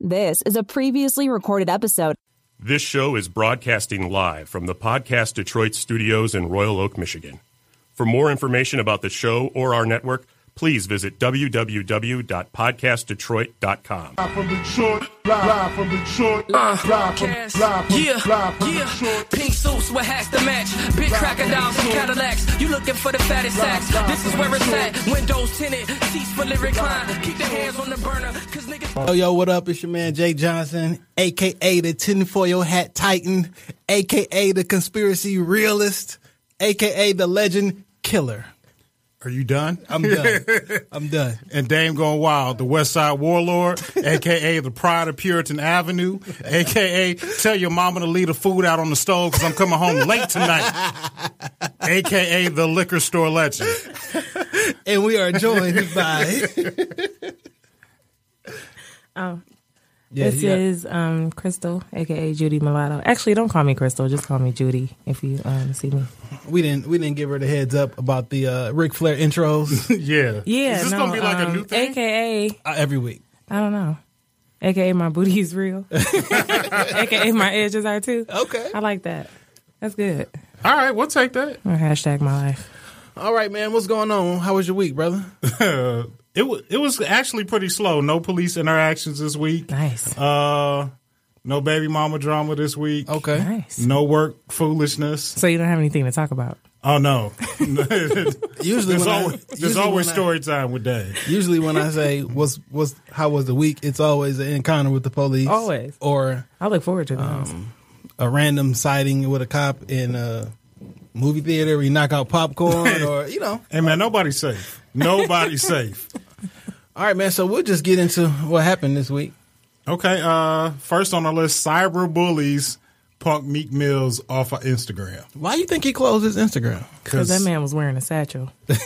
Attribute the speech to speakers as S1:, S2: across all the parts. S1: This is a previously recorded episode.
S2: This show is broadcasting live from the Podcast Detroit studios in Royal Oak, Michigan. For more information about the show or our network, please visit www.podcastdetroit.com.
S3: Live from Detroit, live from Detroit, live from, live from,
S4: Uh, Podcast.
S3: live from,
S4: yeah,
S3: live from
S4: yeah.
S3: Detroit.
S4: Pink suits with hats to match. Big crocodiles and Cadillacs. You looking for the fattest sacks. This is where it's at. Windows tinted. Seats for lyric line. Keep your hands on the burner. Cause niggas.
S5: Yo, yo, what up? It's your man Jake Johnson, aka the tinfoil hat titan, aka the conspiracy realist, aka the legend killer.
S6: Are you done?
S5: I'm done. I'm done.
S6: and Dame Gone Wild, the West Side Warlord, aka the Pride of Puritan Avenue, aka tell your mama to leave the food out on the stove because I'm coming home late tonight, aka the liquor store legend.
S5: And we are joined by
S7: Oh,
S5: Yeah,
S7: this
S5: yeah.
S7: is um, Crystal, aka Judy Mulatto. Actually, don't call me Crystal. Just call me Judy if you um, see me.
S5: we didn't we didn't give her the heads up about the uh, Ric Flair intros
S6: Yeah.
S7: Yeah,
S6: Is this
S7: no,
S6: gonna be like a
S7: um,
S6: new thing?
S7: AKA,
S5: uh, every week.
S7: I don't know. AKA, my booty is real. AKA, my edges are too.
S5: Okay.
S7: I like that. That's good.
S6: All right, we'll take that.
S7: Or hashtag my life.
S5: All right, man. What's going on? How was your week, brother?
S6: Uh, It was it was actually pretty slow. No police interactions this week.
S7: Nice.
S6: Uh, no baby mama drama this week.
S5: Okay.
S7: nice.
S6: No work foolishness.
S7: So you don't have anything to talk about.
S6: Oh no.
S5: Usually
S6: There's
S5: when I-
S6: always, there's
S5: usually
S6: always
S5: when I-
S6: story time with Dave.
S5: Usually when I say what's what's how was the week, it's always an encounter with the police.
S7: Always.
S5: Or
S7: I look forward to those.
S6: Um,
S5: a random sighting with a cop in a movie theater where you knock out popcorn or you know.
S6: Hey man, nobody's safe. Nobody's safe.
S5: All right, man. So we'll just get into what happened this week.
S6: Okay, uh first on our list, cyber bullies punk Meek Mills off of Instagram.
S5: Why you think he closed his Instagram?
S7: Because that man was wearing a satchel. That's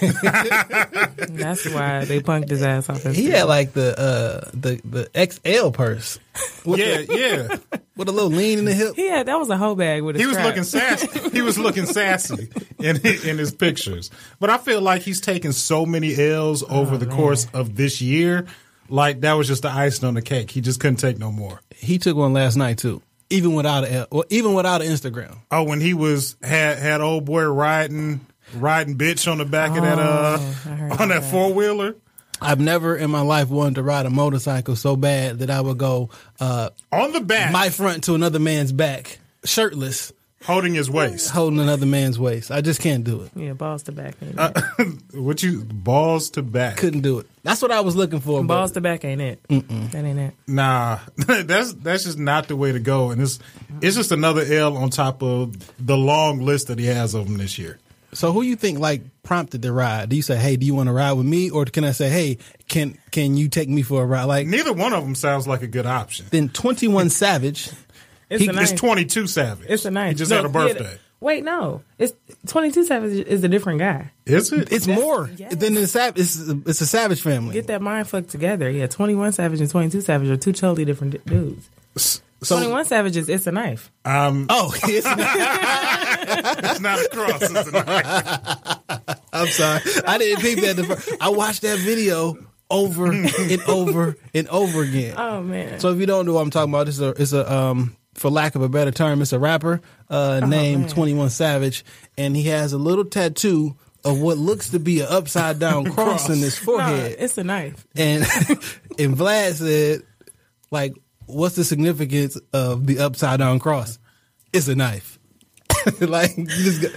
S7: why they punked his ass off.
S5: He had like the uh the the XL purse with,
S6: Yeah, yeah.
S5: with a little lean in the hip.
S7: He had, that was a hoe bag with a
S6: He was
S7: strap.
S6: looking sassy. He was looking sassy in in his pictures. But I feel like he's taken so many L's over the course of this year. Like that was just the icing on the cake. He just couldn't take no more.
S5: He took one last night too, even without a well, even without an Instagram.
S6: Oh, when he was had had old boy riding riding bitch on the back of that
S7: I heard
S6: uh on
S7: about
S6: that
S7: that.
S6: four wheeler.
S5: I've never in my life wanted to ride a motorcycle so bad that I would go uh
S6: On the back
S5: my front to another man's back, shirtless,
S6: holding his waist.
S5: holding another man's waist. I just can't do it.
S7: Yeah, balls to back. Ain't
S6: Uh,
S7: it?
S6: What you balls to back?
S5: couldn't do it. That's what I was looking for. but-
S7: balls to back ain't it. That ain't it.
S6: Nah, that's that's just not the way to go, and it's it's just another L on top of the long list that he has of them this year.
S5: so who you think like prompted the ride? Do you say, "Hey, do you want to ride with me?" Or can I say, "Hey, can can you take me for a ride?" Like
S6: Neither one of them sounds like a good option.
S5: then Twenty One Savage.
S7: It's a
S6: It's
S7: nice.
S6: twenty two Savage.
S7: It's a nice.
S6: He just
S7: No,
S6: had a birthday.
S7: yeah, wait, no. It's twenty two Savage is a different guy.
S6: Is it?
S5: It's more
S7: yes.
S5: than the Savage. It's, it's a Savage family.
S7: Get that mind fucked together. Yeah, twenty one Savage and twenty two Savage are two totally different d- dudes. twenty one Savage is it's a knife.
S5: oh, it's not-
S6: It's not a cross. It's a knife.
S5: I'm sorry. I didn't think that. The first. I watched that video over and over and over again.
S7: Oh man.
S5: So if you don't know what I'm talking about, it's a it's a um for lack of a better term, it's a rapper
S7: Oh,
S5: uh named Twenty One Savage, and he has a little tattoo of what looks to be an upside down cross in his
S7: Nah,
S5: forehead.
S7: it's a knife.
S5: and and Vlad said, like, what's the significance of the upside down cross? It's a knife. like you just go,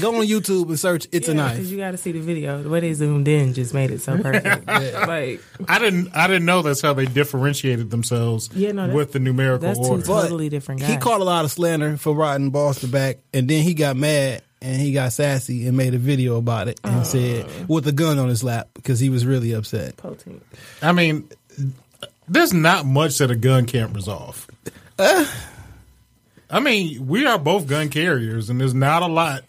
S5: go on YouTube and search it's a
S7: Yeah,
S5: knife.
S7: 'cause you got to see the video. The way they zoomed in just made it so perfect. Like,
S6: I didn't. I didn't know that's how they differentiated themselves.
S7: Yeah, no, that's-
S6: with the numerical
S7: that's too
S6: order.
S7: tall. Totally different
S5: He
S7: guy.
S5: caught a lot of slander for riding balls to back, and then he got mad and he got sassy and made a video about it and said with a gun on his lap because he was really upset.
S7: potent.
S6: I mean, there's not much that a gun can't resolve.
S5: Uh.
S6: I mean, we are both gun carriers, and there's not a lot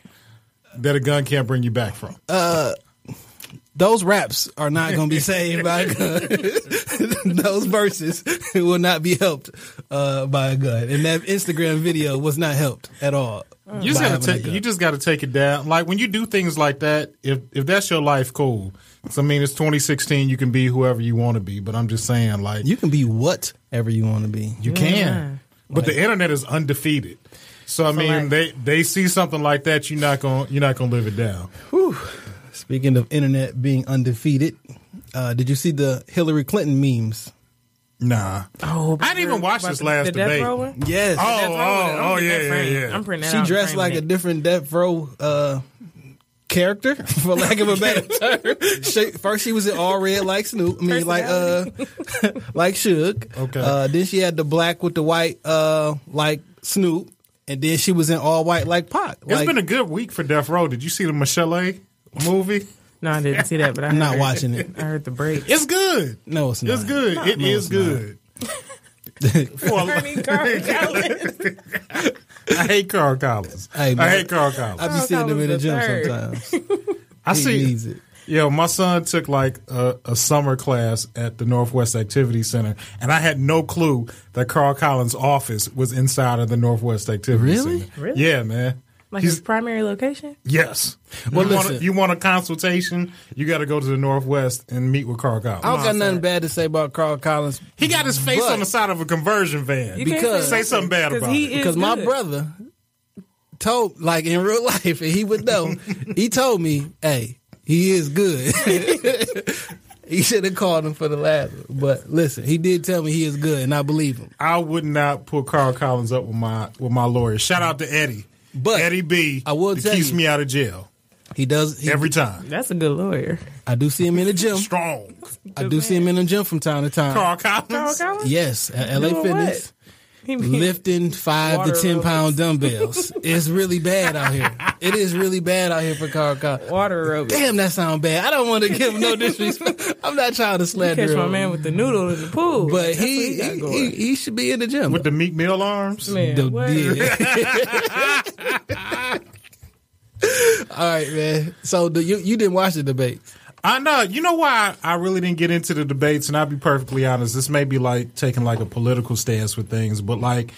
S6: that a gun can't bring you back from.
S5: Uh, Those raps are not going to be saved by a gun. Those verses will not be helped uh, by a gun, and that Instagram video was not helped at all.
S6: You just
S5: by
S6: gotta
S5: having a
S6: take.
S5: gun.
S6: You just gotta take it down. Like when you do things like that, if if that's your life, cool. 'Cause, I mean, it's 2016. You can be whoever you want to be. But I'm just saying, like
S5: You
S6: you,
S5: can be whatever you want to be.
S6: can. But the internet is undefeated. So I mean,
S7: like-
S6: they they see something like that. You're not gonna you're not gonna live it down.
S5: Speaking of internet being undefeated, uh, did you see the Hillary Clinton memes?
S6: Nah.
S7: Oh,
S6: I didn't even watch
S7: about
S6: this
S7: the-
S6: last
S7: the death
S6: debate.
S7: row one?
S5: Yes.
S6: Oh,
S7: Death row one,
S6: oh,
S7: I'm
S6: oh,
S7: getting that
S6: yeah,
S7: framed.
S6: yeah, yeah.
S7: I'm printing that
S5: she
S7: out,
S5: dressed
S7: framing
S5: like a
S7: it.
S5: different death row uh, character, for lack of a better term. She, first, she was in all red like Snoop. I mean, like uh, like Suge.
S6: Okay.
S5: Uh, then she had the black with the white, uh, like Snoop, and then she was in all white like Pac.
S6: It's
S5: Like,
S6: been a good week for Death Row. Did you see the Michelle A movie?
S7: No, I didn't see that, but I
S5: I'm not
S7: heard-
S5: watching it.
S7: I heard the break.
S6: It's good.
S5: No, it's not.
S6: It's good. It is good. Well, I hate Carl Collins.
S5: Hey,
S6: I
S5: man.
S6: hate Carl
S5: I
S6: Collins.
S5: be seeing him in Oh, the
S7: That was the
S5: gym
S7: third.
S5: sometimes.
S6: I
S5: He
S6: see.
S5: needs it.
S6: Yo, my son took like a, a summer class at the Northwest Activity Center, and I had no clue that Carl Collins' office was inside of the Northwest Activity
S5: Really?
S6: Center.
S7: Really?
S6: Yeah, man.
S7: Like
S6: He's-
S7: his primary location?
S6: Yes.
S5: Well,
S6: you, want a,
S5: listen.
S6: you want a consultation? You got to go to the Northwest and meet with Carl Collins.
S5: I don't got nothing bad to say about Carl Collins
S6: he got his face
S5: But-
S6: on the side of a conversion van.
S7: You can't
S5: Because-
S6: say something bad
S7: Because
S6: about
S7: he
S6: it.
S7: is
S5: because my
S7: good.
S5: brother told like in real life and he would know he told me hey he is good he should have called him for the latter but listen he did tell me he is good and i believe him
S6: I would not put Carl Collins up with my with my lawyer. Shout out to Eddie,
S5: But
S6: Eddie B.
S5: I will
S6: that
S5: tell
S6: keeps
S5: you-
S6: me out of jail
S5: he does he,
S6: every time.
S7: That's a good lawyer.
S5: i do see him in the gym
S6: Strong
S5: i do see him in the gym from time to time
S6: Carl Collins.
S7: Carl Collins?
S5: yes at la
S7: Doing what?
S5: fitness
S7: He be-
S5: lifting five
S7: Water
S5: to ten
S7: aerobics.
S5: pound dumbbells it's really bad out here it is really bad out here for carl collins
S7: water aerobics.
S5: Damn, that sound bad. I don't want to give him no disrespect. I'm not trying to slander
S7: Catch my
S5: him.
S7: man with the noodle in the pool.
S5: But
S7: That's what
S5: he
S7: got
S5: he,
S7: going.
S5: he he should be in the gym.
S6: with the Meek Mill arms.
S7: Man,
S5: The-
S7: what?
S5: yeah. All right, man. So the, you you didn't watch the debate.
S6: I know. You know why I really didn't get into the debates, and I'll be perfectly honest. This may be like taking like a political stance with things, but like,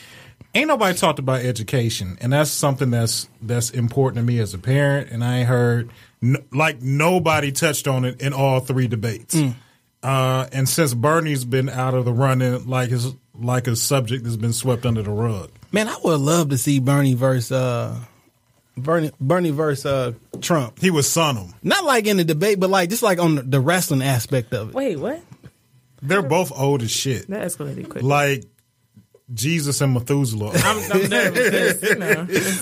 S6: ain't nobody talked about education, and that's something that's that's important to me as a parent. And I ain't heard n- like nobody touched on it in all three debates.
S7: Mm.
S6: Uh, and since Bernie's been out of the running, like is like a subject that's been swept under the rug.
S5: Man, I would love to see Bernie versus uh, Bernie Bernie versus uh, Trump.
S6: He was son him.
S5: Not like in the debate, but like just like on the- the wrestling aspect of it.
S7: Wait, what?
S6: They're both old as shit,
S7: That escalated quick.
S6: like Jesus and Methuselah.
S7: I'm, I'm nervous. 'cause, you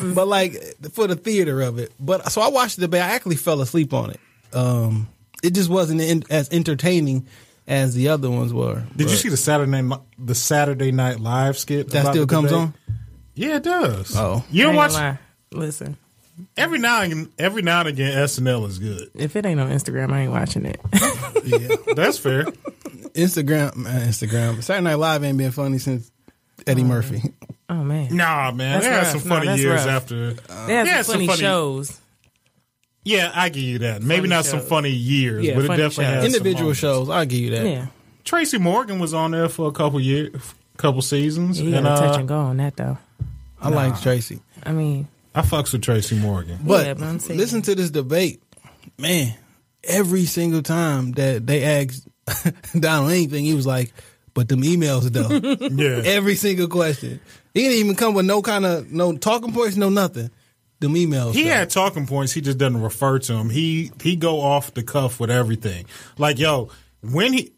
S7: know,
S5: But like for the theater of it. But so I watched the debate. I actually fell asleep on it. Um, it just wasn't in, as entertaining as the other ones were.
S6: Did you
S5: But
S6: see the Saturday Ni- the Saturday Night Live skit
S5: that
S6: about
S5: still
S6: the
S5: comes
S6: debate?
S5: on?
S6: Yeah, it does.
S5: Oh.
S6: you don't
S7: I ain't
S6: watch
S7: gonna lie. Listen,
S6: every now and every now and again SNL is good.
S7: if it ain't on Instagram, I ain't watching it.
S5: Yeah.
S6: That's fair.
S5: Instagram, man, Instagram. Saturday Night Live ain't been funny since Eddie Murphy.
S7: oh man,
S6: nah, man,
S7: That's
S6: they had
S7: rough.
S6: some
S7: No,
S6: funny
S7: that's
S6: years
S7: rough. Uh,
S6: after.
S7: they have
S6: yeah,
S7: some
S6: some
S7: funny
S6: funny-
S7: shows.
S6: Yeah, I give you that. Maybe not some
S7: shows.
S6: funny years,
S7: Yeah,
S6: but it
S7: funny
S6: definitely
S7: shows.
S6: has some
S5: Individual
S6: moments.
S5: shows, I'll give you that.
S7: Yeah,
S6: Tracy Morgan was on there for a couple years, couple seasons,
S7: you
S6: and
S7: gotta touch
S6: uh,
S7: and go on that though.
S5: I like Tracy.
S7: I mean,
S6: I fucks with Tracy Morgan.
S5: But,
S7: but I'm saying-
S5: listen to this debate. Man, every single time that they asked Donald anything, he was like, but them emails though.
S6: Yeah,
S5: every single question. He didn't even come with no kind of no talking points, no nothing. Them emails.
S6: He
S5: though.
S6: had talking points. He just doesn't refer to them. He he go off the cuff with everything. Like yo, when he,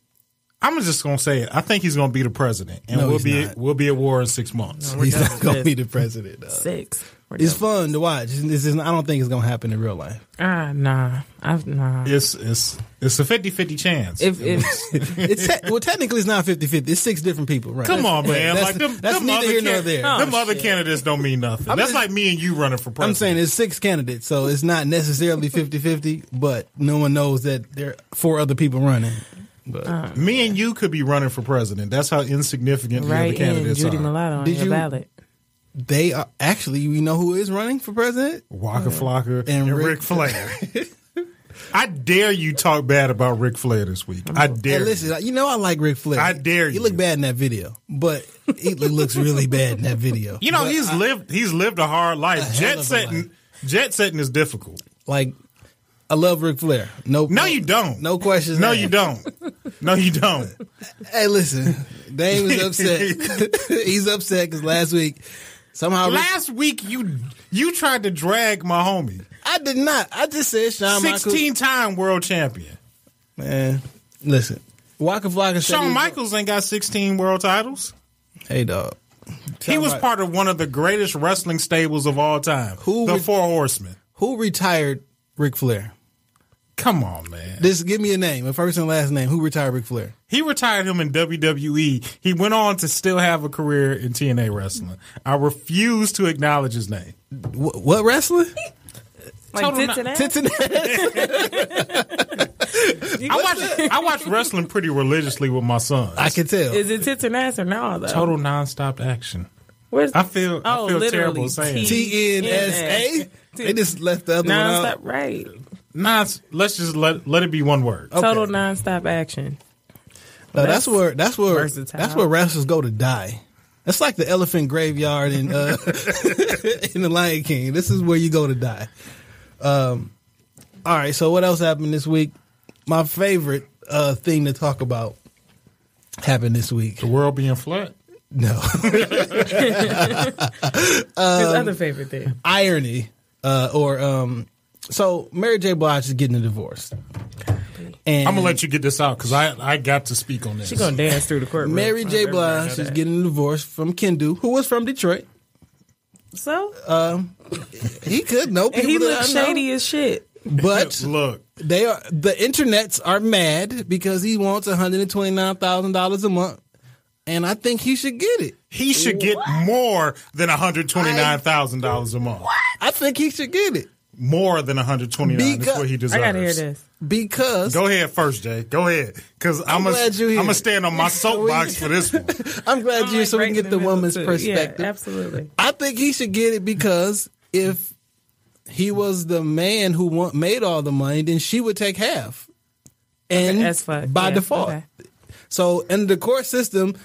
S6: I'm just gonna say it. I think he's gonna be the president, and
S5: No,
S6: we'll
S5: he's
S6: be
S5: not.
S6: we'll be at war in six months.
S5: He's
S7: done
S5: not
S7: with
S5: gonna
S7: this.
S5: be the president. though.
S7: six. We're
S5: It's
S7: done.
S5: fun to watch. It's, it's, I don't think it's gonna happen in real life.
S7: Ah, nah, I've nah.
S6: It's it's it's a 50-50 chance.
S7: If if
S5: It's te- well, technically, it's not 50-50. It's six different people, right?
S6: Come on, man!
S5: That's,
S6: like them,
S5: that's
S6: them
S5: neither
S6: other
S5: here nor
S6: can-
S5: there. Oh,
S6: Them other candidates don't mean nothing. that's
S5: just-
S6: like me and you running for president.
S5: I'm saying it's six candidates, so it's not necessarily 50-50, but no one knows that there are four other people running. But
S6: me and you could be running for president. That's how insignificant the
S7: right
S6: other
S7: in
S6: candidates
S7: Judy
S6: are.
S7: Mulatto on
S5: Did
S7: your
S5: you-
S7: ballot.
S5: they are actually, you know, who is running for president?
S6: Waka Flocka and,
S5: And
S6: Ric
S5: Ric-
S6: Flair. I dare you talk bad about Ric Flair this week. I dare.
S5: And
S6: you.
S5: listen, you know I like Ric Flair.
S6: I dare
S5: He
S6: you.
S5: looked bad in that video, but he lo- looks really bad in that video.
S6: You know he's lived he's lived a hard life.
S5: hell of
S6: Jet
S5: a
S6: setting
S5: life.
S6: jet setting is difficult.
S5: Like, I love Ric Flair. No,
S6: No, you don't.
S5: No questions.
S6: No,
S5: asked.
S6: you don't. No, you don't.
S5: Hey, listen, Dame is upset. He's upset because last week somehow Ric-
S6: Last week you you tried to drag my homie,
S5: I did not. I just said Shawn Michaels.
S6: sixteen time world champion.
S5: Man, listen, Waka Flocka. said he
S6: Shawn
S5: was-
S6: Michaels ain't got sixteen world titles.
S5: Hey, dog.
S6: He was part of one of the greatest wrestling stables of all time,
S5: Who
S6: the
S5: would-
S6: Four Horsemen.
S5: Who retired Ric Flair?
S6: Come on, man.
S5: This give me a name, a first and last name. Who retired Ric Flair?
S6: He retired him in WWE. He went on to still have a career in TNA wrestling. I refuse to acknowledge his name.
S5: Wh- what wrestler?
S7: Like
S6: Total
S7: tits
S6: not-
S7: and ass?
S6: I watch I watch wrestling pretty religiously with my son.
S5: I can tell.
S7: Is it tits and ass or no? Though
S6: Total nonstop action.
S7: Where's
S6: I feel
S7: Oh,
S6: I feel
S7: literally,
S6: terrible saying.
S7: T-
S6: T-
S5: T N S A. They just left the other one
S7: nonstop
S5: out.
S7: right?
S6: let's just let let it be one word.
S7: Total nonstop action.
S5: No, that's where that's where
S7: Versatile.
S5: that's where wrestlers go to die. That's like the elephant graveyard in uh, in the Lion King. This is where you go to die. Um, all right. So what else happened this week? My favorite uh, thing to talk about happened this week.
S6: The world being flat.
S5: No
S7: His other
S5: Um,
S7: favorite thing.
S5: irony, uh, or um, so Mary J. Blige is getting a divorce. And
S6: I'm gonna let you get this out because I I got to speak on this.
S7: She gonna dance through the courtroom.
S5: Mary J. Blige is getting a divorce from Kendu, who was from Detroit.
S7: so
S5: He could know
S7: and
S5: Uh, people.
S7: he
S5: that
S7: looks
S5: I know.
S7: shady as shit.
S5: But
S6: Look,
S5: they are the internets are mad because he wants one hundred and twenty nine thousand dollars a month, and I think he should get it.
S6: he should get more than one hundred twenty nine thousand dollars a month.
S5: I think he should get it
S6: More than one hundred twenty nine is
S5: Because-
S6: what he deserves.
S7: I gotta hear this.
S5: because
S6: Go ahead first, Jay. Go ahead, because I'm
S5: glad you're here.
S6: gonna stand on my soapbox for this one.
S5: I'm glad
S7: I'm
S5: you
S7: like
S5: so we
S7: right
S5: can
S7: in
S5: get the
S7: middle,
S5: woman's
S7: too.
S5: perspective.
S7: Yeah, absolutely.
S5: I think he should get it because if he was the man who wa- made all the money, then she would take half, and
S7: that's fucked.
S5: by
S7: Yeah,
S5: default.
S7: okay.
S5: So in the court system,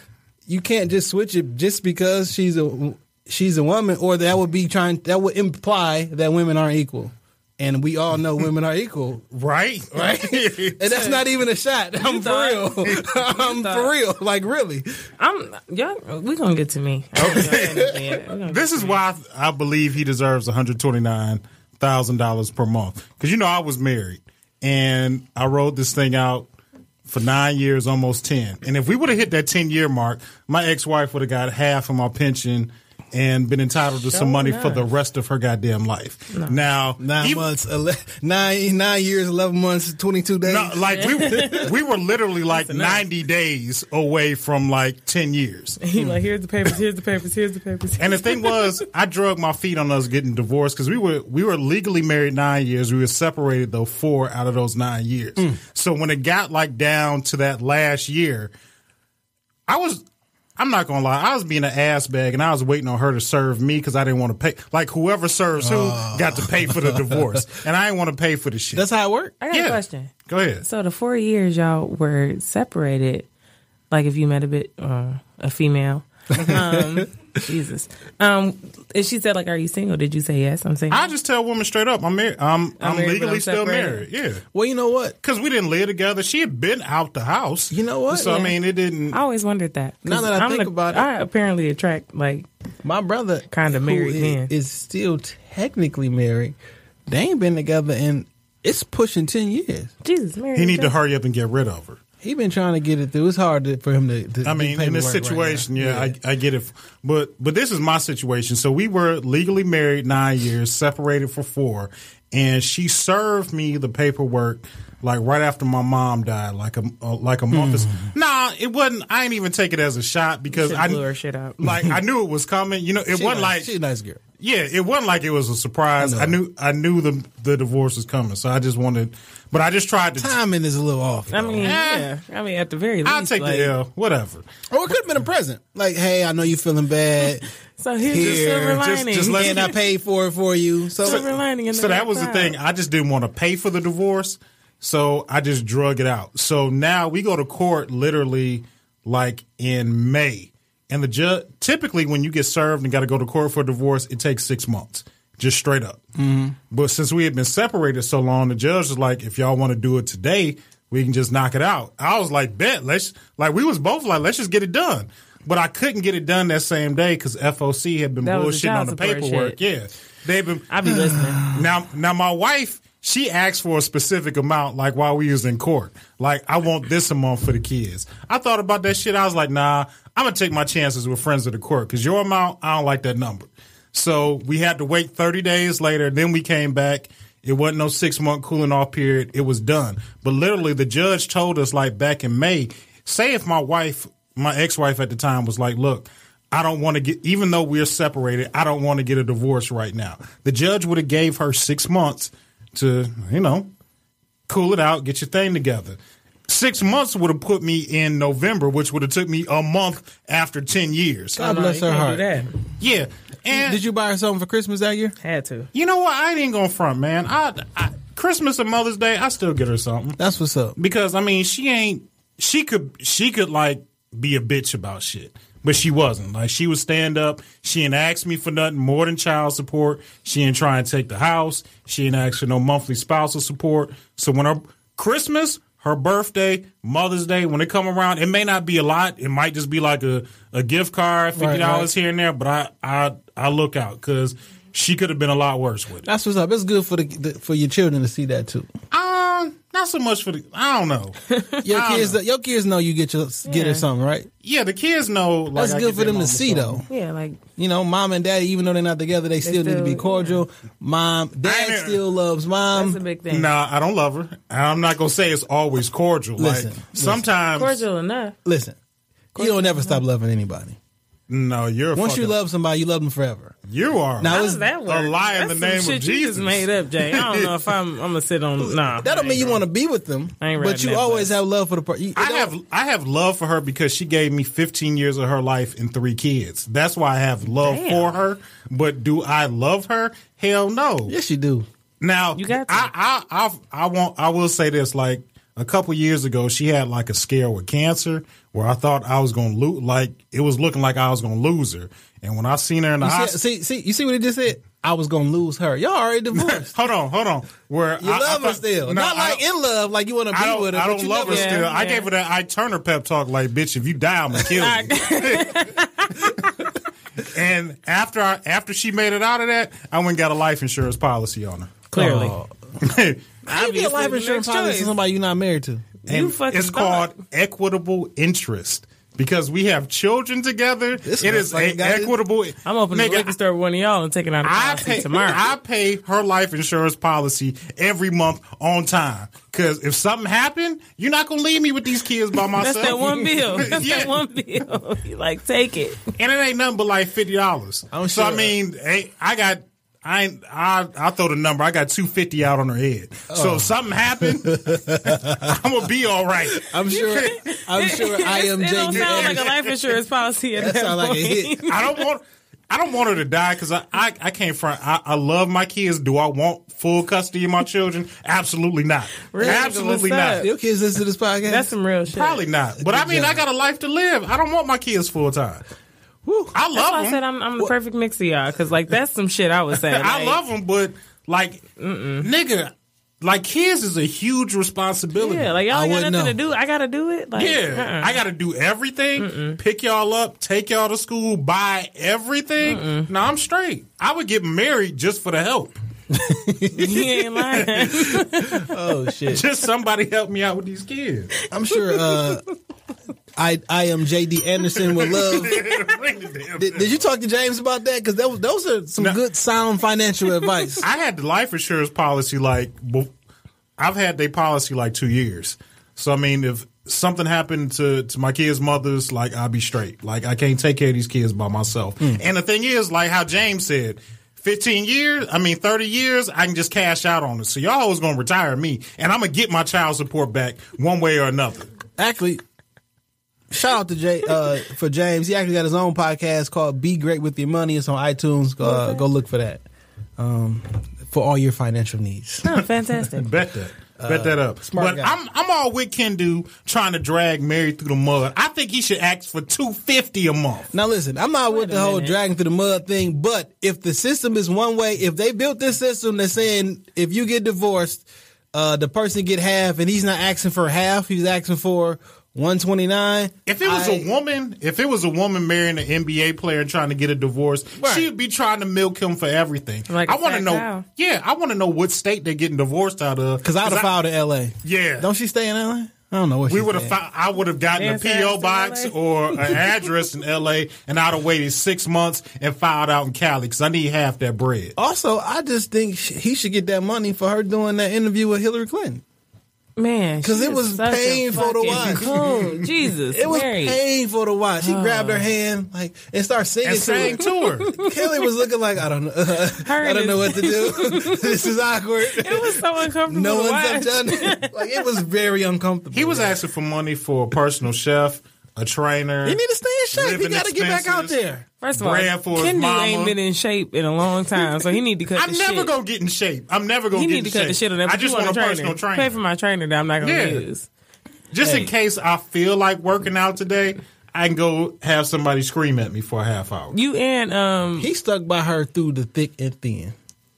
S5: you can't just switch it just because she's a she's a woman, or that would be trying that would imply that women aren't equal, and we all know women are equal,
S6: Right? Right?
S5: and that's not even a shot. I'm for
S7: thought-
S5: real. I'm for
S7: thought-
S5: real. Like really,
S7: I'm y'all. We gonna get to me. Okay.
S6: this is why I, I believe he deserves $129,000 per month. Because, you know, I was married and I rode this thing out for nine years, almost 10. And if we would have hit that 10 year mark, my ex wife would have got half of my pension and been entitled to some money for the rest of her goddamn life. Now,
S5: nine
S6: even-
S5: months, ele- nine nine years, eleven months, twenty two days.
S6: No, like we we were literally like ninety days away from like ten years.
S7: He like here's the papers. Here's the papers. Here's the papers.
S6: And the thing was, I drug my feet on us getting divorced because we were we were legally married nine years. We were separated though four out of those nine years.
S5: Mm.
S6: So when it got like down to that last year, I was I'm not gonna lie, I was being an ass bag and I was waiting on her to serve me because I didn't want to pay. Like whoever serves who got to pay for the divorce, and I didn't want to pay for the shit.
S5: Oh. That's how it works.
S7: I got a question.
S6: Go ahead.
S7: So the four years y'all were separated, like if you met a bit uh, a female, um, Jesus, um, and she said like, "Are you single?" Did you say yes? I'm single.
S6: I just tell women straight up, I'm married. I'm, I'm,
S7: married, but
S6: legally
S7: I'm
S6: still married.
S7: separated.
S6: Yeah.
S5: Well, you know what?
S6: Because we didn't live together. She had been out the house.
S5: You know what?
S6: So, I
S5: Yeah.
S6: mean, it didn't.
S7: I always wondered that. 'Cause
S5: Now that I think about it-
S7: I apparently attract like
S5: My brother,
S7: Kinda
S5: who
S7: married
S5: is,
S7: men.
S5: is still technically married. They ain't been together in it's pushing ten years.
S7: Jesus. Mary
S6: He need to
S7: Jane.
S6: hurry up and get rid of her.
S5: He been trying to get it through. It's hard to, for him to. to
S6: I
S5: do
S6: mean, in this
S5: paperwork right
S6: situation,
S5: now.
S6: yeah, I, I get it. But but this is my situation. So we were legally married nine years, separated for four, and she served me the paperwork like right after my mom died, like a uh, like a month. or Nah, it wasn't. I ain't even take it as a shot because
S7: Should've
S6: I
S7: blew her shit up.
S6: Like I knew it was coming. You know, it
S5: She
S6: wasn't like
S5: she a nice girl.
S6: yeah, it wasn't like it was a surprise. I knew I knew the the divorce was coming, so I just wanted, but I just tried to.
S5: Timing is a little off.
S7: I mean,
S6: Eh.
S7: yeah. I mean, at the very least,
S6: I'll take
S7: like,
S6: the L, whatever.
S5: or it could have been a present. Like, hey, I know you feeling bad.
S7: So here's your
S5: Here,
S7: silver
S5: just-
S7: lining.
S6: just let-
S5: and I paid for it for you. So,
S7: silver lining. In the
S6: So that was the
S7: cloud.
S6: thing. I just didn't want to pay for the divorce, so I just drug it out. So now we go to court literally like in May, and the judge typically when you get served and got to go to court for a divorce, it takes six months, just straight up. But since we had been separated so long, the judge was like, "If y'all want to do it today, we can just knock it out." I was like, "Bet, let's." Like we was both like, "Let's just get it done." But I couldn't get it done that same day because FOC had been
S7: That was the
S6: bullshitting on
S7: child
S6: the
S7: support
S6: paperwork.
S7: shit.
S6: Yeah, they've been
S7: I be listening.
S6: now, now my wife, she asked for a specific amount, like while we was in court. Like, I want this amount for the kids. I thought about that shit. I was like, nah, I'm gonna take my chances with friends of the court because your amount, I don't like that number. So we had to wait 30 days later. Then we came back. It wasn't no six month cooling off period. It was done. But literally, the judge told us like back in May. Say if my wife, my ex wife at the time, was like, look. I don't want to get, even though we're separated, I don't want to get a divorce right now. The judge would have gave her six months to, you know, cool it out, get your thing together. Six months would have put me in November, which would have took me a month after ten years.
S5: God bless her
S7: Can't
S5: heart.
S7: do that.
S6: Yeah, and
S5: Did you buy her something for Christmas that year?
S7: Had to.
S6: you know what? I ain't gonna front, man. I, I Christmas and Mother's Day, I still get her something
S5: That's what's up.
S6: because I mean, she ain't. She could. She could like be a bitch about shit, but she wasn't. Like she would stand up. She ain't ask me for nothing more than child support. She ain't try and take the house. She ain't ask for no monthly spousal support. So when her Christmas, her birthday, Mother's Day, when they come around, it may not be a lot. It might just be like a, a gift card, fifty
S5: Right, right.
S6: dollars here and there. But I I I look out because she could have been a lot worse with it.
S5: That's what's up. It's good for the, the for your children to see that too.
S6: Um, not so much for the. I don't know.
S5: Your
S6: don't
S5: kids,
S6: know.
S5: your kids know you get your get
S7: Yeah.
S5: her something, right?
S6: Yeah, the kids know. Like,
S5: That's
S6: I
S5: good
S6: get
S5: for them
S6: mama
S5: to see
S6: something.
S5: though.
S7: Yeah, like
S5: You know, mom and daddy, even though they're not together, they, still, need to
S7: still-
S5: be cordial. Mom,
S6: I
S5: dad
S6: ain't-
S5: still loves mom.
S7: that's a big thing.
S6: Nah, I don't love her. And I'm not gonna say it's always cordial.
S5: Listen,
S6: like
S5: listen.
S6: sometimes,
S7: Cordial enough.
S5: Listen, you don't never stop loving anybody.
S6: no, you're a
S5: Once you
S6: fucking-
S5: love somebody, you love them forever.
S6: you are.
S5: Now,
S7: How
S5: it's-
S7: does that work?
S6: a lie in
S7: That's
S6: the name
S7: some
S6: of
S7: shit You
S6: Jesus.
S7: just made up, Jay. I don't know if I'm. I'm gonna sit on. Nah,
S5: That don't mean you want to be with them,
S7: I ain't
S5: but
S7: riding
S5: you
S7: that
S5: always
S7: bus.
S5: have love for the person.
S6: I have I have love for her because she gave me 15 years of her life and three kids. That's why I have love
S7: Damn.
S6: for her. But do I love her? Hell no.
S5: Yes, you do.
S6: Now
S7: You got to.
S6: I, I I I won't. I will say this: like a couple years ago, she had like a scare with cancer, where I thought I was gonna lose. Like it was looking like I was gonna lose her. And when I seen her in the
S5: You
S6: hospital,
S5: see, see, see, you see what he just said? I was gonna lose her. Y'all already divorced.
S6: hold on, hold on. Where
S5: You
S6: I, I
S5: love her
S6: thought-
S5: still,
S6: no,
S5: not
S6: I
S5: like
S6: don't-
S5: in love, like you want to
S6: I
S5: be
S6: don't,
S5: with her.
S6: I
S5: but
S6: don't
S5: you
S6: love her
S5: never-
S6: still.
S7: Yeah,
S6: I
S7: yeah.
S6: gave her that I Turner pep talk like, bitch, if you die, I'm gonna kill you. and after I, after she made it out of that, I went and got a life insurance policy on her.
S7: Clearly,
S5: Oh. How you
S7: obviously
S5: get a life
S7: the
S5: insurance
S7: next
S5: policy to
S7: choice.
S5: somebody you're not married to?
S6: And
S7: You fucking
S6: it's
S7: thought.
S6: called equitable interest because we have children together.
S5: This
S6: it is
S5: motherfucker
S6: a
S5: got it.
S6: equitable.
S7: I'm opening
S6: Nigga,
S7: the liquor store with one of y'all and taking out a
S6: I
S7: policy
S6: pay,
S7: tomorrow.
S6: I pay her life insurance policy every month on time because if something happened, you're not gonna leave me with these kids by myself.
S7: that's that one bill. That's
S6: Yeah.
S7: that one bill. You like take it.
S6: and it ain't nothing but like fifty dollars.
S5: I'm
S6: So I
S5: sure.
S6: mean, hey, I got. I ain't- I I throw the number. I got two fifty out on her head. So if something happened, I'm gonna be all right.
S5: I'm sure. I'm sure. I am.
S7: It don't
S5: JD.
S7: sound like a life insurance policy at
S5: That
S7: that,
S5: sound like a
S7: point.
S5: hit.
S6: I don't want. I don't want her to die because I, I, I can't front. I, I love my kids. Do I want full custody of my children? Absolutely not.
S7: Really?
S6: Absolutely
S7: What's
S6: not.
S7: up?
S5: Your kids listen to this podcast.
S7: That's some real shit.
S6: Probably not. But I mean, I got a life to live. I don't want my kids full time. I
S7: That's why
S6: love
S7: I said
S6: them.
S7: I'm, I'm the perfect mix of y'all because like that's some shit I would say.
S6: I
S7: Like,
S6: love them, but like, nigga, like kids is a huge responsibility.
S7: Yeah, like y'all
S5: I
S7: ain't got
S5: wouldn't
S7: nothing to
S5: know.
S7: do. I gotta do it. Like,
S6: Yeah,
S7: uh-uh.
S6: I got to do everything, pick y'all up, take y'all to school, buy everything. No, I'm straight. I would get married just for the help.
S7: you ain't lying.
S5: oh shit.
S6: just somebody help me out with these kids.
S5: I'm sure. Uh, I I am JD Anderson with love. Did, did you talk to James about that? Because those those are some
S6: No.
S5: good, sound financial advice.
S6: I had the life insurance policy like. bef- I've had their policy like two years. So I mean, if something happened to to my kids' mothers, like I'd be straight. Like I can't take care of these kids by myself. And the thing is, like how James said. 15 years, I mean 30 years, I can just cash out on it. So y'all always gonna retire me and I'm gonna get my child support back one way or another.
S5: Actually, shout out to Jay uh, for James. He actually got his own podcast called "Be Great with Your Money." It's on iTunes. Go, uh, go look for that um, for all your financial needs.
S7: Oh, fantastic.
S6: Bet that. Bet that up.
S5: smart
S6: but
S5: guy.
S6: I'm I'm all with Ken do trying to drag Mary through the mud. I think he should ask for two fifty a month.
S5: Now listen, I'm not with
S7: a
S5: the whole
S7: minute.
S5: dragging through the mud thing, but if the system is one way, if they built this system that's saying if you get divorced, uh, the person get half, and he's not asking for half, he's asking for one twenty nine.
S6: If it was
S5: a
S6: a woman, if it was a woman marrying an NBA player and trying to get a divorce, she'd be trying to milk him for everything.
S7: Like a
S6: I want to
S7: fat
S6: know.
S7: cow.
S6: Yeah, I want to know what state they're getting divorced out of.
S5: because I'd have
S6: I-
S5: filed in L.A.
S6: Yeah.
S5: Don't she stay in L.A.? I don't know what
S6: We
S5: she's
S6: would have.
S5: saying.
S6: Fi- I would have gotten a
S7: Dance ass
S6: PO
S7: in
S6: box
S7: LA.
S6: or an address in LA, and I'd have waited six months and filed out in Cali because I need half that bread.
S5: Also, I just think sh- he should get that money for her doing that interview with Hillary Clinton.
S7: Man,
S5: 'Cause
S7: she
S5: it
S7: is
S5: was
S7: such a
S5: painful to
S7: fucking
S5: watch.
S7: coon. Jesus,
S5: It was
S7: Mary.
S5: painful to watch. He grabbed her hand like and started singing
S6: And
S5: to
S6: sang
S5: her.
S6: to her.
S5: Kelly was looking like I don't know. I don't know what to do. this is awkward.
S7: It was so uncomfortable.
S5: no
S7: to
S5: one's
S7: watch.
S5: ever done it. Like it was very uncomfortable.
S6: He was asking for money for a personal chef, a trainer.
S5: He need to stay in shape. He
S6: living
S5: got to get back out
S6: expenses.
S5: there.
S7: First of all,
S6: Brad for his
S7: Kendu
S6: mama.
S7: ain't been in shape in a long time, so he need to cut.
S6: I'm
S7: the
S6: never
S7: shit.
S6: gonna get in shape. I'm never gonna
S7: He
S6: get
S7: need to
S6: in
S7: cut
S6: shape.
S7: the shit on that.
S6: I
S7: but
S6: just
S7: you
S6: want a
S7: trainer.
S6: personal
S7: Pay
S6: trainer.
S7: for my trainer that I'm not gonna
S6: Yeah.
S7: use.
S6: just
S7: Hey.
S6: in case I feel like working out today, I can go have somebody scream at me for a half hour.
S7: You and um,
S5: He stuck by her through the thick and thin.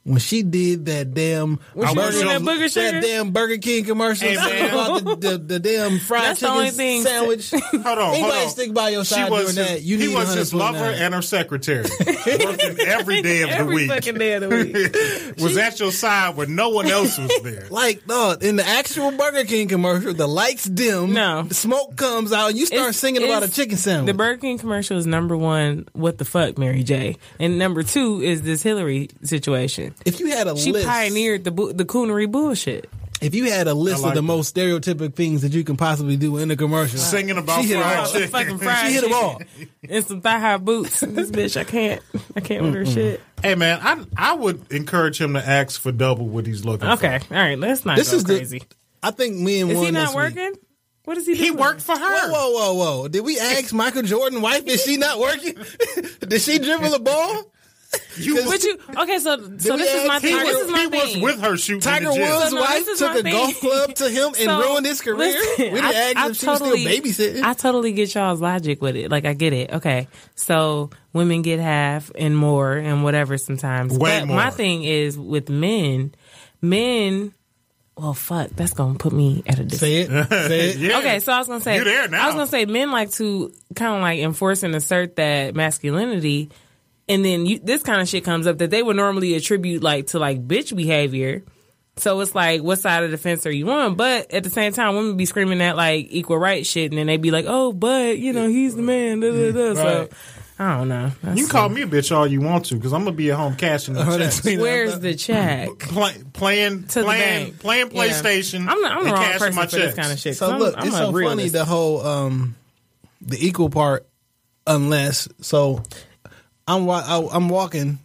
S5: When she did that damn
S7: When
S6: she was
S5: Burger-
S6: doing that
S7: booger sugar?
S5: damn Burger King commercial
S6: Hey, man.
S5: about the, the, the damn fried
S7: That's the
S5: chicken
S7: only thing-
S5: sandwich.
S6: Hold on, hold
S5: Anybody
S6: on.
S5: stick by your side doing
S6: his,
S5: that? You
S6: he
S5: need
S6: was his
S5: 129.
S6: lover and her secretary, working every day of
S7: every
S6: the week.
S7: fucking day of the week.
S6: was at your side when no one else was there.
S5: Like, no, in the actual Burger King commercial, the lights dim.
S7: No.
S5: The smoke comes out, and you start
S7: It's-
S5: singing about a
S7: it's-
S5: chicken sandwich.
S7: The Burger King commercial is number one. What the fuck, Mary J. And number two is this Hillary situation.
S5: if you had a
S7: She
S5: list,
S7: pioneered the bu- the coonery bullshit.
S5: if you had a list
S6: like
S5: of the
S6: that.
S5: most stereotypic things that you can possibly do in a commercial,
S6: Singing about
S5: She hit
S6: fried
S5: all the
S6: chicken.
S7: fucking fried
S5: she hit them
S7: chicken.
S5: all.
S7: and some thigh high boots. This bitch, I can't, I can't order shit.
S6: Hey man, I I would encourage him to ask for double what he's looking for.
S7: Okay, all right, let's not
S5: This
S7: go
S5: is
S7: crazy.
S5: the. I think me and
S7: is
S5: one
S7: he
S5: this
S7: not
S5: week-
S7: working? What is he doing?
S6: He worked for her.
S5: Whoa, whoa, whoa, whoa! Did we ask Michael Jordan wife? Is she not working? Did she dribble a ball?
S6: You
S7: But you okay? So, so
S5: we
S7: this is my
S5: ask-
S6: He, was,
S7: thing. This is
S6: he
S7: my
S6: was
S7: thing.
S6: with her shooting
S5: Tiger
S6: in the gym.
S5: Woods'
S7: So, no,
S5: wife
S7: this is
S5: took
S7: my
S5: a
S7: thing.
S5: golf club to him and
S7: So,
S5: ruined his career.
S7: listen,
S5: we didn't ask if she was still babysitting.
S7: I totally get y'all's logic with it. Like I get it. Okay, so women get half and more and whatever sometimes.
S6: Way
S7: but
S6: more.
S7: my thing is with men, men. Well, fuck, that's gonna put me at a disadvantage.
S5: say it. Say it.
S6: Yeah.
S7: Okay, so I was gonna say,
S6: You there now.
S7: I was gonna say, men like to kind of like enforce and assert that masculinity, and then you, this kind of shit comes up that they would normally attribute like to like bitch behavior. So it's like, what side of the fence are you on? But at the same time, women be screaming that like equal rights shit, and then they be like, oh, but you know, he's the man. Da, da, da. So
S5: Right.
S7: I don't know. That's-
S6: You can call me a bitch all you want to because I'm gonna be at home cashing the checks.
S7: Where's the check?
S6: Play, playing,
S7: To the
S6: playing,
S7: bank.
S6: playing
S7: Yeah.
S6: PlayStation.
S7: I'm, not, I'm
S6: and
S7: the wrong
S6: cashing
S7: person
S6: my
S7: for this
S6: checks.
S7: kind of shit. 'cause
S5: So
S7: I'm,
S5: look,
S7: I'm
S5: it's
S7: a
S5: so funny
S7: realist.
S5: the whole um the equal part, unless so I'm wa- I, am walking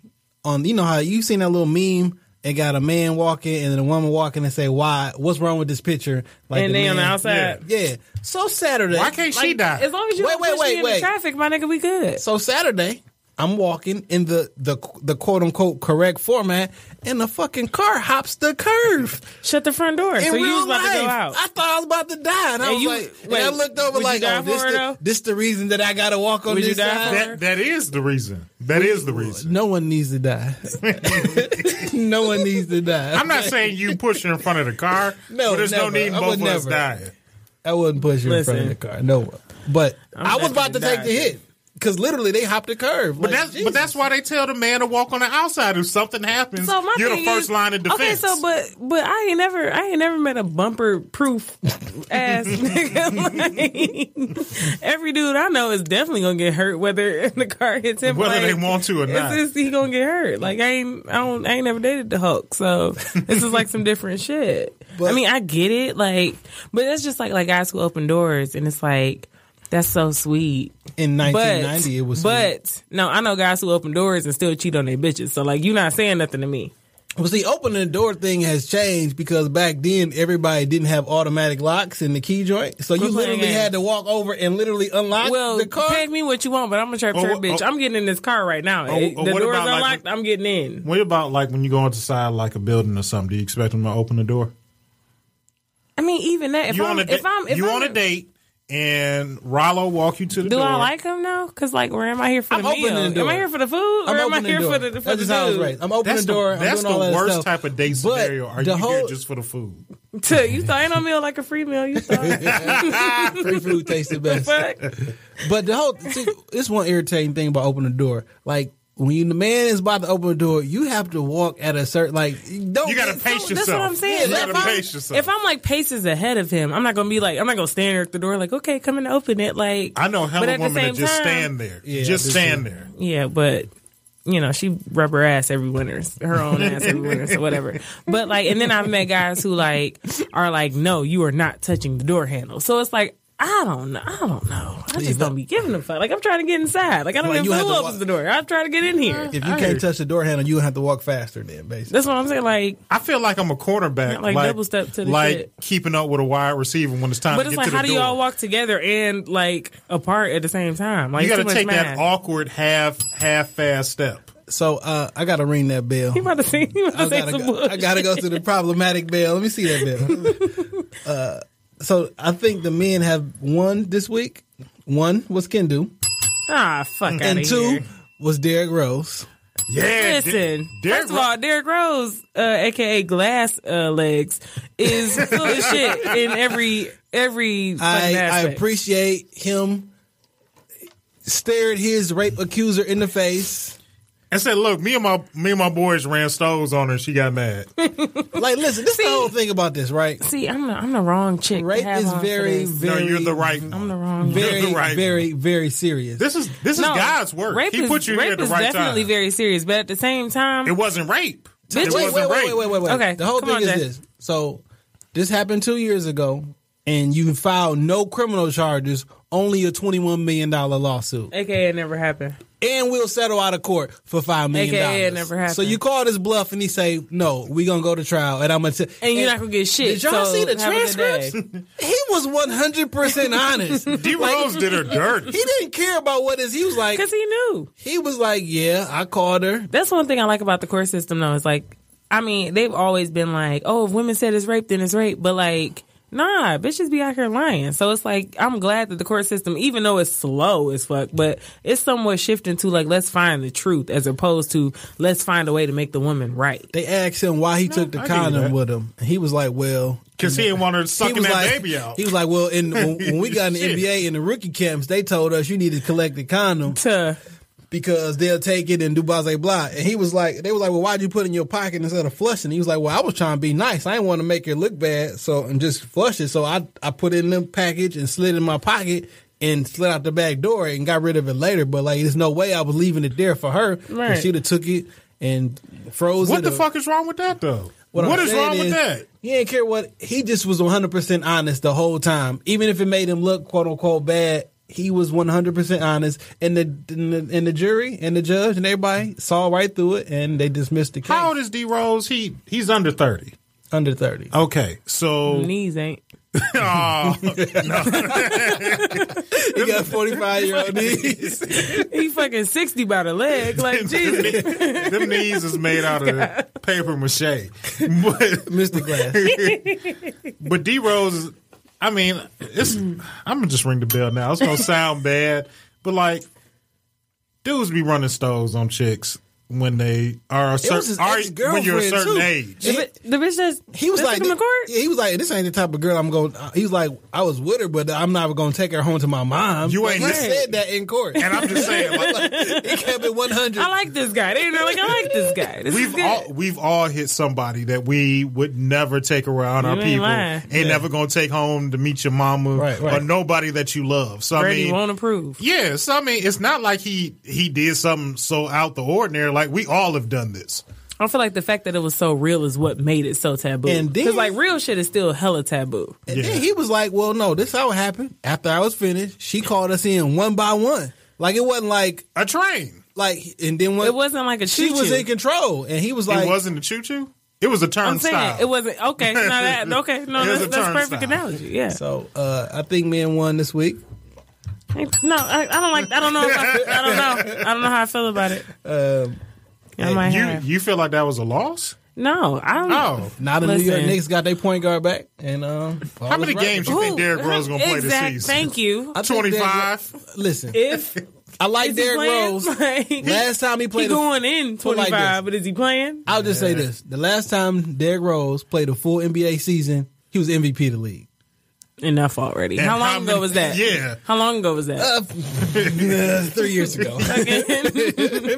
S5: on you know how you seen that little meme. It got a man walking and then a woman walking and say, "Why? What's wrong with this picture?" Like
S7: and
S5: the
S7: they on the
S5: man-
S7: outside.
S5: Yeah. So Saturday.
S6: Why can't she die?
S7: As long as you
S5: Wait,
S7: don't
S5: wait,
S7: push
S5: wait,
S7: me in
S5: wait.
S7: the traffic, my nigga, we good.
S5: So Saturday, I'm walking in the the the quote unquote correct format, and the fucking car hops the curve.
S7: Shut the front door.
S5: In
S7: so
S5: real
S7: you was about
S5: life,
S7: to go out.
S5: I thought I was about to die, and I
S7: And
S5: was
S7: you-
S5: like, and
S7: wait,
S5: I looked over
S7: would you
S5: like,
S7: die
S5: oh, this,
S7: for it,
S5: the,
S7: though?
S5: this the reason that I gotta walk on
S7: Would you
S5: this
S7: die
S5: side.
S7: for it?
S6: That, that is the reason. That is the reason.
S5: No one needs to die. no one needs to die.
S6: I'm not saying you push her in front of the car.
S5: No,
S6: but there's no
S5: never.
S6: need in
S5: I
S6: both
S5: would
S6: of us
S5: never.
S6: dying.
S5: I wouldn't push you in front
S7: Listen.
S5: of the car. No one. But i was
S7: not
S5: about to
S7: gonna
S5: take
S7: die.
S5: the hit because literally they hopped the curve.
S6: But that's but that's why they tell the man to walk on the outside. If something happens,
S7: so my
S6: you're the
S7: thing
S6: first
S7: is,
S6: line of defense.
S7: Okay, so but but I ain't never I ain't never met a bumper proof ass nigga. Like, every dude I know is definitely gonna get hurt whether the car hits him.
S6: Whether
S7: like,
S6: they want to or
S7: it's
S6: not.
S7: just he gonna get hurt. Like I ain't I don't I ain't never dated the Hulk, so this is like some different shit.
S5: But-
S7: I mean, I get it, like, but that's just like like guys who open doors, and it's like that's so sweet.
S5: In
S7: But
S5: 1990, it was.
S7: But no, I know guys who open doors and still cheat on their bitches. So like, you're not saying nothing to me.
S5: Well, see, opening the door thing has changed because back then everybody didn't have automatic locks in the key joint, so you
S7: Quit playing
S5: literally
S7: games.
S5: had to walk over and literally unlock
S7: Well,
S5: the car.
S7: pay me what you want, but I'm a chirp
S6: Oh,
S7: chirp
S6: oh,
S7: bitch. I'm getting in this car right now.
S6: oh, oh,
S7: the
S6: what
S7: door's
S6: about, like,
S7: unlocked. I'm getting in.
S6: What about like when you go inside like a building or something? Do you expect them to open the door?
S7: I mean, even that. If
S6: you
S7: I'm,
S6: on a
S7: if
S6: da-
S7: I'm, if
S6: you
S7: I'm,
S6: on a date and Rollo walk you to the
S7: Do
S6: door.
S7: I like him now? Because like, where am I here for
S5: I'm
S7: the
S5: opening
S7: meal?
S5: the door.
S7: Am I here for the food?
S5: I'm
S7: or am I
S5: opening the
S7: here
S5: door.
S7: for the for
S5: That's just
S7: the
S5: how I was
S7: dude?
S5: raised. I'm opening
S6: That's
S5: the door.
S6: the, that's
S5: I'm doing all
S6: the
S5: that
S6: worst
S5: stuff.
S6: type of date
S5: But
S6: scenario. Are
S5: the
S6: you
S5: whole,
S6: here just for the food?
S7: To, you thought ain't no meal like a free meal. You thought.
S5: free food tastes the best?
S7: Fuck.
S5: But the whole see, this one irritating thing about opening the door, like when you, the man is about to open the door, you have to walk at a certain like you don't.
S6: You got to
S5: get-
S6: pace
S7: So
S6: yourself.
S7: That's what I'm saying.
S6: You got
S7: if,
S6: to
S7: I'm,
S6: pace yourself.
S7: if I'm like paces ahead of him, I'm not gonna be like I'm not gonna stand there at the door like okay, come and open it. Like
S6: I know hella
S7: but at the
S6: women that
S7: same
S6: just
S7: time-
S6: stand there.
S5: Yeah, I
S6: just
S5: do
S6: stand there.
S7: Yeah, but you know she rub her ass every winter, her own ass every winter, so whatever. But like, and then I've met guys who like are like, no, you are not touching the door handle. So it's like. I don't know. I don't know. I just don't be giving a fuck. Like I'm trying to get inside. Like I don't
S5: Like, you
S7: even
S5: have
S7: who
S5: to
S7: opens
S5: walk-
S7: the door. I'm trying to get in here.
S5: If you can't touch the door handle, you have to walk faster. Then basically,
S7: That's what I'm saying. Like,
S6: I feel like I'm a quarterback.
S7: Like double step to the
S6: like
S7: shit.
S6: keeping up with a wide receiver when it's time
S7: but
S6: to
S7: it's
S6: get
S7: like,
S6: to the
S7: how do
S6: door.
S7: y'all walk together and like apart at the same time? Like,
S6: you got
S7: got
S6: to take that awkward half half fast step.
S5: so uh, I got to ring that bell.
S7: You about to say? You
S6: Oh,
S7: about
S5: I
S7: to say
S5: gotta,
S7: some
S5: go,
S7: bullshit?
S5: I gotta go to the problematic bell. Let me see that bell. uh, so I think the men have one this week. One was Kendu,
S7: Ah, fuck out
S5: and
S7: of
S5: two
S7: here.
S5: was Derrick Rose.
S6: Yeah.
S7: Listen,
S6: Derrick
S7: first of all, Derrick Rose, uh, aka Glass uh, Legs, is full of shit in every every fucking
S5: I, I
S7: aspect.
S5: appreciate him stared his rape accuser in the face.
S6: and said, "Look, me and my me and my boys ran stoves on her. and She got mad.
S5: Like, listen, this is the whole thing about this, right?
S7: See, I'm the, I'm the wrong chick. to
S5: Rape
S7: have
S5: is
S7: on for
S5: very,
S7: this.
S5: very,
S6: no, you're the right. one.
S7: I'm the wrong. one.
S5: very,
S6: you're the right
S5: very, very serious.
S6: This is this is
S7: No,
S6: God's work.
S7: Rape
S6: he
S7: is,
S6: put you
S7: rape
S6: here at the
S7: is
S6: right
S7: definitely
S6: time.
S7: very serious, but at the same time,
S6: it wasn't rape.
S7: Bitch,
S6: it
S5: wait,
S6: wasn't
S5: wait, wait,
S6: rape.
S5: wait, wait, wait, wait.
S7: Okay,
S5: the whole
S7: come
S5: thing
S7: on,
S5: is
S7: Jay.
S5: this. So this happened two years ago, and you filed no criminal charges, only a twenty-one million dollar lawsuit,
S7: aka it never happened.
S5: and we'll settle out of court for five million
S7: AKA
S5: dollars.
S7: it never happened.
S5: So you call this bluff, and he say, "No, we gonna go to trial," and I'm gonna. T-
S7: And you're not gonna get shit.
S5: Did y'all
S7: so
S5: see the
S7: have a good
S5: transcripts?
S7: day.
S5: he was one hundred percent honest.
S6: D Rose did her dirty.
S5: He didn't care about what is. He was like,
S7: Cause he knew.
S5: he was like, yeah, I called her.
S7: That's one thing I like about the court system, though. Is like, I mean, they've always been like, oh, if women said it's rape, then it's rape. But like, nah, bitches be out here lying. So it's like, I'm glad that the court system, even though it's slow as fuck, but it's somewhat shifting to like, let's find the truth as opposed to let's find a way to make the woman right.
S5: They asked him why he took the
S6: I can do that.
S5: condom with him. And He was like, well,
S6: Because he didn't want her
S5: he
S6: sucking
S5: was
S6: that
S5: like,
S6: baby out.
S5: he was like, well, in when, when we got in the
S6: Shit.
S5: NBA in the rookie camps, they told us you need to collect the condom
S7: To
S5: because they'll take it and do blah blah blah. And he was like, they were like, well, why'd you put it in your pocket instead of flushing? He was like, well, I was trying to be nice. I didn't want to make it look bad, so and just flush it. So I I put it in the package and slid it in my pocket. And slid out the back door and got rid of it later, but like there's no way I was leaving it there for her.
S7: Right.
S5: She'd have took it and froze
S6: what
S5: it.
S6: the
S5: or-
S6: fuck is wrong with that though?
S5: I'm
S6: what is
S5: saying
S6: wrong with
S5: is,
S6: that?
S5: He didn't care what he just was 100 percent honest the whole time, even if it made him look quote unquote bad. He was 100 percent honest, and the, and the and the jury and the judge and everybody saw right through it, and they dismissed the case.
S6: How old is D Rose? He he's under thirty.
S5: Under 30.
S6: Okay, so
S7: knees ain't.
S6: Aw.
S5: He got 45 year old knees.
S7: He fucking 60 by the leg. Like, Jesus.
S6: them knees is made out of paper mache. But
S5: Mr. Glass.
S6: but D Rose, I mean, it's I'm gonna just ring the bell now. It's gonna sound bad, but like dudes be running stoves on chicks when they are a
S5: It was his
S6: certain are, when you're a
S5: ex-girlfriend,
S6: certain
S5: too.
S6: age.
S7: The bi- the bitch says,
S5: He was like,
S7: from the court?
S5: yeah, he was like, this ain't the type of girl I'm going. He was like, I was with her, but I'm not going to take her home to my mom.
S6: You
S5: Like,
S6: ain't
S5: he
S6: listen-
S5: said that in court.
S6: And I'm just saying, like,
S5: it kept it 100.
S7: I like this guy. They know, like, I like this guy. This is
S6: we've
S7: good.
S6: all we've all hit somebody that we would never take around our
S7: ain't
S6: people.
S7: lying.
S6: Ain't never gonna take home to meet your mama
S5: Right, right.
S6: or nobody that you love. So
S7: Brady
S6: I mean,
S7: won't approve.
S6: Yeah, so I mean, it's not like he he did something so out the ordinary. Like we all have done this.
S7: I feel like the fact that it was so real is what made it so taboo.
S5: And then-
S7: Because like real shit is still hella taboo.
S5: And then he was like, "Well, no, this how it happened. After I was finished, she called us in one by one. Like it wasn't like
S6: A train.
S5: like. And then when
S7: It wasn't like a
S5: she was
S7: choo-choo.
S5: in control, and he was like,
S6: it wasn't a choo choo. It was a
S7: I'm saying
S6: turnstile.
S7: it wasn't okay. No, that okay. No,
S6: It was a
S7: that's, that's perfect
S6: turnstile.
S7: analogy. Yeah.
S5: So uh, I think men won this week.
S7: No, I, I don't like. I don't know. if I, I don't know. I don't know how I feel about it. I might
S6: Um, You
S7: have.
S6: you feel like that was a loss?
S7: no, I don't.
S6: Oh,
S5: Now the New York
S7: Listen.
S5: Knicks got their point guard back, and um,
S6: how many games you think Derrick Rose gonna play
S7: Exact-
S6: this season?
S7: Thank you.
S5: I think
S6: Twenty
S5: Derrick-
S6: five.
S5: Listen,
S7: If
S5: I like
S7: is he
S5: Derrick
S7: playing?
S5: Rose.
S7: Like,
S5: Last time he
S7: he
S5: played, a-
S7: going in
S5: put
S7: twenty
S5: like
S7: five,
S5: this.
S7: but is he playing?
S5: I'll just say this: the last time Derrick Rose played a full NBA season, he was MVP of the league.
S7: Enough already.
S6: And
S7: how long
S6: how
S7: ago
S6: many-
S7: was that?
S6: Yeah.
S7: How long ago was that?
S5: Uh, three years ago,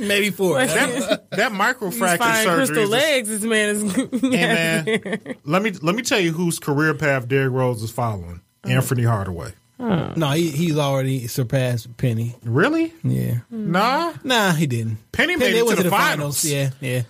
S5: maybe four.
S6: That, that microfracture
S7: Fine
S6: surgery.
S7: crystal
S6: Is a,
S7: legs. This man is.
S6: hey man, let me let me tell you whose career path Derrick Rose is following.
S7: Uh-huh.
S6: Anthony Hardaway.
S5: No, he, he's already surpassed Penny.
S6: Really?
S5: Yeah,
S7: Hmm.
S6: Nah.
S5: nah, he didn't.
S6: Penny made it
S5: went
S6: to the, finals.
S5: Yeah, yeah.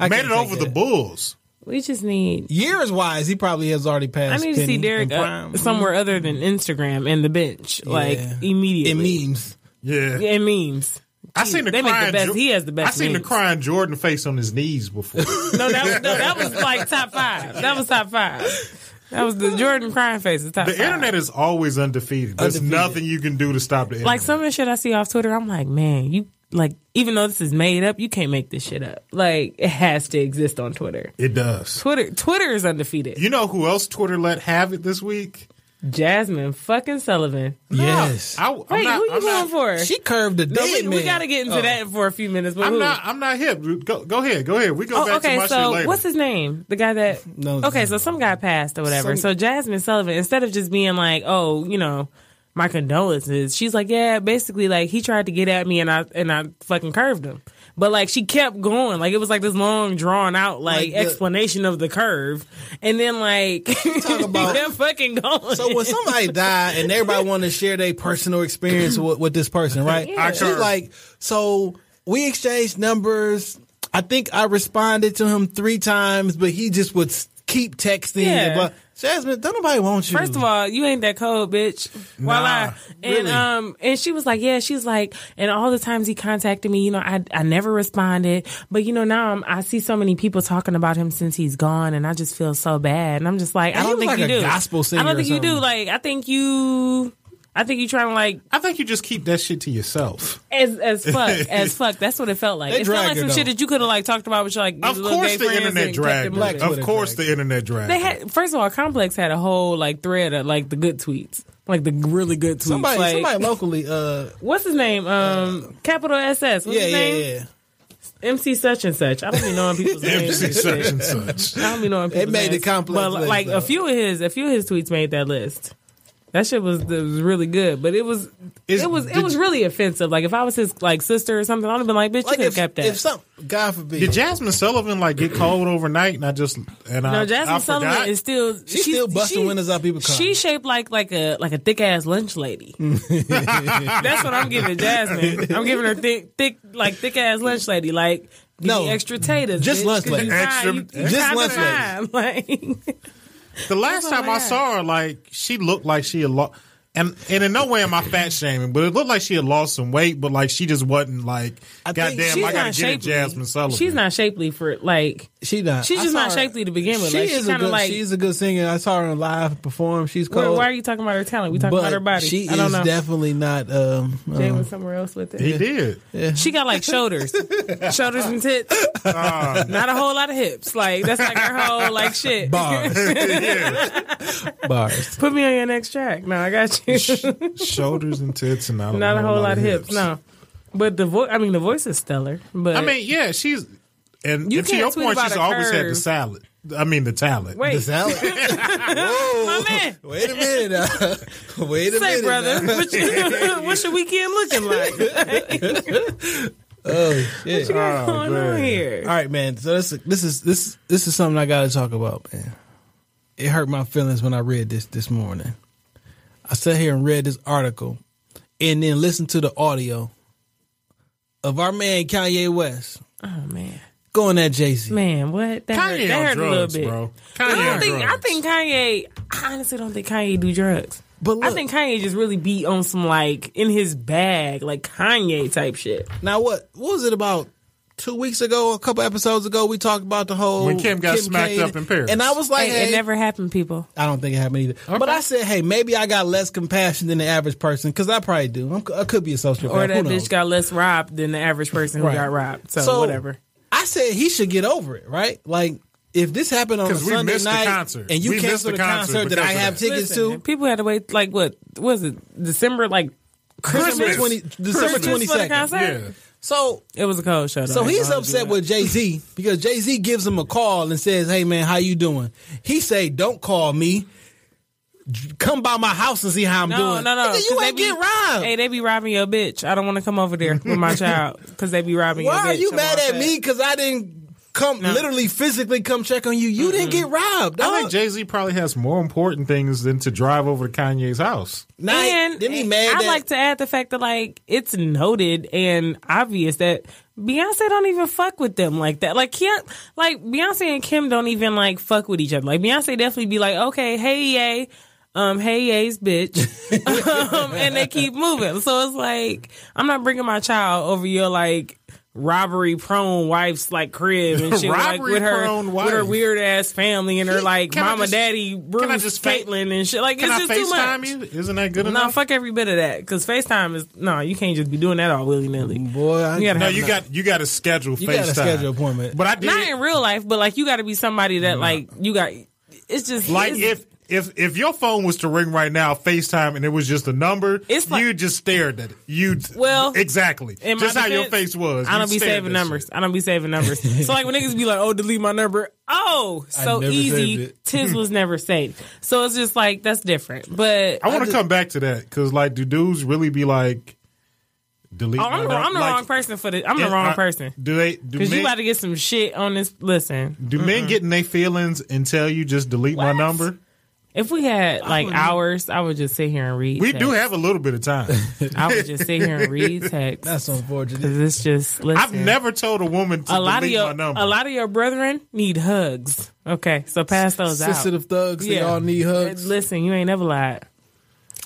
S5: I
S6: Made
S5: can't
S6: it
S5: take
S6: over the
S5: that.
S6: Bulls.
S7: we just need.
S5: Years wise, he probably has already
S7: I
S5: passed.
S7: need to see
S5: Penny
S7: Derek
S5: in prime.
S7: uh, somewhere other than Instagram and the bench, like
S5: Yeah. in
S7: immediately.
S5: memes.
S6: Yeah.
S7: And memes.
S6: I seen the
S7: They make the
S6: crying.
S7: best-
S6: Jo-
S7: he has the best
S6: I seen
S7: knees.
S6: the crying Jordan face on his knees before.
S7: No, that was, no, that was like top five. That was top five. That was the Jordan crying face. Is top
S6: the
S7: five.
S6: internet is always undefeated. There's
S5: Undefeated.
S6: nothing you can do to stop the internet.
S7: like some of the shit I see off Twitter, I'm like, man, you like even though this is made up, you can't make this shit up. Like it has to exist on Twitter.
S6: it does.
S7: Twitter Twitter is undefeated.
S6: You know who else Twitter let have it this week?
S7: Jasmine fucking Sullivan.
S5: Yes.
S6: I, am
S7: Wait,
S6: not,
S7: who you
S6: I'm
S7: going
S6: not,
S7: for?
S5: She curved the
S7: No,
S5: dead
S7: we,
S5: man.
S7: we gotta get into that for a few minutes. But
S6: Oh. I'm
S7: who?
S6: not. I'm not hip. Go, go ahead. Go ahead. We go
S7: Oh,
S6: back to
S7: okay,
S6: my shit
S7: so
S6: later.
S7: what's his name? The guy that.
S5: No,
S7: okay, so some guy passed or whatever. so Jasmine Sullivan, instead of just being like, "Oh, you know, my condolences," she's like, "Yeah, basically, like he tried to get at me and I and I fucking curved him." But like she kept going, like it was like this long drawn out like,
S5: Like the-
S7: explanation of the curve, and then like
S5: Talk about-
S7: they're fucking going.
S5: So when somebody died and everybody wanted to share their personal experience with, with this person, right?
S6: I
S5: She's
S6: curved.
S5: like, so we exchanged numbers. I think I responded to him three times, but he just would s- keep texting.
S7: Yeah.
S5: But Jasmine, don't nobody want you.
S7: First of all, you ain't that cold, bitch. Voila. and
S5: Hmm. really.
S7: um and she was like, Yeah, she's like, and all the times he contacted me, you know, I I never responded. But you know, now I'm, I see so many people talking about him since he's gone and I just feel so bad. And I'm just like,
S5: And
S7: I
S5: he
S7: don't
S5: was
S7: think
S5: like
S7: you
S5: a
S7: do.
S5: gospel singer
S7: I don't
S5: or
S7: think you do.
S5: something.
S7: Like, I think you I think you trying to like
S6: I think you just keep that shit to yourself.
S7: as as fuck as fuck. That's what it felt like.
S5: They
S7: it felt
S5: dragged
S7: like
S5: her,
S7: some shit
S5: though.
S7: that you could have like talked about with your like
S6: Of
S7: little
S6: course,
S7: gay
S6: the
S7: friends
S6: internet
S7: and kept it
S6: dragged.
S7: moving.
S5: Black
S6: Of
S5: Twitter
S6: course,
S5: dragged.
S6: the internet dragged.
S7: They had first of all, Complex had a whole like thread of like the good tweets, like the really good tweets.
S5: somebody,
S7: like,
S5: somebody locally, uh,
S7: what's his name? Um, Capital SS. What's
S5: yeah,
S7: his
S5: yeah,
S7: name?
S5: yeah.
S7: MC such and such. I don't be knowing people's names.
S6: MC
S7: and
S6: such
S7: shit.
S6: and such.
S7: I don't be knowing. people's
S5: made the
S7: names.
S5: Complex
S7: but
S5: list,
S7: like
S5: though.
S7: a few of his, a few of his tweets made that list. That shit was, it was really good, but it was
S6: Is-
S7: it was
S6: did
S7: it was
S6: you-
S7: really offensive. Like if I was his like sister or something, I'd have been like, "Bitch, you
S5: Like
S7: could have
S5: if,
S7: kept that."
S5: if some, God forbid,
S6: Did Jasmine Sullivan like get cold overnight? And I just and I,
S7: No, Jasmine
S6: I
S7: Sullivan
S6: forgot.
S7: is still she's
S5: still busting windows out people's cars.
S7: She shaped like like a like a thick ass lunch lady. That's what I'm giving Jasmine. I'm giving her thick thick like thick ass lunch lady. Like give
S5: No,
S7: me extra taters,
S5: just
S7: bitch,
S5: lunch
S7: 'cause you
S5: lady.
S7: tired, you-
S6: Extra-
S7: you
S5: just
S7: tired
S5: lunch
S7: of time. Like
S6: the last
S7: That's all
S6: time
S7: I
S6: I,
S7: got.
S6: saw her, like she looked like she had lost. And, and in no way am I fat shaming, but it looked like she had lost some weight, but like she just wasn't like,
S5: I think
S6: goddamn,
S7: she's
S6: I gotta
S7: not
S6: get at
S7: shapely.
S6: Jasmine Sullivan.
S7: She's not shapely for like.
S5: she not.
S7: She's
S5: I
S7: just
S5: saw
S7: not
S5: her-
S7: shapely to begin with.
S5: She
S7: like,
S5: is
S7: she
S5: a
S7: kind of
S5: good.
S7: like.
S5: she's a good singer. I saw her live perform. She's
S7: why,
S5: cool.
S7: why are you talking about her talent? We talking
S5: but
S7: about her body.
S5: She
S7: I don't
S5: is
S7: know.
S5: definitely not. Um, uh,
S7: Jay was somewhere else with it.
S6: He did.
S7: She got like shoulders, shoulders and tits.
S6: Ah.
S7: Not a whole lot of hips. Like that's like her whole like shit.
S5: bars, bars.
S7: Put me on your next track. No, I got you.
S6: Shoulders and tits and not,
S7: Not a whole lot, of hips. No, but the voice. I mean, the voice is stellar. But
S6: I mean, yeah, she's and,
S7: You
S6: and to
S7: can't
S6: your
S7: tweet
S6: point,
S7: about
S6: she's
S7: a
S6: always had the
S7: curve.
S6: salad. I mean, the talent.
S7: wait,
S5: The salad. Whoa.
S7: my man.
S5: Wait a minute. now. Wait a
S7: Say,
S5: minute.
S7: brother,
S5: now.
S7: what, you, what's your weekend looking like?
S5: Oh shit. All
S7: What's going on here?
S5: right, man. So this this is this this is something I got to talk about, man. It hurt my feelings when I read this this morning. I sat here and read this article, and then listened to the audio of our man Kanye West
S7: Oh man,
S5: Going at Jay Z.
S7: Man, what? That hurt,
S6: Kanye
S7: that
S6: on
S7: hurt a
S6: drugs,
S7: little bit.
S6: bro.
S7: I
S6: Kanye on
S7: don't think. I
S6: drugs.
S7: think Kanye. I honestly don't think Kanye do drugs.
S5: But
S7: I
S5: look-
S7: think Kanye just really be on some like in his bag, like Kanye type shit.
S5: Now what? What was it about? Two weeks ago, a couple episodes ago, we talked about the whole
S6: When Kim got smacked
S5: K-
S6: up in Paris.
S5: and I was like,
S7: Hey,
S5: hey,
S7: it never happened, people.
S5: I don't think it happened either. But I said, hey, maybe I got less compassion than the average person because I probably do. I'm, I could be a sociopath.
S7: Or that
S5: Who knows?
S7: bitch got less robbed than the average person
S5: Right.
S7: who got robbed. So, whatever.
S5: I said he should get over it, right? Like if this happened on a
S6: 'Cause we
S5: Sunday
S6: missed the
S5: night
S6: concert.
S5: and you
S6: We missed
S5: canceled
S6: the
S5: a concert,
S6: concert
S5: that I
S6: because of
S5: have
S6: that.
S5: tickets
S7: Listen,
S5: to,
S7: people had to wait like what was it December like Christmas,
S5: December twenty December
S7: Christmas
S5: twenty
S7: for the
S5: second.
S7: concert?
S6: Yeah.
S5: So
S7: It was a cold show. though.
S5: so
S7: I ain't
S5: he's
S7: gonna do
S5: upset
S7: that.
S5: with Jay Z because Jay Z gives him a call and says, "Hey man, how you doing?" He say, "Don't call me. J- Come by my house and see how I'm
S7: No,
S5: doing."
S7: no, no.
S5: Nigga,
S7: 'cause
S5: you
S7: they
S5: ain't
S7: be-
S5: get robbed.
S7: Hey, they be robbing your bitch. I don't want to come over there with my child because they be robbing your bitch.
S5: Why are you
S7: I'm
S5: mad at
S7: upset.
S5: me? Because I didn't come literally physically come check on you. You didn't get robbed.
S6: I
S7: Oh.
S5: dog.
S6: think Jay Z probably has more important things than to drive over to Kanye's house.
S5: Now,
S7: And
S5: then he mad.
S7: eh, I
S5: that-
S7: like to add the fact that like it's noted and obvious that Beyonce don't even fuck with them like that. Like Kim, like Beyonce and Kim don't even like fuck with each other. Like Beyonce definitely be like, okay, hey yay. Um, hey, yay's bitch, um, and they keep moving. So it's like I'm not bringing my child over your like robbery prone wife's like crib and shit, like with her
S6: Robbery-prone
S7: with her
S6: wife.
S7: weird ass family and her like
S6: can I
S7: mama,
S6: just-
S7: daddy, Bruce,
S6: can I just fa-
S7: Caitlyn and shit. Like
S6: Can
S7: it's
S6: I
S7: just too much.
S6: FaceTime you? Isn't that good
S7: No,
S6: enough?
S7: fuck every bit of that. Because FaceTime is no, you can't just be doing that all willy nilly.
S5: Boy, I-
S7: you gotta
S6: no,
S7: have
S6: you
S7: enough.
S6: got you got to schedule
S5: You
S6: FaceTime.
S5: gotta schedule appointment.
S6: But I did
S7: not in real life, but like you got to be somebody that like you got. It's just
S6: like
S7: it's,
S6: if if if your phone was to ring right now, FaceTime, and it was just a number,
S7: It's like-
S6: you just stared at it. You
S7: Well,
S6: exactly,
S7: in my
S6: just how your
S7: defense,
S6: face was.
S7: I
S6: You
S7: don't be
S6: stared
S7: saving
S6: at that
S7: numbers.
S6: shit.
S7: I don't be saving numbers. so like when niggas be like, "Oh, delete my number." Oh, so
S5: never saved
S7: easy.
S5: it.
S7: Tiz was never saved. So it's just like that's different. But
S6: I want to come back to that because like, do dudes really be like delete?
S7: oh,
S6: my
S7: I'm, the-
S6: num-
S7: I'm the
S6: like,
S7: wrong person for the. I'm the
S6: and
S7: wrong
S6: I-
S7: person
S6: Do they? Do
S7: because
S6: men,
S7: you about to get some shit on this. Listen,
S6: do men get in their feelings and tell you just delete my
S7: What?
S6: number?
S7: if we had like hours, I would just sit here and read.
S6: We do
S7: text.
S6: have a little bit of time.
S7: I would just sit here and read text.
S5: That's unfortunate.
S7: Cause it's just listen.
S6: I've never told a woman to
S7: a lot of
S6: delete
S7: your
S6: my number.
S7: a lot of your brethren need hugs. Okay, so pass those
S5: Sensitive thugs, they
S7: Yeah.
S5: all need
S7: out.
S5: hugs.
S7: Listen, you ain't never lied.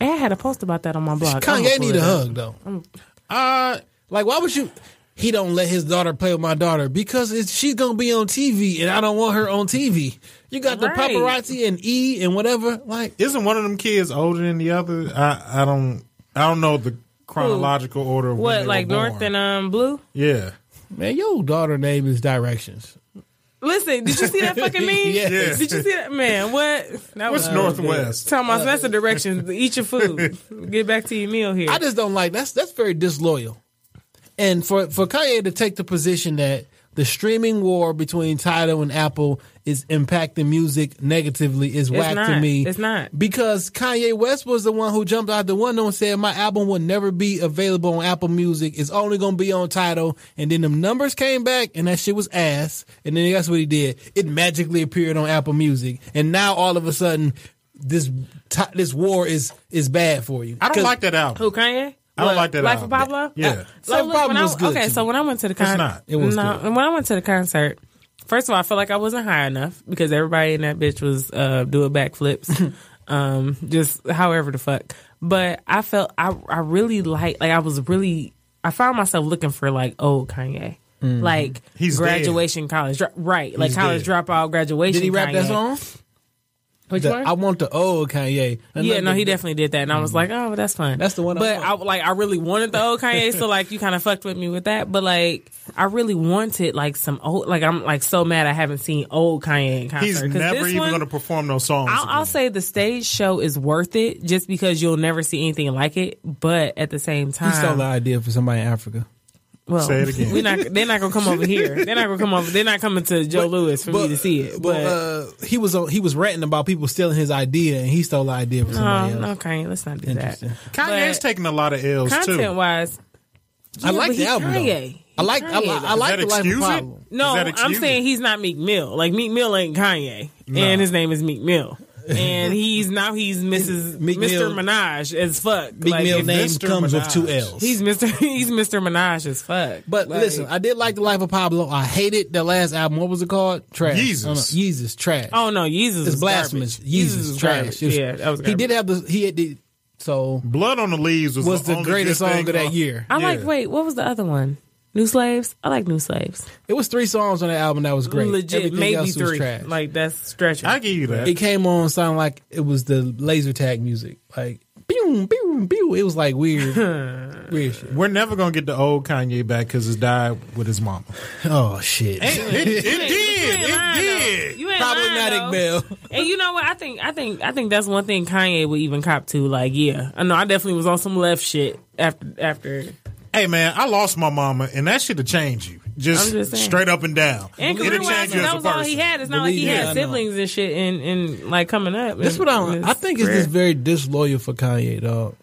S7: And I had a post about that on my blog. I'ma
S5: Kanye
S7: pull
S5: need
S7: it
S5: a
S7: up.
S5: hug
S7: Mm.
S5: though. Uh, like why would you? He don't let his daughter play with my daughter because it's, she's gonna be on TV and I don't want her on TV. You got the
S7: Right.
S5: paparazzi and E and whatever. Like
S6: Isn't one of them kids older than the other? I, I don't I don't know the chronological order. Of when
S7: What
S6: they
S7: like
S6: were
S7: North
S6: born.
S7: and um Blue?
S6: yeah.
S5: man, your daughter name is Directions.
S7: Listen, did you see that fucking meme?
S5: Yeah.
S6: Yeah.
S7: Did you see that man? What? That
S6: What's
S7: was
S6: Northwest?
S7: Tell my that's the directions. Eat your food. Get back to your meal here.
S5: I just don't like that's that's very disloyal. And for for Kanye to take the position that the streaming war between Tidal and Apple is impacting music negatively is whack to
S7: not.
S5: me.
S7: It's not.
S5: because Kanye West was the one who jumped out the window and said my album will never be available on Apple Music. It's only going to be on Tidal. And then the numbers came back and that shit was ass. And then guess what he did? It magically appeared on Apple Music. And now all of a sudden. This ti- this war is is bad for you.
S6: I don't
S5: 'Cause-
S6: like that album.
S7: Who Kanye?
S6: I don't
S7: What,
S6: like that
S7: Life
S6: album.
S7: of Pablo.
S6: Yeah.
S7: Uh, So
S5: Life of
S7: look,
S5: Pablo
S7: when I-
S5: was good
S7: Okay,
S5: to
S7: so
S5: me.
S7: when I went to the concert,
S6: not.
S5: It was
S7: no.
S5: good.
S7: When I went to the concert, first of all, I felt like I wasn't high enough because everybody in that bitch was uh, doing backflips, um, just however the fuck. But I felt I I really like like I was really I found myself looking for like old Kanye.
S5: Mm-hmm.
S7: Like
S6: He's
S7: graduation college, dro- right? Like
S6: He's
S7: college
S6: dead.
S7: dropout, graduation.
S5: Did he rap that
S7: Kanye.
S5: song?
S7: Which
S5: The-
S7: one?
S5: I want the old Kanye.
S7: Yeah, no, he
S5: Another-
S7: definitely did that, and I was like, oh, that's fun.
S5: Mm-hmm. That's the one I
S7: But
S5: want.
S7: I, like, I really wanted the old Kanye, so like, you kind of fucked with me with that. But like, I really wanted like some old. Like, I'm like so mad I haven't seen old Kanye in concert.
S6: He's
S7: 'Cause
S6: never
S7: this
S6: even
S7: one-
S6: going to perform those songs.
S7: I'll, I'll
S6: again.
S7: say the stage show is worth it just because you'll never see anything like it. But at the same time,
S5: He stole the idea for somebody in Africa.
S7: well,
S6: Say it again.
S7: We're not. They're not gonna come over here. They're not gonna come over. They're not coming to Joe Lewis for me to see it. But,
S5: uh, he was on, he was ranting about people stealing his idea, and he stole the idea from somebody
S7: um,
S5: else.
S7: okay, let's not do that.
S5: Interesting.
S6: Kanye's
S7: but-
S6: taking a lot of L's
S7: Content
S6: too.
S7: wise,
S5: I like
S7: but
S5: the
S7: he
S5: album. though.
S7: Kanye.
S5: I like I,
S7: Kanye,
S5: li- I
S7: though.
S5: like the
S6: Does that
S5: life of
S6: excuse it?
S5: Pablo.
S7: No,
S6: Does that
S7: I'm
S6: excuse
S7: saying
S6: it?
S7: he's not Meek Mill. Like Meek Mill ain't Kanye, and his name is Meek Mill. and he's now he's Mrs.
S5: Meek Mill-
S7: Mr. Minaj as fuck.
S5: Big
S7: Like,
S5: Mill
S7: if
S5: name
S6: Mr.
S5: comes with two
S6: Minaj.
S5: L's.
S7: He's Mr. He's Mr. Minaj as fuck.
S5: but
S7: Like,
S5: listen, I did like the Life of Pablo. I hated the last album. What was it called? Trash.
S6: Yeezus.
S5: Oh, no, Yeezus trash.
S7: oh no, Jesus
S5: it's
S7: is
S5: blasphemous.
S7: garbage. Jesus
S5: Yeezus
S7: is
S5: trash.
S7: garbage.
S5: It was-
S7: yeah, that was.
S5: he
S7: Garbage.
S5: did have the he had the so
S6: Blood on the Leaves was,
S5: was
S6: the,
S5: the,
S6: only
S5: greatest
S6: good
S5: song
S6: thing
S5: of that
S6: on-
S5: year.
S7: I like.
S6: Yeah.
S7: Wait, what was the other one? New Slaves. I like New Slaves.
S5: It was three songs on that album that was great.
S7: Legit,
S5: Everything
S7: maybe
S5: else was
S7: three.
S5: trash.
S7: Like that's stretching.
S6: I give you that.
S5: it came on sounding like it was the laser tag music. Like pew, pew, pew. It was like weird. weird shit.
S6: We're never gonna get the old Kanye back because he died with his mama.
S5: Oh shit.
S6: It, it, it
S7: You ain't- you
S6: did.
S7: ain't
S6: It
S7: lying, though.
S6: did.
S7: You ain't
S5: Problematic
S7: lying, though.
S5: Bell.
S7: And you know what? I think I think I think that's one thing Kanye would even cop to. Like, yeah, I know I definitely was on some left shit after after.
S6: Hey man, I lost my mama, and that should have changed you. Just,
S7: I'm just saying.
S6: straight up and down. It'd
S7: And career
S6: have
S7: wise,
S6: changed you as
S7: that
S6: a
S7: was all he
S6: person.
S7: had. It's not like he
S5: Believe me, I
S7: had
S5: know.
S7: siblings and shit and and like coming up.
S5: That's what I'm. I think it's just very disloyal for Kanye, dog.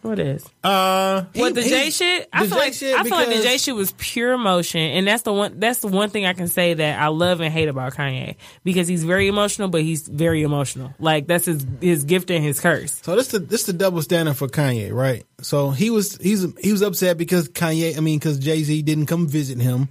S7: What is?
S6: Uh,
S7: What the
S5: He-
S7: J
S5: he-
S7: shit? I
S5: the
S7: feel
S5: J
S7: like
S5: shit
S7: I feel like the J
S5: because-
S7: shit was pure emotion, and that's the one. That's the one thing I can say that I love and hate about Kanye because he's very emotional, but he's very emotional. Like that's his his gift and his curse.
S5: So this the this the double standard for Kanye, right? So he was he's he was upset because Kanye, I mean, because Jay Z didn't come visit him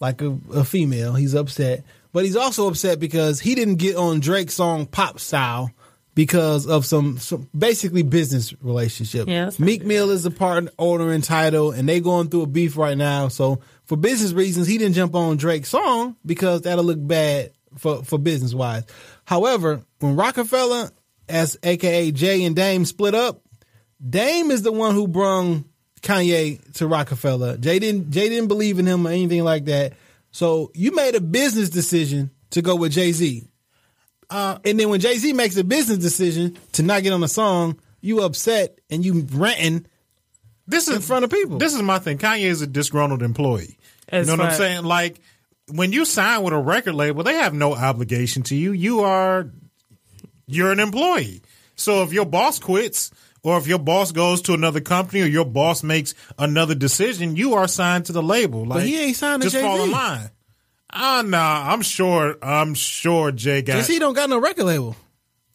S5: like a, a female. He's upset, but he's also upset because he didn't get on Drake's song "Pop Style" because of some, some basically business relationship.
S7: Yeah, that's not
S5: Meek Mill is a part owner and title, and they going through a beef right now. So for business reasons, he didn't jump on Drake's song because that'll look bad for for business wise. However, when Rockefeller, as AKA Jay and Dame, split up, Dame is the one who brung Kanye to Rockefeller. Jay didn't Jay didn't believe in him or anything like that. So you made a business decision to go with Jay Z. And then when Jay Z makes a business decision to not get on a song, you upset and you ranting.
S6: this is
S5: In front of people.
S6: This is my thing. Kanye is a disgruntled employee.
S7: As
S6: you know what I'm
S7: fuck.
S6: saying? Like when you sign with a record label, they have no obligation to you. You are you're an employee. So if your boss quits or if your boss goes to another company or your boss makes another decision, you are signed to the label. Like
S5: he ain't signed to
S6: Just fall
S5: Jay-Z.
S6: in line. Ah, nah. I'm sure. I'm sure Jay got.
S5: Jay Z don't got no record label.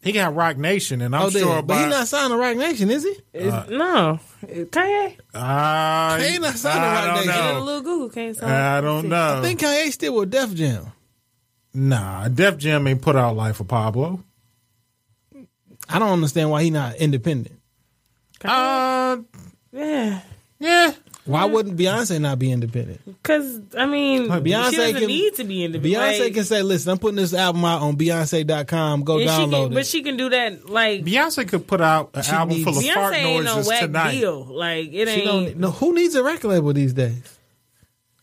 S6: he got Rock Nation, and I'm
S5: Oh,
S6: sure.
S5: sure, but
S6: by-
S5: he not signed to Rock Nation, is he?
S7: no, Kanye.
S6: I,
S5: He ain't not signed to
S6: I
S5: Rock
S6: don't
S5: Nation.
S6: know.
S7: A little Google can't sign.
S5: Uh,
S6: I don't know.
S5: I think Kanye still with Def Jam.
S6: Nah, Def Jam ain't put out Life of Pablo.
S5: I don't understand why he not independent.
S6: Uh,
S7: Yeah.
S6: yeah.
S5: Why wouldn't Beyonce not be independent?
S7: Because, I mean,
S5: Beyonce
S7: she doesn't
S5: can-
S7: need to be independent.
S5: Beyonce
S7: Like,
S5: can say, "Listen, I'm putting this album out on Beyonce.com. Go
S7: and she
S5: download
S7: can,
S5: it."
S7: But she can do that, like,
S6: Beyonce could put out an
S5: She
S6: album
S5: needs-
S6: full of
S7: Beyonce
S6: fart
S7: ain't no
S6: noises
S7: whack
S6: tonight.
S7: deal. Like, it
S5: She
S7: ain't.
S5: don't. No, who needs a record label these days?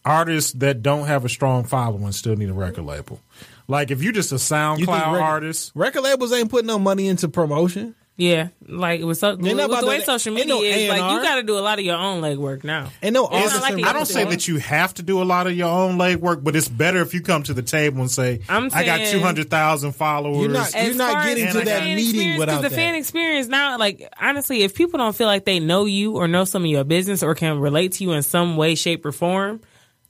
S6: Artists that don't have a strong following still need a record label. Like if you just a SoundCloud
S5: think record-
S6: artist,
S5: Record labels ain't putting no money into promotion.
S7: yeah. Like, with, so, with
S5: not about
S7: the way
S5: to-
S7: social
S5: ain't
S7: media
S5: no
S7: is, like,
S5: A&R.
S7: you got to do a lot of your own legwork now.
S5: Ain't no
S7: not
S5: artist.
S7: like
S5: in-
S7: it
S6: I don't say that you have to do a lot of your own legwork, but it's better if you come to the table and say,
S7: I'm
S6: "I got
S7: saying-
S6: two hundred thousand followers."
S5: You're not-
S7: As
S5: not
S7: far
S5: getting
S7: as
S6: to
S7: the
S6: that
S7: fan
S5: meeting
S7: experience, 'cause
S5: without
S7: the
S5: that.
S7: fan experience now. Like honestly, if people don't feel like they know you or know some of your business or can relate to you in some way, shape, or form,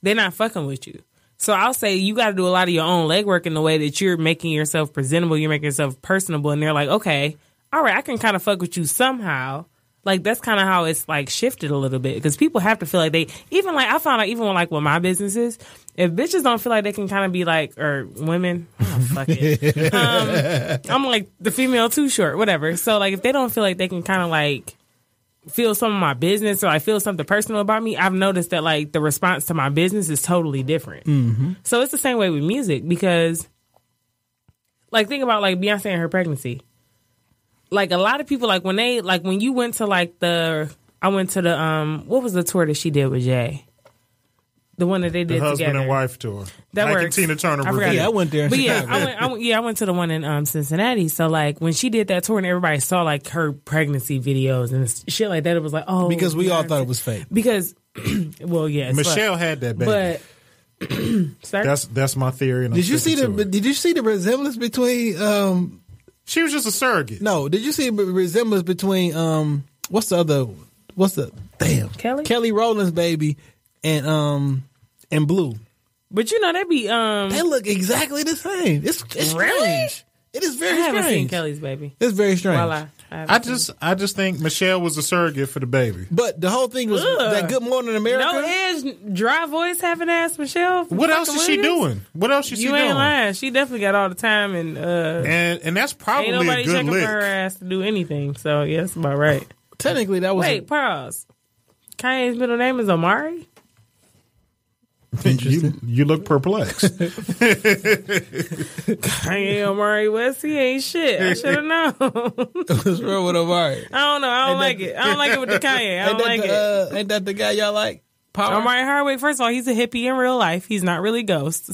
S7: they're not fucking with you. So I'll say you got to do a lot of your own legwork in the way that you're making yourself presentable, you're making yourself personable, and they're like, okay, all right, I can kind of fuck with you somehow. Like that's kind of how it's like shifted a little bit because people have to feel like they even like I found out even like with my businesses, if bitches don't feel like they can kind of be like or women, oh, fuck it, I'm like the female too short, whatever. So like if they don't feel like they can kind of like feel some of my business or I feel something personal about me, I've noticed that like the response to my business is totally different. So it's the same way with music because like think about like Beyonce and her pregnancy. Like a lot of people like when they like when you went to like the I went to the um what was the tour that she did with Jay? The one that they
S6: the
S7: did
S6: husband
S7: together.
S6: and wife tour.
S7: That
S6: like
S7: works.
S6: a Tina Turner
S7: I forgot
S6: review.
S5: Yeah, I went there. in
S7: But yeah,
S5: Chicago.
S7: I went, I went. Yeah, I went to the one in um, Cincinnati. So like when she did that tour and everybody saw like her pregnancy videos and s- shit like that, it was like oh
S5: because we all thought it was fake.
S7: because well yeah it's
S6: Michelle
S7: fucked.
S6: had that baby.
S7: but sorry
S6: that's that's my theory. And I'm
S5: Did you see
S6: sticking
S5: the?
S6: to it.
S5: Did you see the resemblance between? um
S6: She was just a surrogate.
S5: No, did you see the resemblance between? um What's the other? What's the damn
S7: Kelly?
S5: Kelly Rowland's baby and um and Blue.
S7: but you know that be um
S5: They look exactly the same. It's, it's
S7: Really?
S5: strange. It is
S7: I
S5: very
S7: haven't seen
S5: strange.
S7: Kelly's baby.
S5: It's very strange.
S7: While I, I haven't
S6: I
S7: seen
S6: just, I just think Michelle was a surrogate for the baby.
S5: But the whole thing was
S7: Ugh.
S5: that Good Morning
S7: it.
S5: America.
S7: no edge, dry voice, having ass Michelle. from
S6: What else
S7: fucking
S6: is she
S7: Williams?
S6: doing? What else is she
S7: you ain't
S6: doing?
S7: lying. She definitely got all the time, and uh,
S6: And and that's probably
S7: ain't
S6: a
S7: nobody
S6: good
S7: checking
S6: lick.
S7: for her ass to do anything. So yeah, that's about right.
S5: Technically, that was
S7: Wait, pause. Kanye's middle name is Omari.
S6: You, you look perplexed.
S7: Kanye Omari West. He ain't shit. I should have known.
S5: what's wrong with Omari.
S7: I don't know. I don't like it. I don't like it with the Kanye. I
S5: Ain't
S7: don't
S5: that,
S7: like
S5: the,
S7: it.
S5: Uh, ain't that the guy y'all like? Power.
S7: Omari Hardwick, first of all, he's a hippie in real life. He's not really ghost.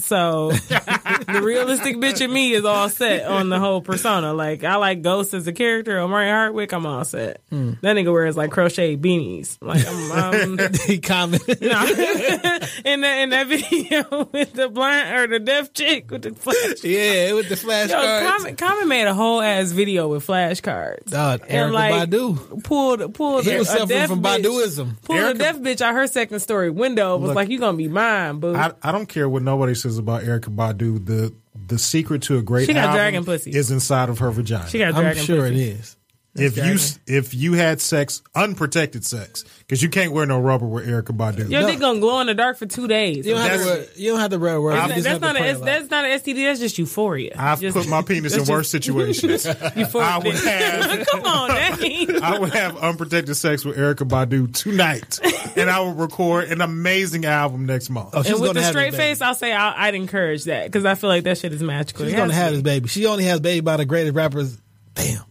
S7: So the realistic bitch in me is all set on the whole persona. Like I like ghost as a character. Omari Hardwick, I'm all set.
S5: Hmm.
S7: That nigga wears like crocheted beanies. Like I'm, I'm
S5: he commented.
S7: no. in that in that video with the blind or the deaf chick with the flash.
S5: yeah, with the
S7: Yo,
S5: flashcards.
S7: Common, Common made a whole ass video with flashcards.
S5: Dog, Erica
S7: like,
S5: Badu.
S7: Pulled pulled
S5: He
S7: a,
S5: was
S7: a
S5: suffering
S7: deaf
S5: from
S7: bitch.
S5: Baduism.
S7: Pulled a deaf bitch out her second story window. Was
S6: Look.
S7: like, you gonna be mine, boo.
S6: I, I don't care what nobody says about Erica Badu. The the secret to a great
S7: She got
S6: album
S7: dragon pussy.
S6: is inside of her vagina.
S7: she got
S5: I'm
S7: dragon
S5: sure
S7: pussy.
S5: it is.
S6: if you s- if you had sex unprotected sex because you can't wear no rubber with Erica Badu.
S7: Your dick gonna glow in the dark for two days.
S5: You don't have to. Wear,
S6: That's-
S5: you don't have to wear a word.
S7: that's, not a, that's not an STD. That's just euphoria.
S6: I've
S7: just,
S6: put my penis in worse situations.
S7: euphoria.
S6: I would have-
S7: Come on, that ain't-
S6: I would have unprotected sex with Erica Badu tonight, and I would record an amazing album next month.
S5: Oh, she's
S7: And with
S5: gonna
S7: a
S5: have
S7: straight
S5: his baby.
S7: face, I'll say I, I'd encourage that because I feel like that shit is magical.
S5: She's
S7: It
S5: gonna
S7: has
S5: have
S7: to
S5: his baby. She only has baby by the greatest rappers. Damn.
S7: be. Go-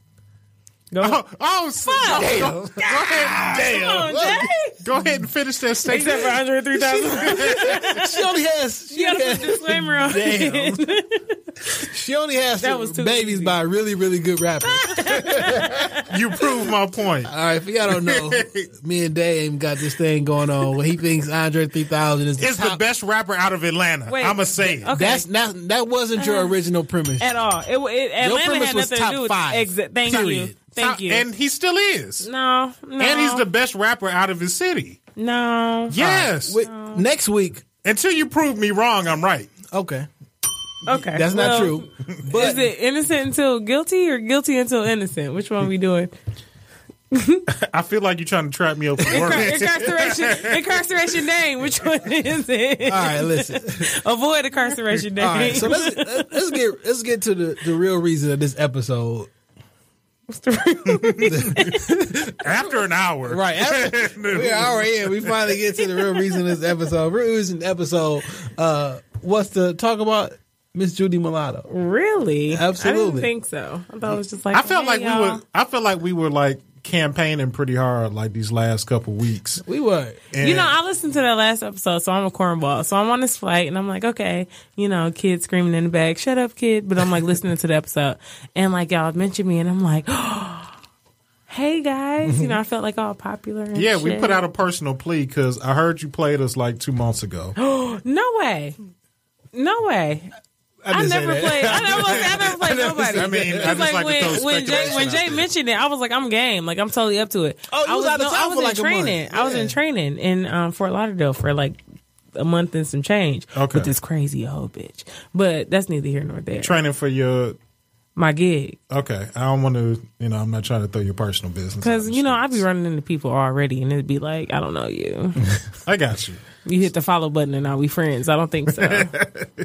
S6: Oh, oh, so- go, go ahead,
S7: Come on,
S6: damn.
S7: Jay.
S6: Go ahead and finish that statement.
S7: Except for 103,000.
S5: She only has. She,
S7: You gotta
S5: has-
S7: put a disclaimer on.
S5: Damn. she only has
S7: That was too
S5: babies
S7: easy.
S5: by really, really good rappers.
S6: You prove my point.
S5: All right, if y'all don't know, me and Dame got this thing going on where he thinks Andre 3000 is the
S6: It's the
S5: top.
S6: best rapper out of Atlanta.
S7: Wait.
S6: I'ma say it.
S7: Okay. Uh-huh.
S5: That's not, that wasn't your original premise.
S7: At all. It, wa- it, Atlanta
S5: premise
S7: had
S5: was
S7: nothing to
S5: top
S7: do with
S5: five,
S7: Exa- Thank you.
S5: period.
S7: Thank you.
S6: And he still is.
S7: no, no.
S6: And he's the best rapper out of his city.
S7: No.
S6: Yes.
S5: Wait, Next week,
S6: Until you prove me wrong, I'm right.
S5: okay,
S7: Okay.
S5: that's not
S7: well,
S5: true.
S7: Is it innocent until guilty or guilty until innocent? Which one we doing?
S6: I feel like you're trying to trap me up for work.
S7: incarceration, incarceration name. Which one is it?
S5: All right, listen.
S7: Avoid incarceration name.
S5: All right, so let's let's get let's get to the, the real reason of this episode.
S6: After an hour.
S5: Right. After, we are already in. We finally get to the real reason of this episode. Real reason of the episode uh, was to talk about Miss Judy Mulatto.
S7: really? I didn't
S5: Absolutely.
S7: think so. I thought it was just like
S6: I felt
S7: hey,
S6: like we
S7: y'all.
S6: were I felt like we were like campaigning pretty hard like these last couple weeks.
S5: We were.
S7: You know,
S6: And-
S7: I listened to that last episode, so I'm a cornball. So I'm on this flight, and I'm like, okay, you know, kid screaming in the back, shut up, kid. But I'm like listening to the episode, and like y'all mentioned me, and I'm like, hey guys, you know, I felt like all popular. And
S6: yeah, we
S7: shit.
S6: put out a personal plea because I heard you played us like two months ago.
S7: no way, no way. I,
S5: didn't say
S7: never
S5: that.
S7: played. I never, I never played nobody.
S6: I mean, I
S7: It's
S6: just
S7: like,
S6: like to
S7: when
S6: throw
S7: when Jay
S6: speculation
S7: when
S6: out
S7: Jay
S6: there.
S7: mentioned it, I was like, I'm game. Like I'm totally up to it.
S5: Oh, you
S7: I
S5: was out of town
S7: I was
S5: for
S7: in
S5: like a month.
S7: training. I was in
S5: Yeah.
S7: training in um, Fort Lauderdale for like a month and some change
S6: Okay.
S7: with this crazy old bitch. But that's neither here nor there.
S6: Training for your
S7: My gig.
S6: okay. I don't want to. You know, I'm not trying to throw your personal business. out
S7: Because,
S6: in the
S7: you know, I'd
S6: streets.
S7: be running into people already and it'd be like, I don't know you.
S6: I got you.
S7: You hit the follow button and are we friends? I don't think so.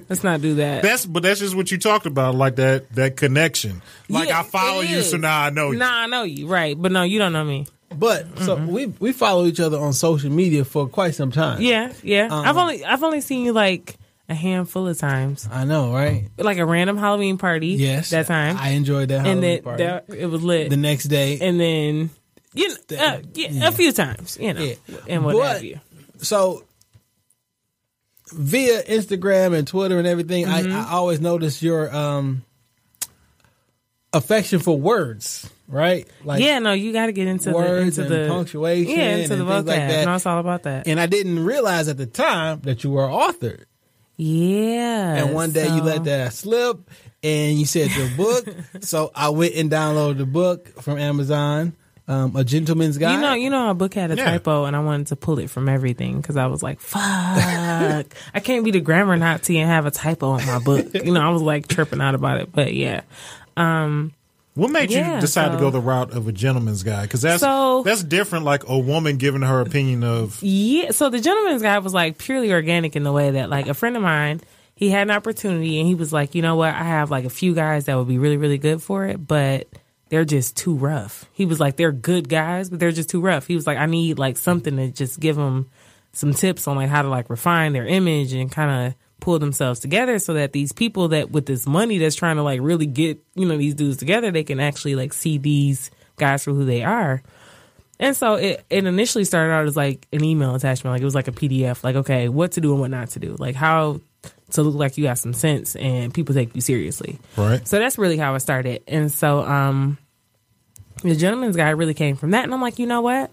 S7: Let's not do that.
S6: That's but that's just what you talked about, like that that connection. Like
S7: Yeah,
S6: I follow
S7: it
S6: you,
S7: is.
S6: so now I know you.
S7: Nah, I know you. Right. But no, you don't know me.
S5: But so
S7: Mm-hmm.
S5: we we follow each other on social media for quite some time.
S7: Yeah, yeah. I've
S5: Um,
S7: only I've only seen you like a handful of times,
S5: I know, right?
S7: like a random Halloween party.
S5: Yes,
S7: that time,
S5: I enjoyed that
S7: and
S5: Halloween
S7: then
S5: party.
S7: that it was lit.
S5: the next day,
S7: and then you know, uh,
S5: That-
S7: yeah,
S5: yeah.
S7: a few times, you know,
S5: Yeah.
S7: and what
S5: But-
S7: have you.
S5: so via Instagram and Twitter and everything,
S7: Mm-hmm.
S5: I, I always notice your um affection for words, right? Like,
S7: yeah, no, you got to get into
S5: words
S7: the into
S5: and
S7: the
S5: punctuation
S7: yeah, into
S5: and
S7: the vocab.
S5: things like that.
S7: No, it's all about that.
S5: And I didn't realize at the time that you were an author.
S7: yeah,
S5: And one day you
S7: so-
S5: let that slip and you said your book. so I went and downloaded the book from Amazon, um, A Gentleman's Guide.
S7: You know, you know, our book had a
S6: Yeah.
S7: typo, and I wanted to pull it from everything because I was like, "Fuck, I can't be the grammar Nazi and have a typo in my book." You know, I was like tripping out about it, but yeah,
S6: What made
S7: Yeah,
S6: you decide to
S7: so-
S6: go the route of a gentleman's guy? Because that's
S7: So-
S6: that's different. Like a woman giving her opinion of
S7: Yeah. So the gentleman's guy was like purely organic in the way that like a friend of mine, he had an opportunity and he was like, you know what, I have like a few guys that would be really, really good for it, but they're just too rough. He was like, they're good guys, but they're just too rough. He was like, I need like something to just give them some tips on like how to like refine their image and kind of pull themselves together so that these people that with this money that's trying to like really get you know these dudes together they can actually like see these guys for who they are and so it, it initially started out as like an email attachment. Like it was like a PDF, like, okay, what to do and what not to do. Like how to look like you have some sense and people take you seriously.
S6: right.
S7: So that's really how it started. And so um the gentleman's guy really came from that. And I'm like, you know what?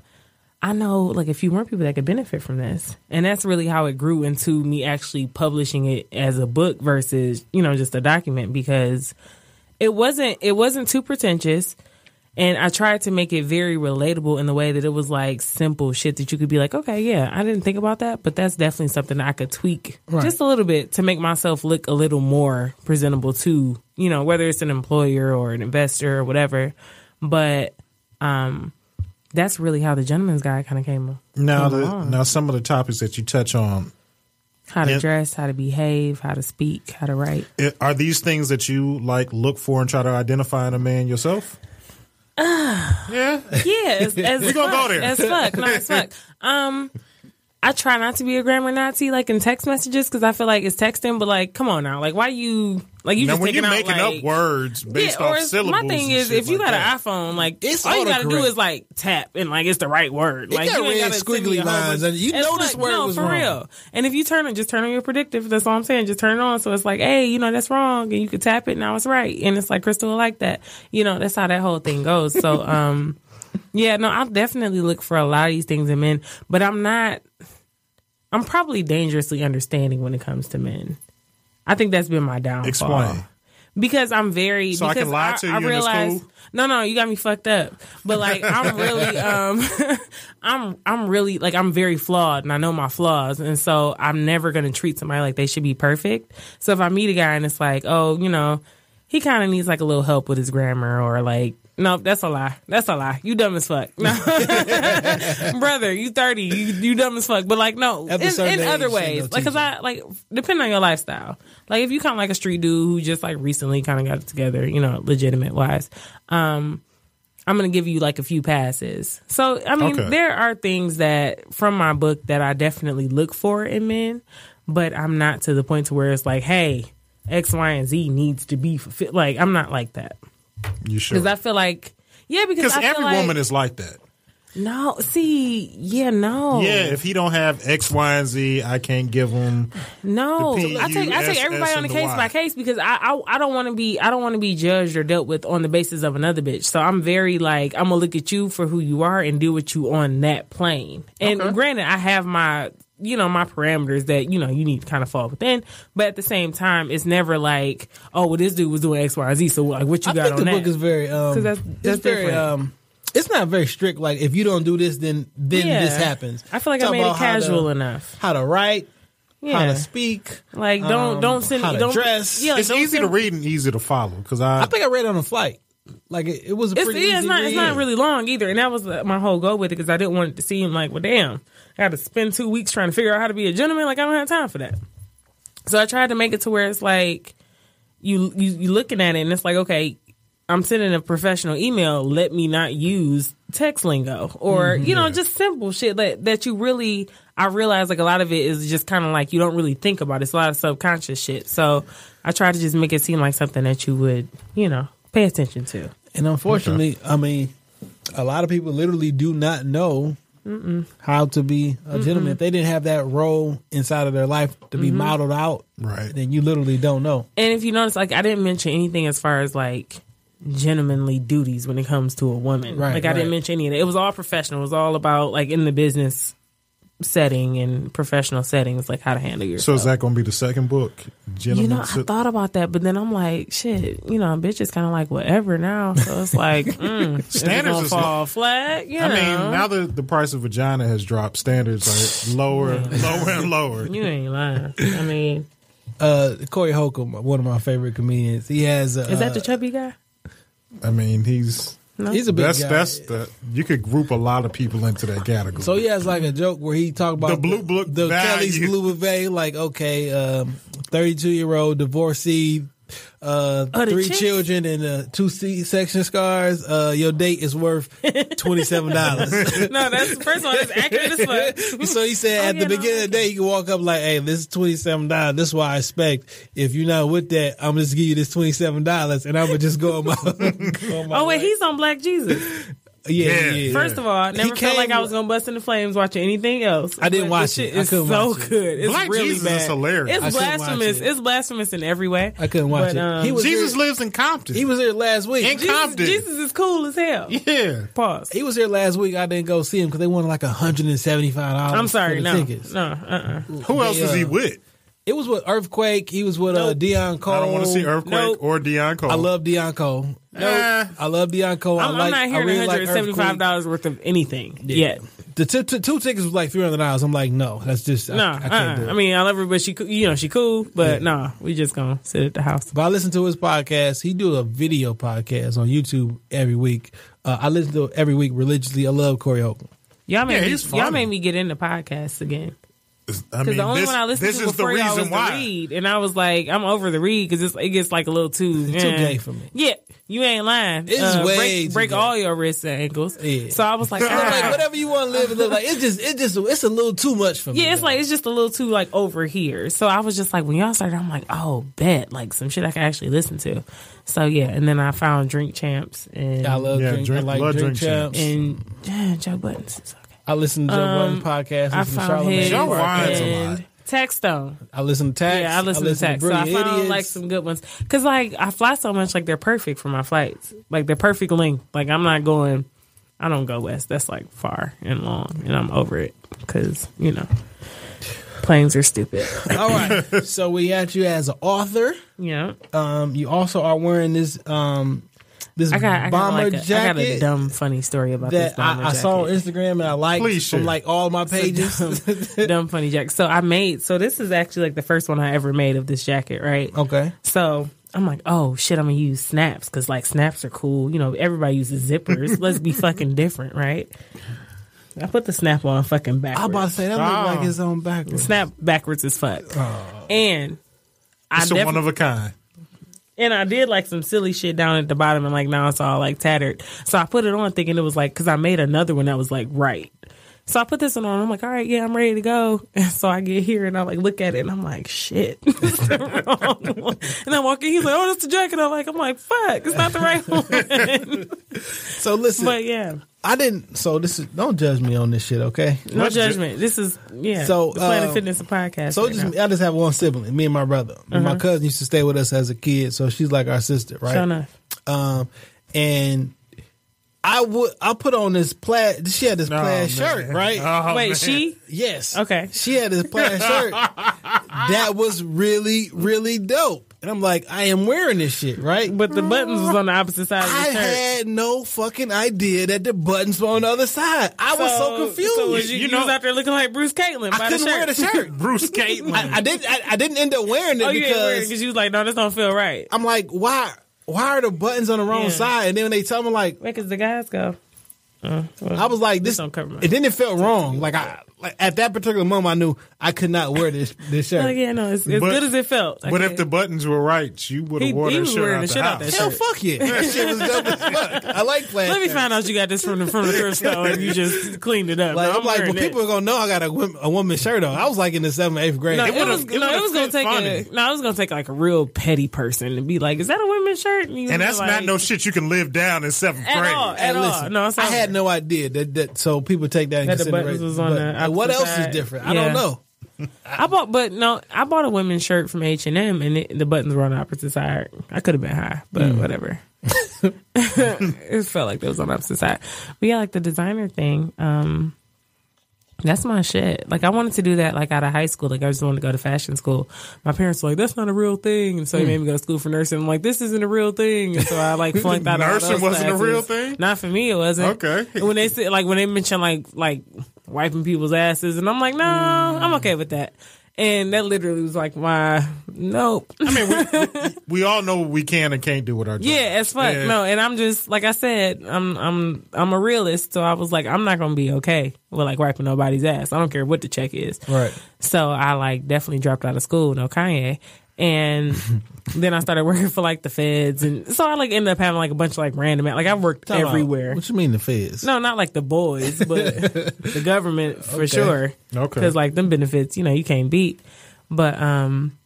S7: I know like a few more people that could benefit from this. And that's really how it grew into me actually publishing it as a book versus, you know, just a document because it wasn't it wasn't too pretentious. And I tried to make it very relatable in the way that it was like simple shit that you could be like, okay, yeah, I didn't think about that, but that's definitely something I could tweak just a little bit to make myself look a little more presentable to, you know, whether it's an employer or an investor or whatever. But um, that's really how the gentleman's guy kind of came up.
S6: Now,
S7: Come
S6: the,
S7: on.
S6: now some of the topics that you touch on
S7: How to
S6: Yeah.
S7: dress, how to behave, how to speak, how to write.
S6: i- are these things that you like look for and try to identify in a man yourself. yeah,
S7: Yeah, as, as
S6: We gonna
S7: fuck,
S6: go there.
S7: As fuck, no, as fuck. Um, I try not to be a grammar Nazi, like in text messages, because I feel like it's texting. But like, come on now, like, why you like you
S6: now
S7: just
S6: when
S7: taking
S6: you're making
S7: out, like,
S6: up words based
S7: yeah, or
S6: off
S7: it's-
S6: syllables,
S7: my thing
S6: and
S7: is
S6: shit
S7: if you
S6: like
S7: got
S6: that.
S7: an iPhone, like
S5: It's
S7: all you gotta do
S5: autocorrect.
S7: is like tap and like it's the right word. like
S5: got
S7: you ain't
S5: red
S7: gotta send me
S5: squiggly
S7: a whole bunch-
S5: lines, and you
S7: It's
S5: know this
S7: like,
S5: word
S7: no,
S5: was
S7: for
S5: wrong.
S7: real. And if you turn it, just turn on your predictive. That's all I'm saying. Just turn it on so it's like, hey, you know that's wrong, and you could tap it. Now it's right, and it's like Crystal will like that. You know that's how that whole thing goes. So um, yeah, no, I'll definitely look for a lot of these things in men, but I'm not. I'm probably dangerously understanding when it comes to men. I think that's been my downfall
S6: Explain.
S7: because I'm very.
S6: So I
S7: because
S6: can lie to you and it's cool?
S7: No, no, you got me fucked up. But like, I'm really, um, I'm, I'm really like, I'm very flawed, and I know my flaws, and so I'm never gonna treat somebody like they should be perfect. So if I meet a guy and it's like, oh, you know, he kind of needs like a little help with his grammar, or like, no, that's a lie. That's a lie. You dumb as fuck, no. brother. You thirty. You you dumb as fuck. But like, no,
S5: At
S7: in,
S5: a certain
S7: in
S5: age,
S7: other
S5: ain't
S7: ways,
S5: no
S7: like, cause
S5: teaching.
S7: I like depending on your lifestyle. Like, if you kind of like a street dude who just like recently kind of got it together, you know, legitimate wise, um, I'm gonna give you like a few passes. So I mean,
S6: Okay.
S7: there are things that from my book that I definitely look for in men, but I'm not to the point to where it's like, hey, X, Y, and Z needs to be fulfilled. Like, I'm not like that
S6: you sure?
S7: because I feel like. Yeah, because
S6: Because
S7: I feel
S6: every
S7: like,
S6: woman is like that.
S7: no, see, yeah, no,
S6: Yeah, if he don't have X, Y, and Z, I can't give him.
S7: no.
S6: The P,
S7: I take I
S6: U,
S7: take
S6: S,
S7: everybody
S6: S,
S7: on a
S6: and the
S7: case
S6: Y.
S7: by case because I I, I don't want to be I don't want to be judged or dealt with on the basis of another bitch. So I'm very like I'm gonna look at you for who you are and deal with you on that plane. And granted, I have my you know my parameters that you know you need to kind of fall within, but at the same time, it's never like oh well this dude was doing X Y and Z, so like what you
S5: I
S7: got
S5: think
S7: on
S5: the
S7: that?
S5: book is very um,
S7: that's- that's
S5: it's very
S7: different.
S5: um, it's not very strict. Like if you don't do this, then then
S7: Yeah.
S5: this happens.
S7: I feel like I
S5: Talk
S7: made it
S5: about how to-
S7: casual enough.
S5: How to write,
S7: Yeah.
S5: how to speak.
S7: Like don't
S5: um,
S7: don't send
S5: how to
S7: don't
S5: dress.
S7: Yeah, like,
S6: It's
S7: don't
S6: easy to
S7: send-
S6: read and easy to follow. Because I,
S5: I think I read it on a flight. Like it, it was a
S7: It's,
S5: pretty
S7: yeah, it's
S5: easy
S7: not. It's
S5: read.
S7: not really long either, and that was uh, my whole goal with it because I didn't want it to seem like, well, damn, I got to spend two weeks trying to figure out how to be a gentleman. Like I don't have time for that. So I tried to make it to where it's like you you you looking at it and it's like, okay, I'm sending a professional email. Let me not use text lingo or
S5: Mm-hmm.
S7: you know just simple shit that that you really. I realize like a lot of it is just kind of like you don't really think about. it. It's a lot of subconscious shit. So I try to just make it seem like something that you would you know pay attention to.
S5: And unfortunately, I mean, a lot of people literally do not know how to be a gentleman. If they didn't have that role inside of their life to
S6: Mm-hmm.
S5: be modeled out,
S6: Right.
S5: Then you literally don't know.
S7: And if you notice, like I didn't mention anything as far as like gentlemanly duties when it comes to a woman.
S5: Right,
S7: like I
S5: right.
S7: didn't mention any of that. It was all professional. It was all about like in the business setting and professional settings, like how to handle yourself.
S6: so is that going to be the second book?
S7: you
S6: Gentlemen,
S7: know, I thought about that, but then I'm like, shit, you know, bitch is kind of like whatever now. So it's like, mm, is it
S6: Standards
S7: gonna
S6: is
S7: fall flat. You
S6: I
S7: know?
S6: mean, now that the price of vagina has dropped, standards are lower, lower, and lower.
S7: you ain't lying. I mean,
S5: Uh, Corey Holcomb, one of my favorite comedians, he has. A,
S7: is that the chubby guy?
S6: I mean, he's
S5: uh, He's a big
S6: that's
S5: guy.
S6: that's the you could group a lot of people into that category.
S5: so he has like a joke where he talk about
S6: The blue book
S5: the Kelly's
S6: value.
S5: blue bay. Like okay, thirty two year old divorcee, uh,
S7: Oh,
S5: three
S7: the chicks?
S5: children and uh, two C section scars. Uh, your date is worth twenty seven dollars.
S7: No, that's first of all, that's accurate as fuck.
S5: so he said
S7: Oh,
S5: at
S7: yeah,
S5: the
S7: no,
S5: beginning
S7: I
S5: of the day, you can walk up like, "Hey, this is twenty seven dollars. This is what I expect. If you're not with that, I'm just give you this twenty seven dollars, and I'm gonna just go on my." go on my
S7: Oh
S5: way."
S7: wait, he's on Black Jesus.
S5: yeah,
S6: Yeah.
S5: yeah. yeah.
S7: First of all, I never
S5: came-
S7: felt like I was gonna bust in the flames watching anything else.
S5: I didn't
S7: But
S5: watch
S7: the shit
S5: it. I
S7: is
S5: couldn't
S7: so
S5: watch it.
S7: good. It's
S6: Black
S7: really
S6: Jesus
S7: bad.
S6: is hilarious.
S7: It's
S5: I couldn't watch
S7: blasphemous.
S5: it.
S7: It's blasphemous in every way.
S5: I couldn't watch
S7: But,
S5: it.
S7: um,
S5: he was
S6: Jesus
S5: here,
S6: lives in Compton.
S5: he was here last week.
S6: in
S7: Jesus,
S6: Compton.
S7: Jesus is cool as hell.
S6: Yeah.
S7: Pause.
S5: He was here last week. I didn't go see him because they wanted like hundred and seventy five dollars.
S7: I'm sorry.
S5: for the
S7: No.
S5: tickets.
S7: No. Uh. uh
S6: Who else is he
S5: uh,
S6: with?
S5: It was with Earthquake. He was with uh,
S7: Nope.
S5: Dion Cole.
S6: I don't want to see Earthquake
S7: Oh, nope.
S6: or Deion Cole.
S5: I love Dion Cole.
S6: Eh.
S5: I love Dion Cole. I
S7: I'm,
S5: like,
S7: I'm not
S5: I
S7: hearing
S5: really like
S7: 175
S5: Earthquake.
S7: dollars worth of anything yet.
S5: The two, two, two tickets was like three hundred dollars. I'm like, no, that's just I,
S7: No.
S5: I can't
S7: uh-uh.
S5: do it.
S7: I mean, I love her, but she, coo- you know, she cool. But no, we just gonna sit at the house.
S5: but I listen to his podcast. He do a video podcast on YouTube every week. Uh, I listen to it every week religiously. I love Corey Oakley.
S7: Y'all made
S6: Yeah,
S7: me,
S6: he's funny.
S7: y'all made me get into podcasts again.
S6: I
S7: Because
S6: mean,
S7: the only
S6: this,
S7: one I listened
S6: this
S7: to
S6: is the
S7: before y'all was
S6: reason why.
S7: the read, and I was like, I'm over the read because it gets like a little too
S5: Too
S7: eh.
S5: gay for me.
S7: Yeah, you ain't lying. Uh,
S5: It's way
S7: break
S5: too
S7: break
S5: gay.
S7: all your wrists and ankles.
S5: Yeah.
S7: So I was like,
S5: I'm like
S7: ah.
S5: whatever you want to live and live like. It's just it's just it's a little too much for me.
S7: yeah, it's
S5: though.
S7: like it's just a little too like over here. So I was just like, when y'all started, I'm like, oh, bet like some shit I can actually listen to. So yeah, and then I found Drink Champs and
S5: I love
S6: Yeah,
S5: drink,
S6: drink-
S5: I like
S6: love
S5: drink,
S6: drink
S5: champs.
S7: and yeah, Joe Buttons. It's okay.
S5: I listen to Joe Budden's podcast.
S7: I
S5: listen to
S7: found his
S6: Joe Ryan's a lot.
S7: and Textone.
S5: I listen to Tax.
S7: Yeah, I listen, to Tax. So I
S5: Brilliant
S7: found
S5: Idiots.
S7: like some good ones because like I fly so much, like they're perfect for my flights. Like they're perfect length. Like I'm not going. I don't go west. That's like far and long, and I'm over it because you know planes are stupid.
S5: All right, so we got you as an author.
S7: yeah,
S5: Um, you also are wearing this um this
S7: I got I got,
S5: bomber
S7: like a, I got
S5: jacket
S7: a dumb funny story about this
S5: that
S7: bomber
S5: I, I saw on
S7: jacket.
S5: Instagram and I like
S6: Please
S5: from
S6: share.
S5: like all my pages.
S7: dumb funny jacket. So I made. So this is actually like the first one I ever made of this jacket, right?
S5: okay,
S7: So I'm like, oh shit, I'm gonna use snaps because like snaps are cool. You know, everybody uses zippers. Let's be fucking different, right? I put the snap on fucking backwards.
S5: I'm about to say that looked
S6: Ah.
S5: like his own backwards.
S7: snap backwards as fuck. And I
S6: It's a
S7: defi-
S6: one of a kind.
S7: and I did like some silly shit down at the bottom, and like now it's all like tattered. So I put it on thinking it was like because I made another one that was like right. So I put this one on. I'm like, all right, yeah, I'm ready to go. And so I get here and I like look at it and I'm like, shit, it's the wrong one. And I walk in, he's like, oh, that's the jacket. I'm like, I'm like, fuck, it's not the right one.
S5: So listen,
S7: but yeah,
S5: I didn't. So this is don't judge me on this shit, okay?
S7: no
S6: Let's ju-
S7: judgment. this is yeah.
S5: So,
S7: So the Planet
S5: um,
S7: Fitness and podcast.
S5: So
S7: right
S5: just
S7: now.
S5: I just have one sibling, me and my brother.
S7: Uh-huh.
S5: My cousin used to stay with us as a kid, so she's like our sister, right?
S7: Sure enough.
S5: Um, and I would I put on this plaid. She had this plaid shirt, right?
S6: Oh,
S7: Wait, she
S5: yes.
S7: Okay.
S5: She had this plaid shirt that was really really dope, and I'm like, I am wearing this shit, right?
S7: but the buttons was on the opposite side of the
S5: I
S7: shirt.
S5: had no fucking idea that the buttons were on the other side. I was so confused.
S7: So was you,
S6: You
S7: you
S6: know-
S7: was out there looking like Bruce Caitlin by
S5: I
S7: the
S5: couldn't
S7: shirt.
S5: wear the shirt.
S6: Bruce Caitlin.
S5: I didn't. I, I didn't end up wearing it
S7: Oh, you ain't wearing
S5: because
S7: because you was like, no, this don't feel right.
S5: I'm like, why? Why are the buttons on the wrong
S7: Yeah.
S5: side? And then when they tell me, like,
S7: Wait, because the guys go. Uh, well,
S5: I was like, this.
S7: don't cover my-
S5: and then it felt wrong. Like I, like at that particular moment, I knew I could not wear this this shirt.
S7: Like, yeah, no, it's as
S6: But-
S7: good as it felt. I
S6: But if
S7: can't-
S6: the buttons were right, you would
S7: He-
S6: have worn
S7: he
S6: that
S7: was
S6: shirt
S7: wearing
S6: out
S7: the
S6: the
S7: shit out
S6: house.
S7: that
S5: Hell,
S7: shirt.
S5: fuck yeah! That shit was dope as fuck. I like plaid.
S7: let me
S5: shirts.
S7: find out you got this from the from the thrift store and you just cleaned it up.
S5: Like,
S7: No,
S5: I'm like, well,
S7: wearing
S5: people
S7: it.
S5: are gonna know I got a woman, a woman's shirt on. I was like in the seventh, eighth grade.
S7: No, it,
S6: would've-
S7: was
S6: it
S7: no, it
S6: would've
S7: was gonna
S6: fit
S7: take
S6: funny.
S7: a, no, it was gonna take like a real petty person and be like, "Is that a women's shirt?" you
S6: And
S7: were
S6: that's not
S7: like,
S6: no shit you can live down in seventh
S7: at
S6: grade.
S7: all,
S5: Hey,
S7: at all. No, it's
S5: I
S7: not.
S5: had no idea that, that so people take that in
S7: That the
S5: consideration.
S7: buttons was on the
S5: But- and what
S7: opposite
S5: else
S7: side.
S5: is different? I
S7: Yeah.
S5: don't know.
S7: I bought, but no, I bought a women's shirt from H and M, and it- the buttons were on the opposite side. I could have been high, but
S6: Mm.
S7: whatever. it felt like it was on the opposite side. But yeah, like the designer thing. Um, that's my shit. Like I wanted to do that like out of high school. Like I just wanted to go to fashion school. My parents were like, "That's not a real thing," and so
S6: Mm.
S7: they made me go to school for nursing. I'm like, "This isn't a real thing," and so I like flunked out. of all
S6: Nursing
S7: those
S6: wasn't a
S7: classes.
S6: real thing?
S7: Not for me, it wasn't.
S6: Okay.
S7: And when they
S5: Mm.
S7: said like when they mention like like wiping people's asses, and I'm like, no, I'm okay with that. And that literally was like my nope.
S6: We all know what we can and can't do with our job.
S7: Yeah, as fuck.
S6: Yeah.
S7: No, and I'm just like I said, I'm I'm I'm a realist, so I was like, I'm not gonna be okay with like wiping nobody's ass. I don't care what the check is.
S5: Right.
S7: So I like definitely dropped out of school, no Kanye. And then I started working for like the feds and so I like ended up having like a bunch of like random like I've worked
S5: Time out.
S7: everywhere.
S5: What you mean the feds?
S7: No, not like the boys, but the government for sure.
S6: Okay.
S7: Because like them benefits, you know, you can't beat. But um,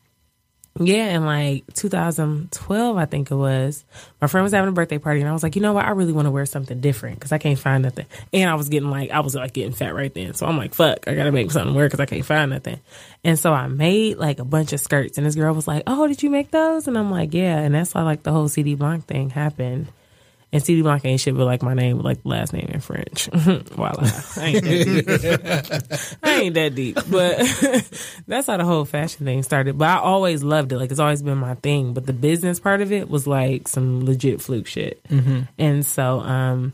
S7: yeah, in like 2012, I think it was, my friend was having a birthday party, and I was like, you know what, I really want to wear something different because I can't find nothing. And I was getting like, I was like getting fat right then, so I'm like, fuck, I gotta make something wear because I can't find nothing. And so I made like a bunch of skirts, and this girl was like, oh, did you make those? And I'm like, yeah, and that's how like the whole CD Blanc thing happened. And CD Blanc ain't shit, but like my name, like the last name in French. Voila. I ain't that deep. I ain't that deep. But that's how the whole fashion thing started. But I always loved it. Like it's always been my thing. But the business part of it was like some legit fluke shit. And so um,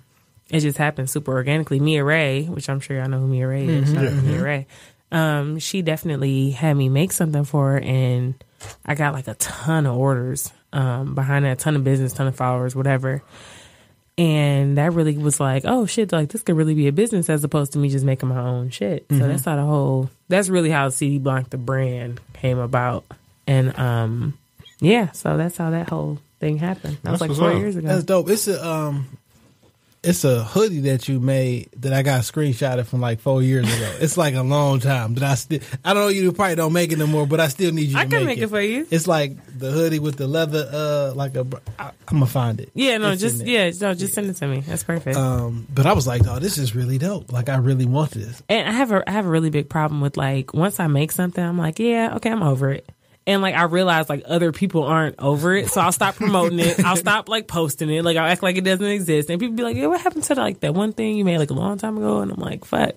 S7: it just happened super organically. Mia Ray, which I'm sure y'all know who Mia Ray is. Shout out to Mia Ray. Um, she definitely had me make something for her, and I got like a ton of orders um, behind that, ton of business, ton of followers, whatever. And that really was like, oh shit, like this could really be a business as opposed to me just making my own shit. So that's how the whole, that's really how CD Blanc, the brand, came about. And um, yeah, so that's how that whole thing happened. That was like
S6: what's
S7: four
S6: up.
S7: years ago.
S5: That's dope. It's a um, it's a hoodie that you made that I got screenshotted from like four years ago. it's like a long time that I still. I don't know you probably don't make it no more, but I still need you.
S7: I
S5: to
S7: can
S5: make,
S7: make it for you.
S5: It's like the hoodie with the leather. Uh, like a. br- I, I'm gonna find it.
S7: Yeah, no,
S5: It's in
S7: just
S5: there.
S7: yeah, no, just send it to me. That's perfect.
S5: Um, but I was like, oh, this is really dope. Like I really want this.
S7: and I have a I have a really big problem with like once I make something, I'm like, yeah, okay, I'm over it. And like I realize like other people aren't over it, so I'll stop promoting it. I'll stop like posting it. Like I'll act like it doesn't exist. And people be like, yeah, what happened to like that one thing you made like a long time ago? And I'm like, fuck,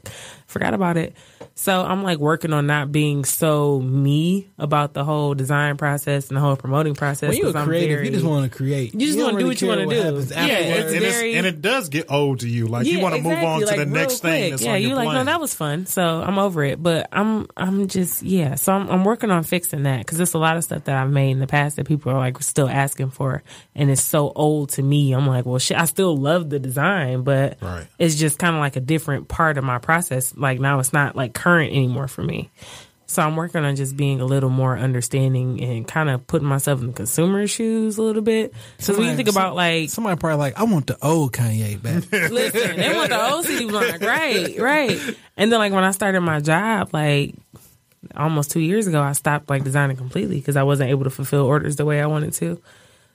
S7: forgot about it. So I'm like working on not being so me about the whole design process and the whole promoting process.
S5: When you're
S7: 'cause I'm
S5: creative,
S7: very-
S5: you just want to create.
S7: You just
S5: don't
S7: wanna do
S5: really
S7: what you
S5: care
S7: wanna
S5: what
S7: do.
S5: happens
S7: Yeah,
S5: afterwards.
S7: it's
S6: and,
S7: very-
S6: it's, and it does get old to you. Like you
S7: Yeah,
S6: want to move on
S7: exactly,
S6: to the
S7: like,
S6: next
S7: real
S6: thing.
S7: quick.
S6: That's
S7: yeah,
S6: on
S7: you
S6: your
S7: like, no,
S6: plan.
S7: that was fun. So I'm over it, but I'm I'm just yeah. So I'm I'm working on fixing that because there's a lot of stuff that I've made in the past that people are like still asking for, and it's so old to me. I'm like, well, shit, I still love the design, but
S6: Right.
S7: it's just kind of like a different part of my process. Like now, it's not like current anymore for me. So I'm working on just being a little more understanding and kind of putting myself in the consumer's shoes a little bit. So when you
S5: Somebody-
S7: think about like
S5: Somebody probably like, I want the old Kanye back.
S7: Listen, they want the old CD block, right? Right. And then, like when I started my job, like almost two years ago, I stopped like designing completely because I wasn't able to fulfill orders the way I wanted to.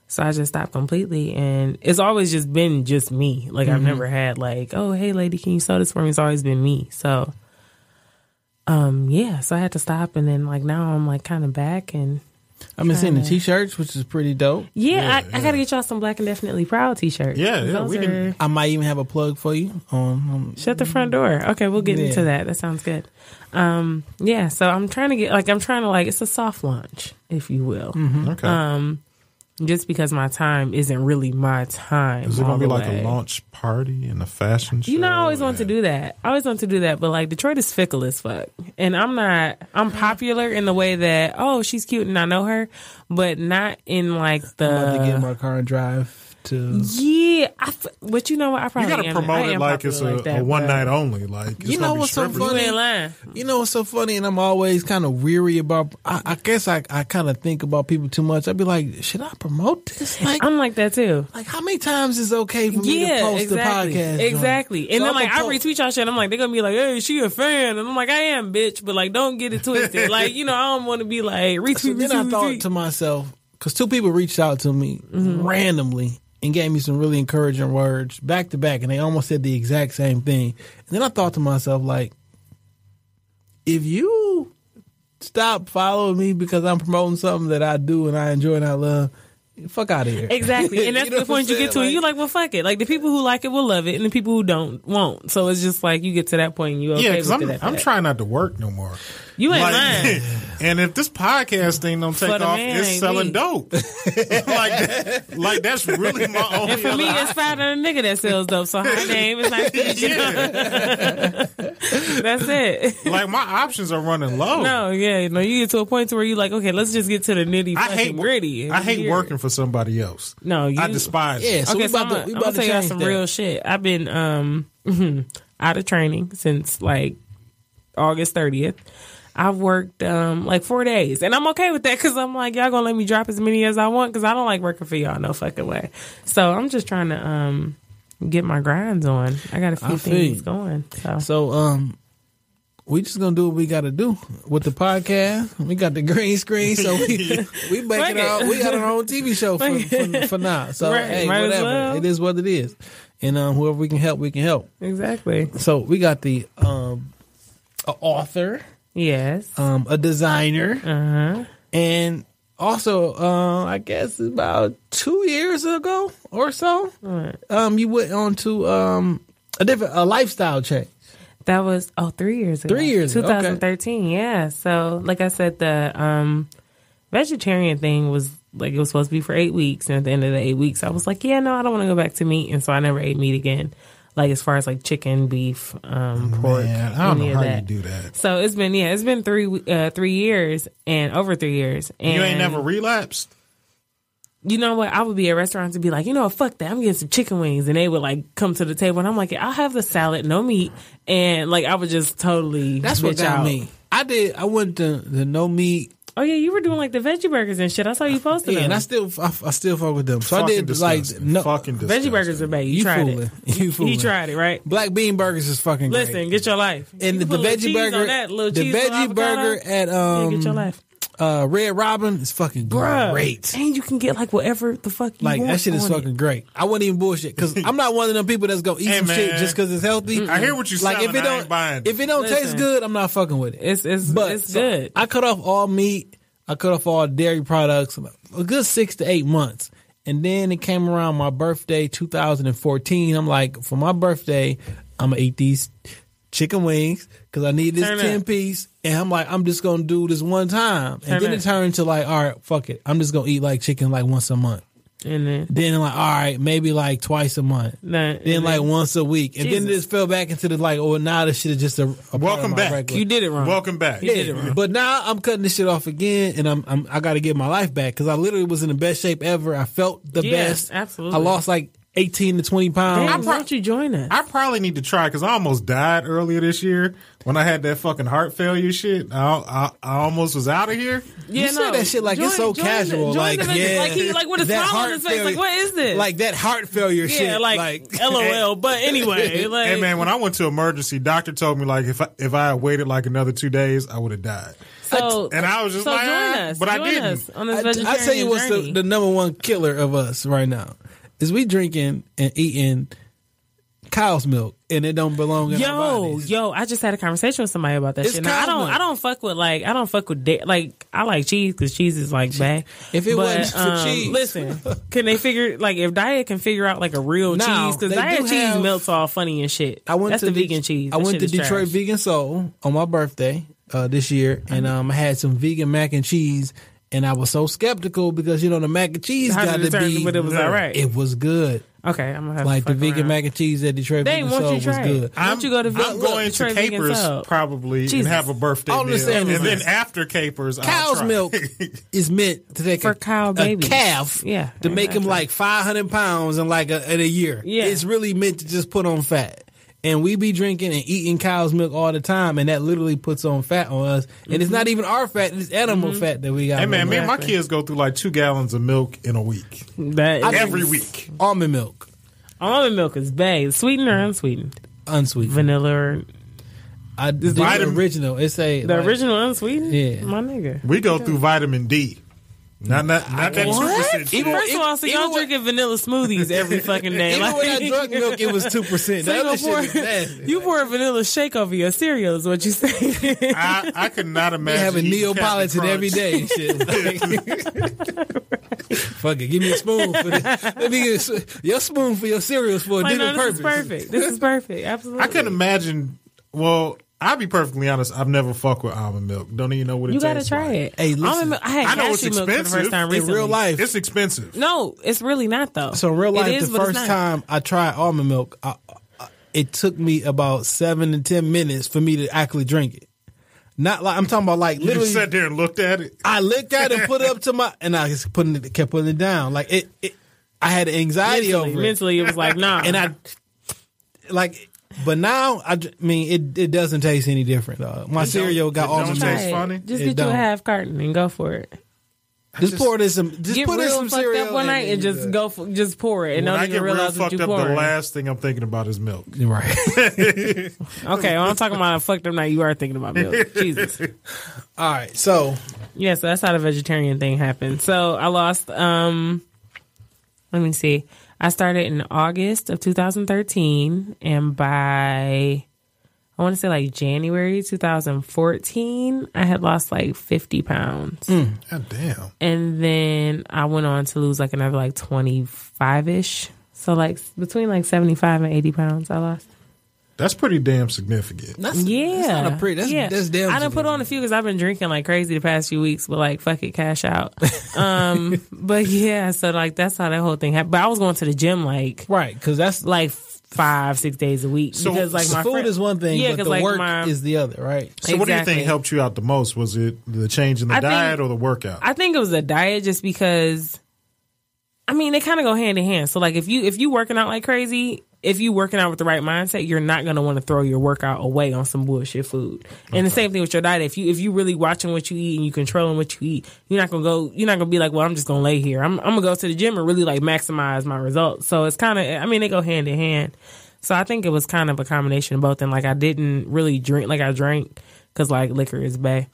S7: So I just stopped completely, and it's always just been just me. Like
S6: Mm-hmm.
S7: I've never had like, oh hey lady, can you sew this for me? It's always been me. So, um, yeah. So I had to stop, and then like now I'm like kind of back, and
S5: I've been seeing the t-shirts, which is pretty dope.
S7: yeah, I, I gotta get y'all some black and definitely proud t-shirts.
S6: Yeah, yeah,
S7: Those
S6: we can-
S7: are-
S5: I might even have a plug for you on um,
S7: Shut the front door. Okay, we'll get
S5: Yeah.
S7: into that. That sounds good. Um, yeah, so I'm trying to get like I'm trying to like it's a soft launch, if you will,
S6: Mm-hmm. okay.
S7: Uh-huh. just because my time isn't really my time.
S6: Is it
S7: all
S6: gonna be
S7: the
S6: like
S7: way.
S6: a launch party and a fashion show?
S7: You know, I always want to
S6: and-
S7: do that. I always want to do that, but like Detroit is fickle as fuck, and I'm not. I'm
S6: Mm-hmm.
S7: popular in the way that oh she's cute and I know her, but not in like
S5: I'm about to get in
S7: the.
S5: my car and drive to.
S7: Yeah, I f- but you know what? I probably
S6: You gotta
S7: am-
S6: promote
S7: I
S6: it
S7: am
S6: like it's a,
S7: popular like that,
S6: a one
S7: but
S6: night only. Like it's
S5: You know
S6: gonna be
S5: what's so
S6: strippers.
S5: funny?
S7: You ain't lying.
S5: You know what's so funny, and I'm always kind of weary about. I, I guess I, I kind of think about people too much. I'd be like, should I promote this? Like,
S7: I'm like that too.
S5: like how many times is okay for me
S7: yeah,
S5: to post
S7: exactly.
S5: the podcast? joint?
S7: Exactly.
S5: So
S7: And then
S5: I'm
S7: like
S5: gonna
S7: I
S5: post-
S7: retweet y'all shit. and I'm like, they're gonna be like, Hey, she a fan and I'm like, I am, bitch, but like don't get it twisted. like, you know, I don't wanna be like
S5: So
S7: retweet,
S5: then
S7: retweet,
S5: I thought
S7: retweet. Mm-hmm.
S5: to myself, because two people reached out to me randomly and gave me some really encouraging words back to back, and they almost said the exact same thing. And then I thought to myself, like, if you stop following me because I'm promoting something that I do and I enjoy and I love, fuck out of here.
S7: Exactly. And that's
S5: You know
S7: the
S5: what I'm
S7: point you get to.
S5: saying?
S7: and you're like, well, fuck it. Like, the people who like it will love it, and the people who don't won't. So it's just like, you get to that point and you okay
S6: Yeah,
S7: with
S6: because I'm
S7: it. after
S6: I'm
S7: that.
S6: trying not to work no more.
S7: You ain't lying.
S6: Like, and if this podcast thing don't
S7: For
S6: take
S7: the
S6: off,
S7: man
S6: it's
S7: ain't
S6: selling
S7: me.
S6: dope. like, that, like that's really my only.
S7: And for me, it's five dollar nigga that sells dope. So her name is like
S6: yeah.
S7: that's it.
S6: like my options are running low.
S7: No, yeah, no. You get to a point to where you like, okay, let's just get to the nitty
S6: I hate
S7: fucking gritty.
S6: I hate
S7: Here.
S6: working for somebody else.
S7: No, you,
S6: I despise. it.
S5: Yeah, so we
S7: okay, so
S5: about
S7: I'm,
S5: to we
S7: gonna- I'm
S5: about
S7: gonna
S5: to
S7: tell y'all
S5: change
S7: some
S5: that.
S7: real shit. I've been um out of training since like August 30th. I've worked um like four days, and I'm okay with that because I'm like y'all gonna let me drop as many as I want because I don't like working for y'all no fucking way. So I'm just trying to um get my grinds on. I got a few
S5: I feel
S7: things
S5: you.
S7: going. So.
S5: So um we just gonna do what we gotta do with the podcast. We got the green screen, so we we
S7: Fuck
S5: make it
S7: it.
S5: out. We got our own TV show for, for, for now. So
S7: Right,
S5: hey,
S7: might as
S5: whatever.
S7: well.
S5: It is what it is. And um, whoever we can help, we can help.
S7: Exactly.
S5: So we got the um a author,
S7: Yes.
S5: um, a designer,
S7: Uh-huh.
S5: and also uh, I guess about two years ago or so, um, you went on to um a different a lifestyle change.
S7: That was oh three years ago.
S5: Three years ago, okay.
S7: 2013. Yeah. So like I said, the um vegetarian thing was like it was supposed to be for eight weeks, and at the end of the eight weeks, I was like, yeah, no, I don't want to go back to meat, and so I never ate meat again. Like as far as like chicken, beef, um, pork,
S6: Man, I don't
S7: any
S6: know
S7: of
S6: how
S7: that.
S6: you do that.
S7: So it's been yeah, it's been three we- uh, three years and over three years. And
S6: You ain't never relapsed.
S7: you know what? I would be at restaurants and be like, you know what, fuck that. I'm getting some chicken wings. And they would like come to the table and I'm like, I'll have the salad, no meat. And like, I would just totally.
S5: That's what
S7: bitch
S5: got
S7: out.
S5: me. I did. I went to the no meat,
S7: Oh, yeah, you were doing like the veggie burgers and shit. I saw you posted
S5: yeah,
S7: them.
S5: and I still, I, I still fuck with them. So I
S6: Fucking
S5: did like
S6: disgusting.
S5: no
S6: fucking disgusting.
S7: veggie burgers are bad. You,
S5: You
S7: tried
S5: fooling.
S7: it.
S5: You fooling.
S7: He tried it, right?
S5: black bean burgers is fucking great.
S7: Listen, get your life.
S5: and the,
S7: You
S5: the
S7: put a little
S5: veggie
S7: cheese
S5: burger,
S7: on that, little
S5: the
S7: cheese, little
S5: veggie
S7: avocado,
S5: burger at
S7: yeah,
S5: um
S7: get your life.
S5: uh Red Robin is fucking
S7: Bruh.
S5: great.
S7: And you can get like whatever the fuck you
S5: Like
S7: want.
S5: that shit is
S7: on it.
S5: fucking great. I wouldn't even bullshit because I'm not one of them people that's gonna eat
S6: Hey,
S5: some shit
S6: man.
S5: just because it's healthy.
S6: I hear what you're
S5: like.
S6: selling.
S5: If it
S6: I ain't
S5: don't,
S6: buying it.
S5: if it don't taste
S7: Listen.
S5: good, I'm not fucking with it.
S7: It's, it's,
S5: But
S7: it's
S5: so
S7: good.
S5: I cut off all meat. I cut off all dairy products. A good six to eight months, and then it came around my birthday, 2014. I'm like, for my birthday, I'm gonna eat these chicken wings because I need this
S7: Turn
S5: ten
S7: up.
S5: piece. And I'm like, I'm just gonna do this one time, and
S7: Turn
S5: then it
S7: up.
S5: turned to like, all right, fuck it, I'm just gonna eat like chicken like once a month.
S7: and then,
S5: Then like, all right, maybe like twice a month.
S7: then,
S5: Then like once a week, and then it
S7: Jesus.
S5: just fell back into the like, oh, now this shit is just a, a part of
S6: Welcome
S5: my
S6: back.
S5: regular.
S7: you did it wrong.
S6: Welcome back.
S7: did it wrong.
S5: But now I'm cutting this shit off again, and I'm, I'm I got to get my life back because I literally was in the best shape ever. I felt the
S7: Yeah,
S5: best.
S7: absolutely.
S5: I lost like 18 to 20 pounds.
S7: Damn, why don't you join us?
S6: I probably need to try because I almost died earlier this year when I had that fucking heart failure shit. I, I, I almost was out of here.
S7: Yeah,
S5: you said that shit like it's so casual,
S7: the- join
S5: like
S7: the business.
S5: yeah,
S7: like he like with a
S5: That
S7: smile on
S5: heart
S7: his face,
S5: failure-
S7: like what is this?
S5: Like that heart failure
S7: yeah,
S5: shit,
S7: like, lol. But anyway, like
S6: Hey man, when I went to emergency, doctor told me like if I, if I had waited like another two days, I would have died.
S7: so,
S6: and I was just
S7: so
S6: like,
S7: join
S6: ah,
S7: us,
S6: but I
S7: join
S6: didn't.
S7: Us on this
S5: I, I
S7: vegetarian
S5: tell you what's the,
S7: journey.
S5: the number one killer of us right now is we drinking and eating cow's milk, and it don't belong in our
S7: yo
S5: bodies.
S7: yo. I just had a conversation with somebody about that
S5: It's
S7: shit. Now, I don't
S5: common.
S7: I don't fuck with like I don't fuck with da- like I like cheese because cheese is like bad.
S5: If it
S7: But,
S5: wasn't for
S7: um,
S5: cheese.
S7: listen, can they figure like if diet can figure out like a real
S5: Now,
S7: cheese
S5: they
S7: because diet
S5: do
S7: cheese
S5: have-
S7: melts all funny and shit.
S5: I went
S7: That's
S5: to
S7: the
S5: Det-
S7: vegan cheese.
S5: I
S7: That
S5: went
S7: shit
S5: to
S7: is
S5: Detroit
S7: trash.
S5: Vegan Soul on my birthday uh, this year, and
S7: Mm-hmm.
S5: um, I had some vegan mac and cheese, and I was so skeptical because you know the mac and cheese
S7: How
S5: got
S7: did it
S5: to
S7: turn?
S5: be,
S7: But it was all right.
S5: It was good,
S7: Okay, I'm gonna have
S5: like
S7: to
S5: the
S7: fuck
S5: vegan
S7: around.
S5: mac and cheese at Detroit
S7: They
S5: Vegan
S7: want
S5: Soul
S7: you
S5: was
S7: to try
S5: good.
S7: it. Why don't you go to
S6: I'm
S7: Look,
S6: going
S7: Detroit
S6: to
S7: Vegan
S6: Capers
S7: Sub.
S6: probably
S7: Jesus.
S6: and have a birthday
S5: All I'm
S6: meal,
S5: saying
S6: and
S5: is
S6: then
S5: this.
S6: after Capers, I'll
S5: Cow's
S6: try.
S5: milk is meant to take
S7: For
S5: a,
S7: cow
S5: a
S7: babies.
S5: calf,
S7: Yeah,
S5: to make him
S7: exactly.
S5: like 500 pounds in like a, in a year.
S7: Yeah.
S5: it's really meant to just put on fat. And we be drinking and eating cow's milk all the time, and that literally puts on fat on us. And it's
S7: Mm-hmm.
S5: not even our fat; it's animal fat that we got.
S6: Hey man,
S5: going
S6: me and my
S7: Exactly.
S6: kids go through like two gallons of milk in a week,
S7: That is-
S6: every week.
S5: almond milk,
S7: Almond milk is bad. Sweetened or unsweetened?
S5: unsweetened.
S7: Vanilla or
S5: I did the
S6: vitamin-
S5: original. It's a
S7: the
S5: like,
S7: original unsweetened?
S5: Yeah.
S7: My nigga.
S6: We go through vitamin D. Not not not that two percent.
S5: Even-
S7: First of all, so
S5: even
S7: y'all
S5: when-
S7: drinking vanilla smoothies every fucking day.
S5: Even
S7: like,
S5: when I drunk milk, it was two percent.
S7: so
S5: That
S7: you
S5: other shit
S7: gonna
S5: is
S7: pour-
S5: nasty.
S7: you pour a vanilla shake over your cereal is what you say.
S6: I, I could not
S5: They
S6: imagine
S5: have a
S6: eating Captain
S5: Neapolitan
S6: Crunch.
S5: every day. and Shit. Like- fuck it, give me a spoon for this. Let me get a s- your spoon for your cereals for a
S7: like, no,
S5: different
S7: this
S5: purpose.
S7: is perfect. This is perfect. Absolutely.
S6: I couldn't imagine. Well, I'll be perfectly honest. I've never fucked with almond milk. Don't even know what it
S7: You gotta
S6: tastes
S7: try
S6: like.
S7: it.
S5: Hey, listen,
S7: Almond milk- I had
S6: I know it's
S7: cashew milk for the
S6: expensive
S7: first time
S5: in
S7: recently.
S5: real life.
S6: It's expensive.
S7: No, it's really not though.
S5: So in real
S7: It
S5: life,
S7: is,
S5: the
S7: but it's
S5: first
S7: not.
S5: time I tried almond milk, I, I, it took me about seven to ten minutes for me to actually drink it. Not like I'm talking about like
S6: You
S5: literally.
S6: just sat there and looked at it.
S5: I looked at it, put it up to my, and I just putting it, kept putting it down. Like it, it I had anxiety
S7: mentally,
S5: over it,
S7: mentally, it was like nah.
S5: and I like. But now I, dr- mean it. It doesn't taste any different. Dog. My cereal got
S6: don't
S5: almond
S6: taste
S5: milk.
S6: it's
S7: Right.
S6: funny.
S7: Just
S5: It
S7: get you
S5: don't.
S7: a half carton and go for it.
S5: Just, pour it in some. Just
S7: Get
S5: put in
S7: real
S5: some
S7: fucked
S5: cereal
S7: up one
S5: in
S7: night
S5: it.
S7: and just go for just pour it and
S6: When
S7: don't
S6: I
S7: even
S6: get real
S7: realize what
S6: fucked
S7: you
S6: up, the
S7: pouring.
S6: last thing I'm thinking about is milk.
S5: right.
S7: Okay, well, I'm talking about a fucked up night. You are thinking about milk. Jesus.
S5: All right. So
S7: Yeah, so that's how the vegetarian thing happened. So I lost. um Let me see. I started in August of 2013, and by I want to say like January 2014, I had lost like 50 pounds,
S6: God damn.
S7: and then I went on to lose like another like 25 ish. So like s- between like 75 and 80 pounds, I lost.
S6: That's pretty damn significant.
S5: that's
S7: Yeah,
S5: That's not a pretty. That's,
S7: yeah.
S5: that's damn.
S7: I done put on a few because I've been drinking like crazy the past few weeks, but like fuck it, cash out. um, but yeah, so like that's how that whole thing happened. But I was going to the gym like
S5: Right, because that's
S7: like five six days a week
S6: So-
S7: because like
S6: so
S7: my
S5: food
S7: friend-
S5: is one thing,
S7: Yeah,
S5: but the
S7: like
S5: work
S7: my,
S5: is the other, right?
S6: So what do you
S7: Exactly.
S6: think helped you out the most? Was it the change in the
S7: I think-
S6: diet or the workout?
S7: I think it was a diet just because I mean they kind of go hand in hand. So like if you if you working out like crazy, if you working out with the right mindset, you're not gonna want to throw your workout away on some bullshit food. And the same thing with your diet. If you if you really watching what you eat and you controlling what you eat, you're not gonna go. You're not gonna be like, well, I'm just gonna lay here. I'm I'm gonna go to the gym and really like maximize my results. So it's kind of I mean they go hand in hand. So I think it was kind of a combination of both. And like I didn't really drink like I drank because like liquor is bad.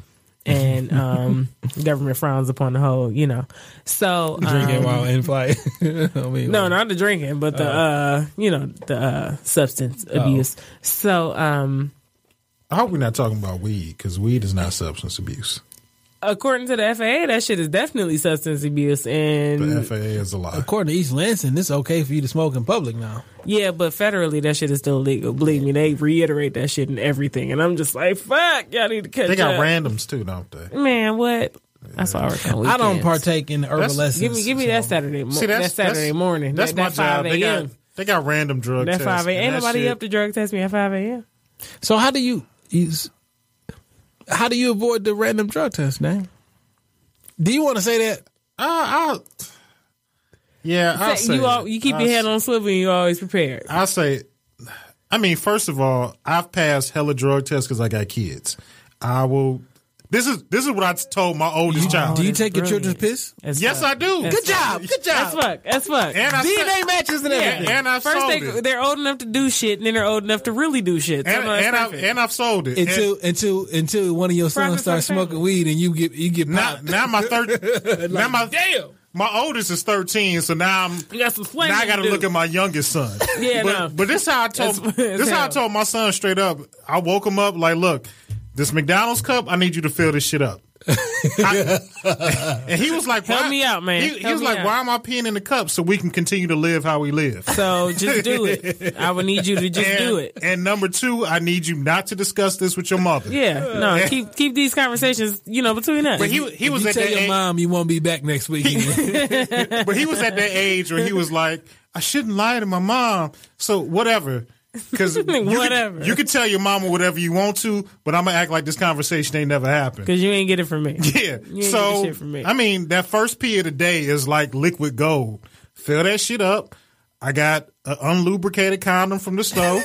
S7: And um, government frowns upon the whole, you know. So um,
S5: while in flight.
S7: no, not the drinking, but
S6: Oh.
S7: the uh, you know, the uh, substance abuse. So, um,
S6: I hope we're not talking about weed because weed is not substance abuse.
S7: according to the FAA, that shit is definitely substance abuse,
S6: The
S7: and
S6: FAA is a lie.
S5: According to East Lansing, it's okay for you to smoke in public now.
S7: yeah, but federally, that shit is still illegal. Believe me, they reiterate that shit in everything, and I'm just like, fuck, y'all need to catch
S6: They got
S7: up.
S6: randoms too, don't they?
S7: Man, what? That's why I work on
S5: I
S7: weekends.
S5: don't partake in the herbal
S6: That's-
S5: lessons.
S7: Give me, give me that Saturday. Mo- that Saturday morning.
S6: That's
S7: that,
S6: my
S7: that 5
S6: job. They got,
S7: a.m.
S6: they got random drug
S7: That
S6: tests.
S7: five a.m. Ain't
S6: and that
S7: nobody
S6: shit-
S7: up to drug test me at five a.m.
S5: So how do you is how do you avoid the random drug test, man? Do you want to say that?
S6: I, I, yeah, I
S7: Say-
S6: say
S7: You all,
S6: it.
S7: you keep
S6: I
S7: your
S6: s-
S7: head on swivel and you always prepared.
S6: I say, I mean, first of all, I've passed hella drug tests because I got kids. I will. This is this is what I told my oldest child.
S5: do you
S7: Oh, that's
S5: take your
S7: brilliant.
S5: children's piss?
S7: As
S6: yes,
S7: fuck.
S6: I do.
S7: That's
S5: Good job, good
S7: That's
S5: job.
S7: fuck. That's fuck.
S6: And I
S5: DNA
S6: said-
S5: matches and everything.
S6: and I
S7: First
S6: sold
S7: they
S6: it.
S7: they're old enough to do shit, and then they're old enough to really do shit.
S6: and,
S7: Somehow it's
S6: and, I,
S7: perfect.
S6: and I've sold it.
S5: Until until until one of your sons
S7: Profit
S5: starts
S7: for the family.
S5: smoking weed and you get you get
S6: And now,
S5: popped.
S6: now my third. now my damn. My oldest is thirteen, so now I'm.
S7: you got some flames.
S6: Now I got to look at my youngest son.
S7: Yeah,
S6: but,
S7: no.
S6: but this how I told.
S7: That's-
S6: this how I told my son straight up. I woke him up like, look, this McDonald's cup. I need you to fill this shit up. I- and he was like,
S7: Help
S6: why-
S7: me out, man.
S6: He, he
S7: Help
S6: was
S7: me
S6: like,
S7: out.
S6: why am I peeing in the cup so we can continue to live how we live?
S7: So just do it. I would need you to just
S6: and,
S7: do it.
S6: And number two, I need you not to discuss this with your mother.
S7: Yeah, no, keep keep these conversations, you know, between us.
S6: But he he
S5: If
S6: was
S5: you
S6: at
S5: tell
S6: that
S5: your
S6: age-
S5: mom you won't be back next week.
S6: but he was at that age where he was like, I shouldn't lie to my mom. So whatever. Because
S7: Whatever.
S6: Could, you could tell your mama whatever you want to, but I'm gonna act like this conversation ain't never happened.
S7: because you ain't get it from me.
S6: Yeah.
S7: ain't get
S6: So
S7: shit from me.
S6: I mean, that first pee of the day is like liquid gold. Fill that shit up. I got an unlubricated condom from the store.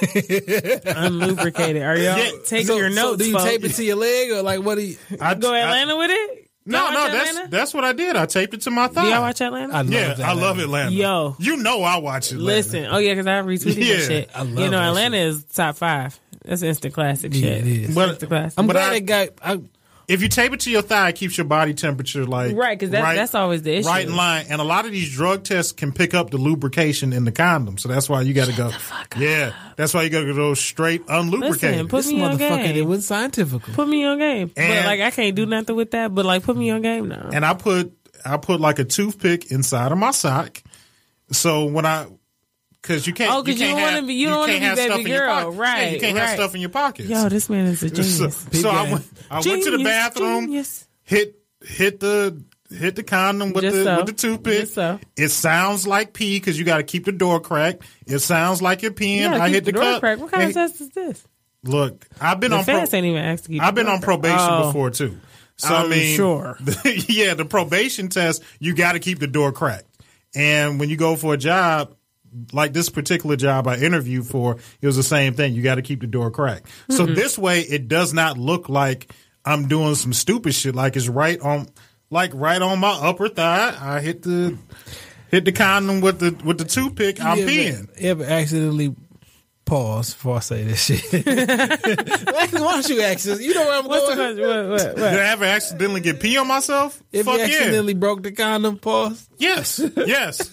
S7: Unlubricated. Are y'all
S6: Yeah,
S7: take
S5: so,
S7: your
S5: so
S7: notes?
S5: do you
S7: folks.
S5: tape it to your leg or like what do you?
S6: I,
S7: Go
S6: I-
S7: Atlanta with it?
S6: no,
S7: Y'all
S6: no,
S7: watch
S6: that's
S7: Atlanta?
S6: that's what I did. I taped it to my thigh.
S7: do y'all watch Atlanta?
S5: love
S6: yeah, I
S5: that.
S6: love Atlanta.
S7: Yo.
S6: you know I watch Atlanta.
S7: Listen, oh yeah, because I retweeted
S6: Yeah,
S7: that shit.
S5: I love
S7: you know,
S5: that
S7: Atlanta is top five. That's instant classic shit.
S5: it is.
S6: But-
S7: instant classic.
S5: I'm
S6: But
S5: glad
S6: I-
S5: it got. I,
S6: if you tape it to your thigh, it keeps your body temperature like
S7: Right, 'cause that's- that's always the issue.
S6: Right in line, and a lot of these drug tests can pick up the lubrication in the condom, so that's why you got to go. yeah, that's why you got to go straight
S7: Listen,
S6: unlubricated.
S7: put
S5: this
S7: me on
S5: motherfucker,
S7: game.
S5: it was scientific.
S7: put me on game.
S6: And-
S7: but like I can't do nothing with that. But like put me on game now.
S6: and I put I put like a toothpick inside of my sock, so when I because you can't.
S7: Oh, 'cause you
S6: can't
S7: don't wanna
S6: have-
S7: be- you don't wanna
S6: can't
S7: be
S6: have
S7: baby
S6: stuff in your
S7: girl.
S6: pocket. Yeah, you
S7: Right,
S6: can't have
S7: right.
S6: stuff in your pockets.
S7: Yo, this man is a genius.
S6: so, so I,
S5: Big
S6: went, I went to the
S7: Genius,
S6: bathroom,
S7: genius.
S6: hit hit the hit the condom with
S7: Just
S6: the
S7: so.
S6: with the toothpick.
S7: Just so.
S6: It sounds like pee because you got to keep the door cracked. It sounds like you're peeing.
S7: Yeah,
S6: I
S7: keep
S6: hit the,
S7: door
S6: cup.
S7: cracked. What kind
S6: Hey,
S7: of test is this?
S6: Look, I've been
S7: The
S6: on pro-
S7: feds ain't even asked to keep.
S6: I've been
S7: the
S6: on
S7: door cracked.
S6: probation
S7: Oh.
S6: before too. So I
S5: Oh,
S7: I'm
S6: mean,
S7: sure.
S6: yeah, the probation test, you got to keep the door cracked. And when you go for a job, like this particular job I interviewed for, it was the same thing. You got to keep the door cracked. So
S5: Mm-hmm.
S6: this way, it does not look like I'm doing some stupid shit. Like it's right on, like right on my upper thigh. I hit the hit the condom with the with the toothpick. I'm
S5: you
S6: peeing.
S5: ever, you ever accidentally pause before I say this shit? Why don't you accident? You know where I'm
S7: What's the
S5: going.
S7: question? What, what,
S6: Did
S7: what?
S6: I ever accidentally get pee on myself?
S5: If
S6: Fuck
S5: you
S6: yeah.
S5: accidentally broke the condom, pause.
S6: Yes, yes.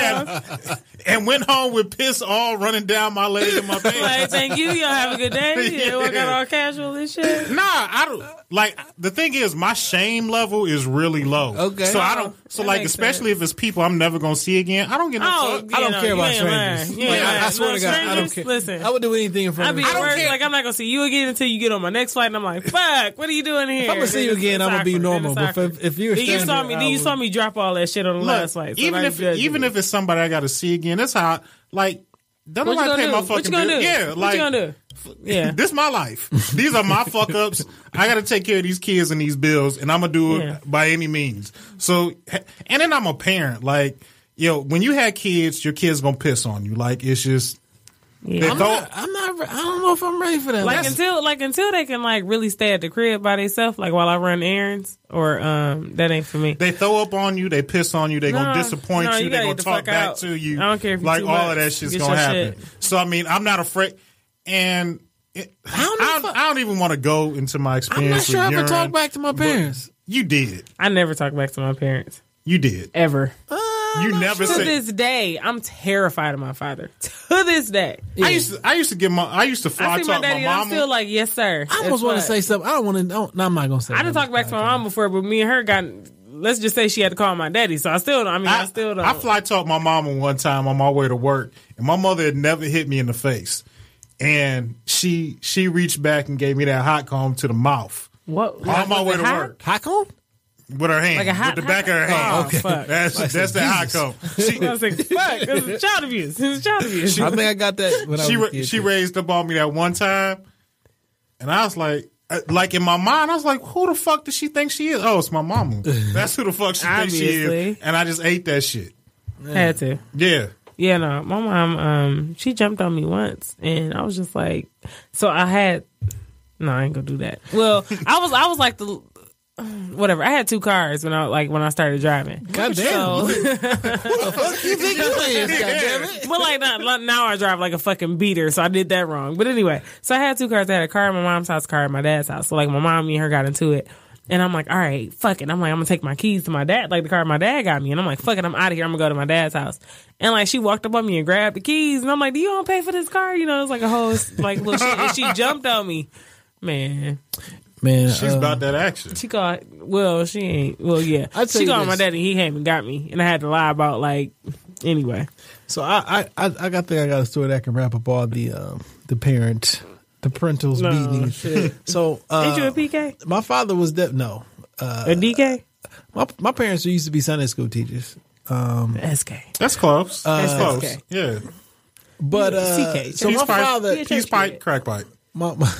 S6: and, and went home with piss all running down my leg and my pants.
S7: Like, thank you. Y'all have a good day. You yeah. work out all casual and shit.
S6: nah, I don't like the thing is my shame level is really low.
S5: Okay.
S6: So I don't so
S7: That
S6: like
S7: makes
S6: especially if it's people I'm never gonna see again, I don't get no
S7: Oh,
S6: fuck.
S7: yeah,
S5: I don't
S7: no,
S5: care
S7: you
S5: about
S7: ain't lying.
S5: strangers.
S7: You ain't
S5: Like, I- I,
S7: lying.
S5: swear
S7: No,
S5: to God, I don't
S7: strangers,
S5: care.
S7: Listen,
S5: I would do anything in front
S7: I
S5: of
S7: be
S5: you.
S7: at
S6: don't
S7: work
S6: care.
S7: like I'm not gonna see you again until you get on my next flight, and I'm like, "Fuck, what are you doing here?"
S5: If I'm gonna see you
S7: Then it's-
S5: again,
S7: it's
S5: I'm gonna be
S7: awkward. Then
S5: normal.
S7: it's
S5: But if-
S7: awkward.
S5: if you're
S7: then you saw
S5: standing
S7: me,
S5: there,
S7: then you
S5: I
S7: saw
S5: would-
S7: me drop all that shit on the last flight. So
S6: even
S7: now
S6: if
S7: you judging
S6: even
S7: me.
S6: if it's somebody I gotta see again, that's how like don't
S7: what you
S6: nobody
S7: gonna
S6: pay
S7: do?
S6: my
S7: what
S6: fucking
S7: you gonna
S6: bill.
S7: do?
S6: Yeah, like
S7: what you gonna do? Yeah,
S6: This my life. These are my fuck ups. I got to take care of these kids and these bills, and I'm gonna do it
S7: Yeah.
S6: by any means. So, and then I'm a parent. Like, yo, when you had kids, your kids gonna piss on you. Like, it's just
S7: yeah.
S6: They don't-
S5: I'm not. re- I don't know if I'm ready for that.
S7: like
S5: That's-
S7: until like until they can like really stay at the crib by themselves, like while I run errands, or um, that ain't for me.
S6: they throw up on you. They piss on you. They
S7: No,
S6: gonna disappoint
S7: no,
S6: you.
S7: you
S6: They
S7: gotta
S6: gonna
S7: get the
S6: talk
S7: fuck
S6: back
S7: out.
S6: to you.
S7: I don't care if you
S6: like
S7: too
S6: all
S7: much.
S6: of that shit's
S7: Get
S6: gonna
S7: your
S6: happen.
S7: shit.
S6: So I mean, I'm not afraid. And it, I,
S5: don't
S6: don't
S5: know
S6: I,
S5: if
S6: don't,
S5: I-
S6: even want to go into my
S5: I'm
S6: experience.
S5: not sure I
S6: with
S5: ever
S6: urine.
S5: talk back to my parents.
S6: You did.
S7: I never talk back to my parents
S6: You did.
S7: ever.
S6: You never
S7: to
S6: said.
S7: this day, I'm terrified of my father. To this day,
S6: I used to, I used to get my I used to fly
S7: I see my
S6: talk my
S7: daddy, and I'm
S6: mom.
S7: still like, "Yes, sir."
S5: I almost want to say something. I don't want to. No, I'm not gonna say.
S7: I
S5: that.
S7: didn't talk back to my mom before, but me and her got. Let's just say she had to call my daddy, so I still. don't I mean, I, still don't.
S6: I fly talked my mama one time on my way to work, and my mother had never hit me in the face, and she she reached back and gave me that hot comb to the mouth
S7: what?
S6: on my
S7: was
S6: way
S7: it
S6: to
S7: hot?
S6: work
S5: Hot cone?
S6: with her hand,
S7: Like a hot-
S6: with the back of her
S7: hot-
S6: hand.
S7: Oh, okay. fuck.
S6: That's that's that hot comb. She
S7: I was like, "Fuck, this is child abuse. This is child abuse."
S5: I think I got that when I
S6: she
S5: was a
S6: ra-
S5: kid,
S6: she
S5: too.
S6: raised up on me that one time, and I was like. uh, Like in my mind, I was like, "Who the fuck does she think she is?" Oh, it's my mama. That's who the fuck she thinks she is.
S7: Obviously.
S6: And I just ate that shit.
S7: had to.
S6: Yeah,
S7: Yeah, no, my mom, um, she jumped on me once, and I was just like, so I had, no, I ain't gonna do that. Well, I was, I was like the, whatever. I had two cars when I like when I started driving.
S5: God damn.
S7: So,
S5: You think you is? God damn it.
S7: but like not, not- now, I drive like a fucking beater, so I did that wrong. But anyway, so I had two cars. I had a car at my mom's house, car at my dad's house. So like my mom, me and her got into it. And I'm like, all right, fuck it. I'm like, I'm gonna take my keys to my dad, like the car my dad got me. And I'm like, fuck it, I'm out of here. I'm gonna go to my dad's house. And like, she walked up on me and grabbed the keys. And I'm like, do you want to pay for this car? You know, it's like a whole like little shit. And she jumped on me. Man,
S5: Man,
S6: she's
S5: uh,
S6: about that action.
S7: she called. Well, she ain't. Well, yeah,
S5: I'll tell
S7: she
S5: you
S7: called my
S5: this.
S7: daddy. He came and got me, and I had to lie about like. Anyway,
S5: So I I I, I got think I got a story that can wrap up all the um the parent the parentals
S7: No,
S5: beating.
S7: shit.
S5: So uh,
S7: ain't you a PK?
S5: my father was de- no. Uh,
S7: A DK?
S5: my my parents used to be Sunday school teachers,
S7: SK.
S6: That's close. That's
S7: Uh,
S6: close.
S7: okay.
S6: Yeah.
S5: but uh,
S7: CK.
S5: so my
S6: pipe,
S5: father
S7: Yeah,
S6: Peace
S7: church
S6: pipe,
S7: kid.
S6: crack pipe.
S5: my, my,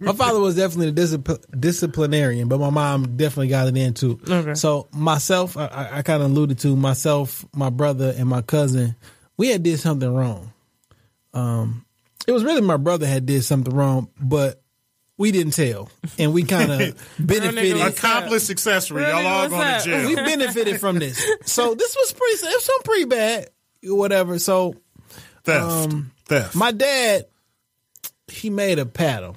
S5: my father was definitely a discipl- disciplinarian, but my mom definitely got it in too.
S7: Okay.
S5: So myself, I- I, I kind of alluded to myself, my brother, and my cousin. We had did something wrong. Um, it was really my brother had did something wrong, but we didn't tell, and we kind of benefited.
S7: was-
S6: Accomplice accessory.
S7: Really?
S6: Y'all all
S7: What's
S6: going to
S7: up?
S6: jail.
S5: we benefited from this. So this was pretty. It was something pretty bad, whatever. So
S6: Theft. Theft.
S5: Um, my dad, he made a paddle.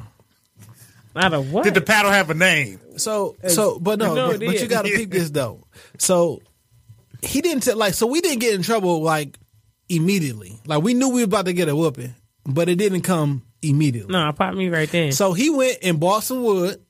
S7: Not a what?
S6: Did the paddle have a name?
S5: So so but no,
S7: No,
S5: but,
S7: it
S5: but you
S7: is.
S5: gotta peep this though. So he didn't tell like so we didn't get in trouble like immediately. Like we knew we were about to get a whooping, but it didn't come immediately.
S7: no, pop me right then.
S5: So he went and bought some wood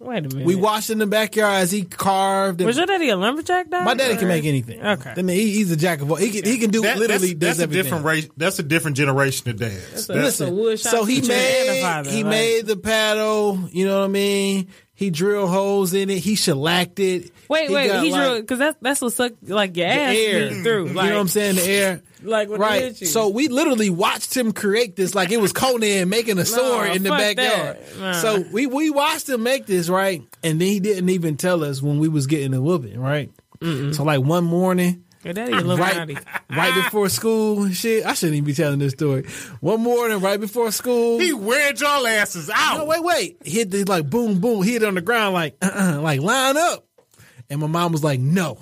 S7: Wait a minute.
S5: We watched in the backyard as he carved. And
S7: was your daddy a lumberjack? Dog?
S5: my daddy can make anything.
S7: Okay.
S5: Then he, he's a jack of all. He can, he can do
S6: That-
S5: literally does
S6: that's, that's a
S5: everything.
S6: different race. That's a different generation of dads.
S7: a-
S6: That's-
S7: That's a wood shop
S5: so he
S7: teacher and a
S5: made
S7: father,
S5: he
S7: like-
S5: made the paddle. You know what I mean? He drilled holes in it. He shellacked it.
S7: Wait, wait,
S5: got,
S7: he
S5: like,
S7: drew because that's that's what sucked like your
S5: the
S7: ass
S5: air Mm-hmm.
S7: beat through. Like,
S5: you know what I'm saying? The air.
S7: Like what
S5: right.
S7: hit you?
S5: So we literally watched him create this like it was Conan making a sword in the
S7: fuck
S5: backyard.
S7: that. Nah.
S5: So we we watched him make this, right? And then he didn't even tell us when we was getting the whooping, right? So like one morning,
S7: your daddy a little naughty.
S5: right right before school, and shit, I shouldn't even be telling this story. One morning right before school,
S6: he weared y'all asses out.
S5: no, wait, wait. Hit the like boom, boom, hit on the ground, like, uh-uh, like line up. And my mom was like, no,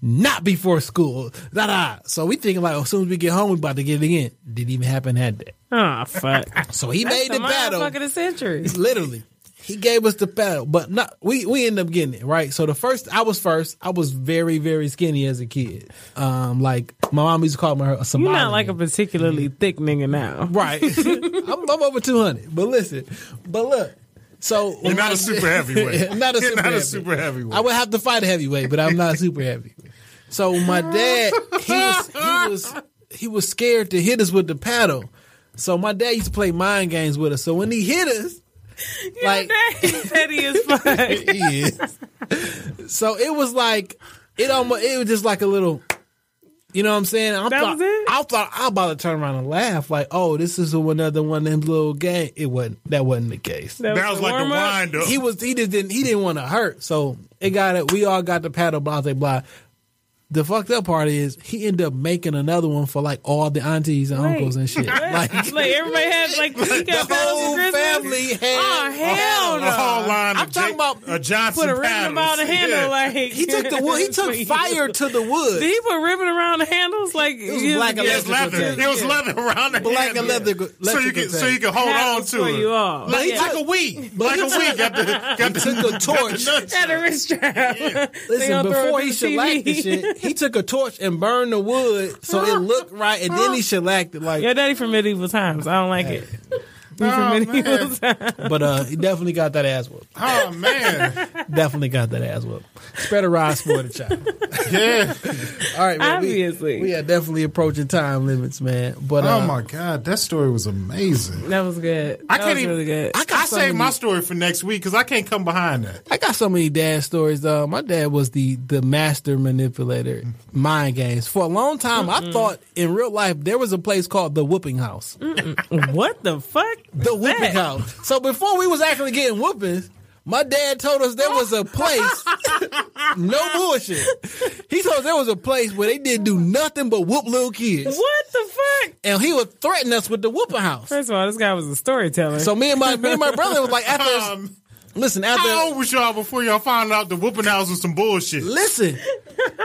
S5: not before school. Da da. So we thinking like, oh, as soon as we get home, we about to get it again. Didn't even happen, had that.
S7: Oh fuck!
S5: So he
S7: That's
S5: made
S7: the
S5: the battle.
S7: motherfucker of the century.
S5: Literally. He gave us the battle, but not we we end up getting it right. So the first I was first, I was very very skinny as a kid. Um, like my mom used to call me her a Somali.
S7: You're not like a particularly
S5: Mm-hmm.
S7: thick nigga now.
S5: right. I'm, I'm over two hundred, but listen, but look. So
S6: You're not a super heavyweight.
S5: I'm not a
S6: You're
S5: super
S6: not
S5: heavy.
S6: a super heavyweight.
S5: I would have to fight a heavyweight, but I'm not super heavy. So my dad, he was he was he was scared to hit us with the paddle. So my dad used to play mind games with us. So when he hit us, like
S7: Daddy's petty as fuck.
S5: he is. So it was like it almost it was just like a little you know what I'm saying? I
S7: That
S5: thought,
S7: was it?
S5: I thought I about to turn around and laugh, like, oh, this is another one of them little game. It wasn't that wasn't the case.
S6: that was
S7: the
S6: like a
S7: warm-up.
S6: wind up.
S5: he was he just didn't he didn't want to hurt. So it got it. We all got the paddle blah blah blah. The fucked up part is he ended up making another one for like all the aunties and
S7: Wait.
S5: uncles and shit. like
S7: Like everybody had like he
S5: the
S7: got
S5: whole family had.
S7: Oh hell
S6: a whole
S7: no!
S6: line
S5: I'm
S6: of
S5: talking
S6: Jake-
S5: about-
S6: a Johnson
S7: Put a ribbon
S6: paddles.
S7: around the handle
S6: Yeah.
S7: like
S5: He took the wood. He took fire to the wood.
S7: Did he put ribbon around the handles like it
S5: was black
S6: It was
S5: Electrical
S6: leather.
S5: tape.
S6: It was leather around the
S5: Black
S6: handle.
S5: electrical-
S6: So you
S5: electrical
S6: can so
S5: tape.
S6: you can hold on
S7: Handles for
S6: to it.
S7: you all.
S6: Like,
S5: Yeah.
S6: like a weed.
S5: But
S6: Like
S5: he
S6: a
S5: took-
S6: weed. Got the got the
S5: took a torch.
S6: nuts.
S7: Had a wrist strap. They
S5: Listen,
S7: gonna throw it
S5: before
S7: through
S5: he
S7: the TV.
S5: shellacked the shit, he took a torch and burned the wood so it looked right, and then he shellacked it like.
S7: Your daddy from medieval times. I don't like it.
S6: Oh,
S7: You from medieval times.
S5: But uh, he definitely got that ass whoop.
S6: Oh man.
S5: Definitely got that ass whoop. Spread a rod, spoil the child.
S6: Yeah.
S5: All right, man. we-
S7: Obviously.
S5: we, are definitely approaching time limits, man. But uh,
S6: Oh my god, that story was amazing.
S7: That was good. That
S6: I can't
S7: was
S6: even.
S7: really good.
S6: I,
S5: got
S6: I saved
S5: something.
S6: my story for next week because I can't come behind that.
S5: I got so many dad stories. Though my dad was the the master manipulator, mind games. For a long time, I thought in real life there was a place called the Whooping House.
S6: Mm,
S7: what the fuck?
S5: The Whooping House. So before we was actually getting whoopings, my dad told us there was a place. no bullshit. He told us there was a place where they didn't do nothing but whoop little kids,
S7: What the fuck?
S5: and he would threaten us with the Whooping House.
S7: First of all, this guy was a storyteller.
S5: So me and my me and my brother was like after
S6: Um,
S5: listen after
S6: how old was y'all before y'all found out the whooping house was some bullshit?
S5: listen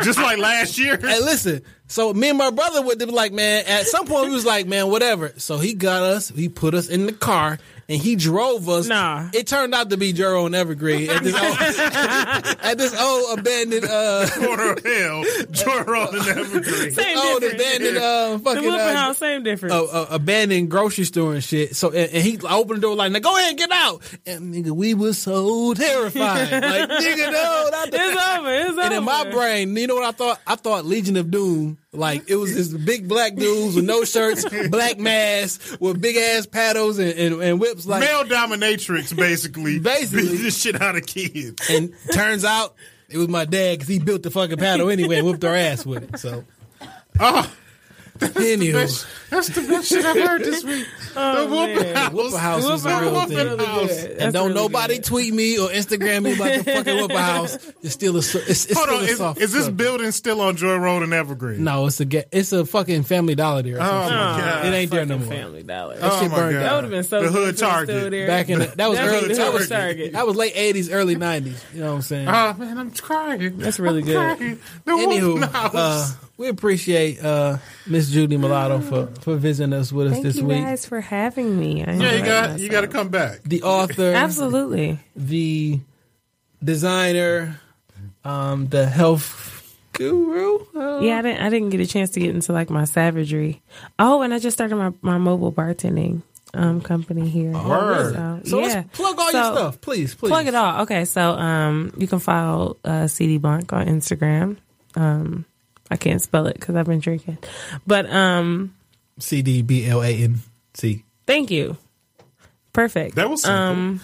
S6: Just like last year.
S5: hey listen so me and my brother would be like man at some point we was like man whatever so he got us he put us in the car and he drove us
S7: Nah.
S5: it turned out to be Jero and Evergreen at this old, at this old abandoned uh
S6: Corner of hell, Jordan and Evergreen.
S7: same
S5: old
S7: difference.
S5: abandoned uh
S7: the
S5: fucking
S7: Whooping
S5: uh,
S7: House, same difference.
S5: a, a abandoned grocery store and shit. So and, and he opened the door like, "Now go ahead, and get out." And nigga, we was so terrified. like, nigga, no, not the-
S7: It's over. It's over.
S5: And in my brain, you know what I thought? I thought Legion of Doom. Like it was this big black dudes with no shirts, black masks, with big ass paddles and, and, and whips. Like,
S6: Male dominatrix, basically.
S5: Basically.
S6: beat the shit out of kids.
S5: and turns out it was my dad because he built the fucking paddle anyway and whooped our ass with it. So,
S6: Oh.
S5: anywho,
S6: That's the best shit I've heard this week. the whooping
S7: Oh, man.
S6: house.
S5: Whoop house is
S6: The
S5: a real
S6: whooping
S5: thing.
S6: house.
S7: That's
S5: And don't
S7: really
S5: nobody
S7: good.
S5: tweet me or Instagram me about the fucking Whooper House. It's still a so- it's, it's
S6: Hold
S5: still
S6: on,
S5: a
S6: is,
S5: soft.
S6: is this
S5: cover.
S6: building still on Joy Road and Evergreen?
S5: No, it's a ga- it's a fucking Family Dollar there. Or
S6: Oh my
S5: something.
S6: god.
S5: it ain't there no more.
S7: Family Dollar.
S6: Oh
S5: shit
S6: my
S5: burned
S6: God.
S5: down.
S7: that would have been so
S6: The
S7: good
S6: hood
S7: if it was
S6: target.
S7: Still there.
S5: Back in the, that was
S7: That was
S5: early.
S7: the
S5: That was,
S7: first target.
S5: that was late eighties, early nineties. You know what I'm saying?
S6: Oh man, I'm crying.
S7: That's really
S6: I'm
S7: good.
S6: crying. The whooping
S5: Anywho,
S6: house.
S5: uh, we appreciate uh, Miss Judy Mulatto for for visiting us with us
S7: Thank
S5: this
S7: you
S5: week.
S7: guys for having me.
S6: yeah, you
S7: I enjoyed
S6: got you
S7: myself.
S6: got to come back.
S5: The author,
S7: Absolutely.
S5: the designer, um, the health guru. Uh,
S7: Yeah, I didn't. I didn't get a chance to get into like my savagery. Oh, and I just started my, my mobile bartending. um company here.
S6: Word.
S7: So,
S5: Oh, So
S7: yeah.
S5: let's plug all your
S7: So,
S5: stuff, please, please.
S7: Plug it all. Okay, so um, you can follow uh, CD Blanc on Instagram. Um, I can't spell it because I've been drinking, but um,
S5: C D B L A N C.
S7: thank you. Perfect.
S2: That was simple.
S7: um,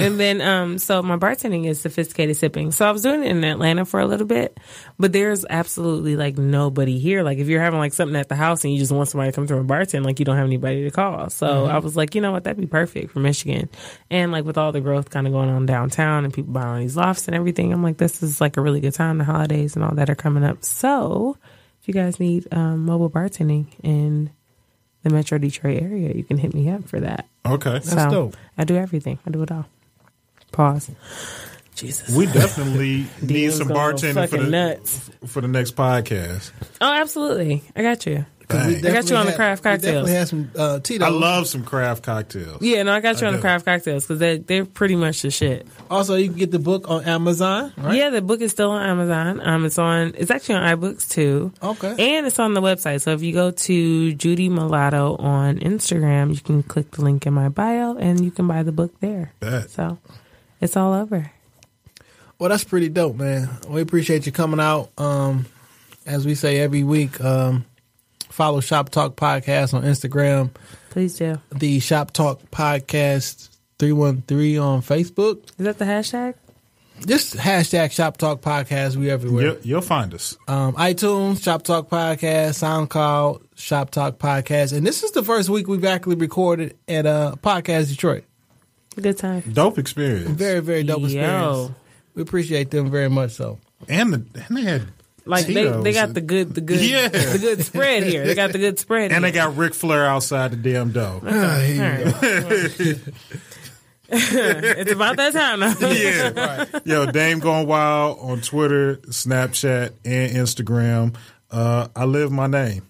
S7: and then um, so my bartending is sophisticated sipping. So I was doing it in Atlanta for a little bit, but there's absolutely like nobody here. Like if you're having like something at the house and you just want somebody to come through and bartend, like you don't have anybody to call. So
S2: Mm-hmm.
S7: I was like, you know what, that'd be perfect for Michigan. And like with all the growth kind of going on downtown and people buying these lofts and everything, I'm like, this is like a really good time. The holidays and all that are coming up. So if you guys need um, mobile bartending in the Metro Detroit area, you can hit me up for that.
S6: Okay.
S7: So,
S5: dope.
S7: I do everything. I do it all. Pause. Jesus.
S6: We definitely need
S7: Dion's
S6: some
S7: gonna go
S6: bartending
S7: fucking
S6: for the
S7: nuts.
S6: for the next podcast.
S7: Oh, absolutely. I got you.
S6: Dang.
S7: got you on the craft
S5: We definitely
S7: cocktails.
S5: had some uh, Tito's.
S6: I love some craft cocktails.
S7: Yeah, no, I got you on the
S6: do.
S7: craft cocktails because they, they're pretty much the shit.
S5: Also, you can get the book on Amazon, right?
S7: Yeah, the book is still on Amazon. Um, it's on. It's actually on iBooks too.
S5: Okay.
S7: And it's on the website. So if you go to Judy Mulatto on Instagram, you can click the link in my bio and you can buy the book there.
S6: Bet.
S7: So it's all over.
S5: Well, that's pretty dope, man. We appreciate you coming out. Um, as we say every week, um, follow Shop Talk Podcast on Instagram,
S7: Please do.
S5: the Shop Talk Podcast 313 on Facebook.
S7: Is that the hashtag?
S5: Just hashtag Shop Talk Podcast. We everywhere.
S6: You'll, you'll find us.
S5: um, iTunes, Shop Talk Podcast, SoundCloud, Shop Talk Podcast. And this is the first week we've actually recorded at uh, Podcast Detroit.
S7: Good time.
S6: Dope experience.
S5: Very, very dope
S7: Yo.
S5: experience. We appreciate them very much so.
S6: And the and they had
S7: Like they,
S6: Tito's.
S7: they got the good the good
S6: Yeah.
S7: the good spread here. They got the good spread.
S6: and they
S7: here.
S6: got Ric Flair outside the damn door.
S7: it's about that time. Now.
S6: yeah. Yo, Dame Going Wild on Twitter, Snapchat, and Instagram. Uh, I live my name.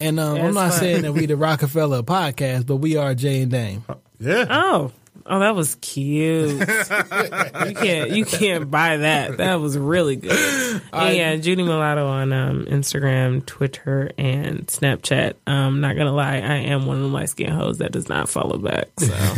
S5: And um, I'm
S7: That's
S5: not
S7: fine.
S5: saying that we the Rockefeller podcast, but we are Jay and Dame.
S6: Yeah.
S7: Oh. Oh, that was cute. you can't you can't buy that. That was really good. And yeah, Judy Mulatto on um, Instagram, Twitter, and Snapchat. Um, not gonna lie, I am one of the light skin hoes that does not follow back. So,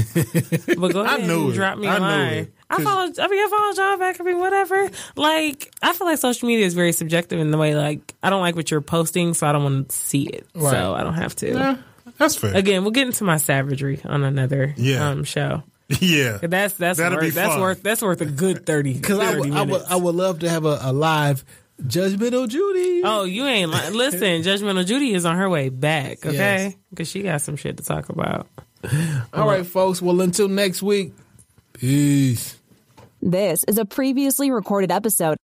S7: but go ahead
S6: knew
S7: and
S6: it.
S7: drop me
S6: I
S7: a
S6: knew
S7: line.
S6: it.
S7: I follow. I mean, I follow John back. I mean, whatever. Like, I feel like social media is very subjective in the way. Like, I don't like what you're posting, so I don't want to see it.
S5: Right.
S7: So I don't have to.
S6: Eh, That's fair.
S7: Again, we'll get into my savagery on another
S6: Yeah.
S7: um, show.
S6: Yeah.
S7: That's that's
S6: That'll
S7: worth,
S6: be
S7: that's
S6: fun.
S7: worth that's worth a good thirty.
S5: Because I
S7: 30
S5: would, I, would,
S7: minutes.
S5: I would love to have a, a live Judgmental Judy.
S7: Oh, you ain't li- listen. Judgmental Judy is on her way back, okay? Because she got some shit to talk about. Uh-huh.
S5: All right, folks. Well, until next week, peace.
S1: This is a previously recorded episode.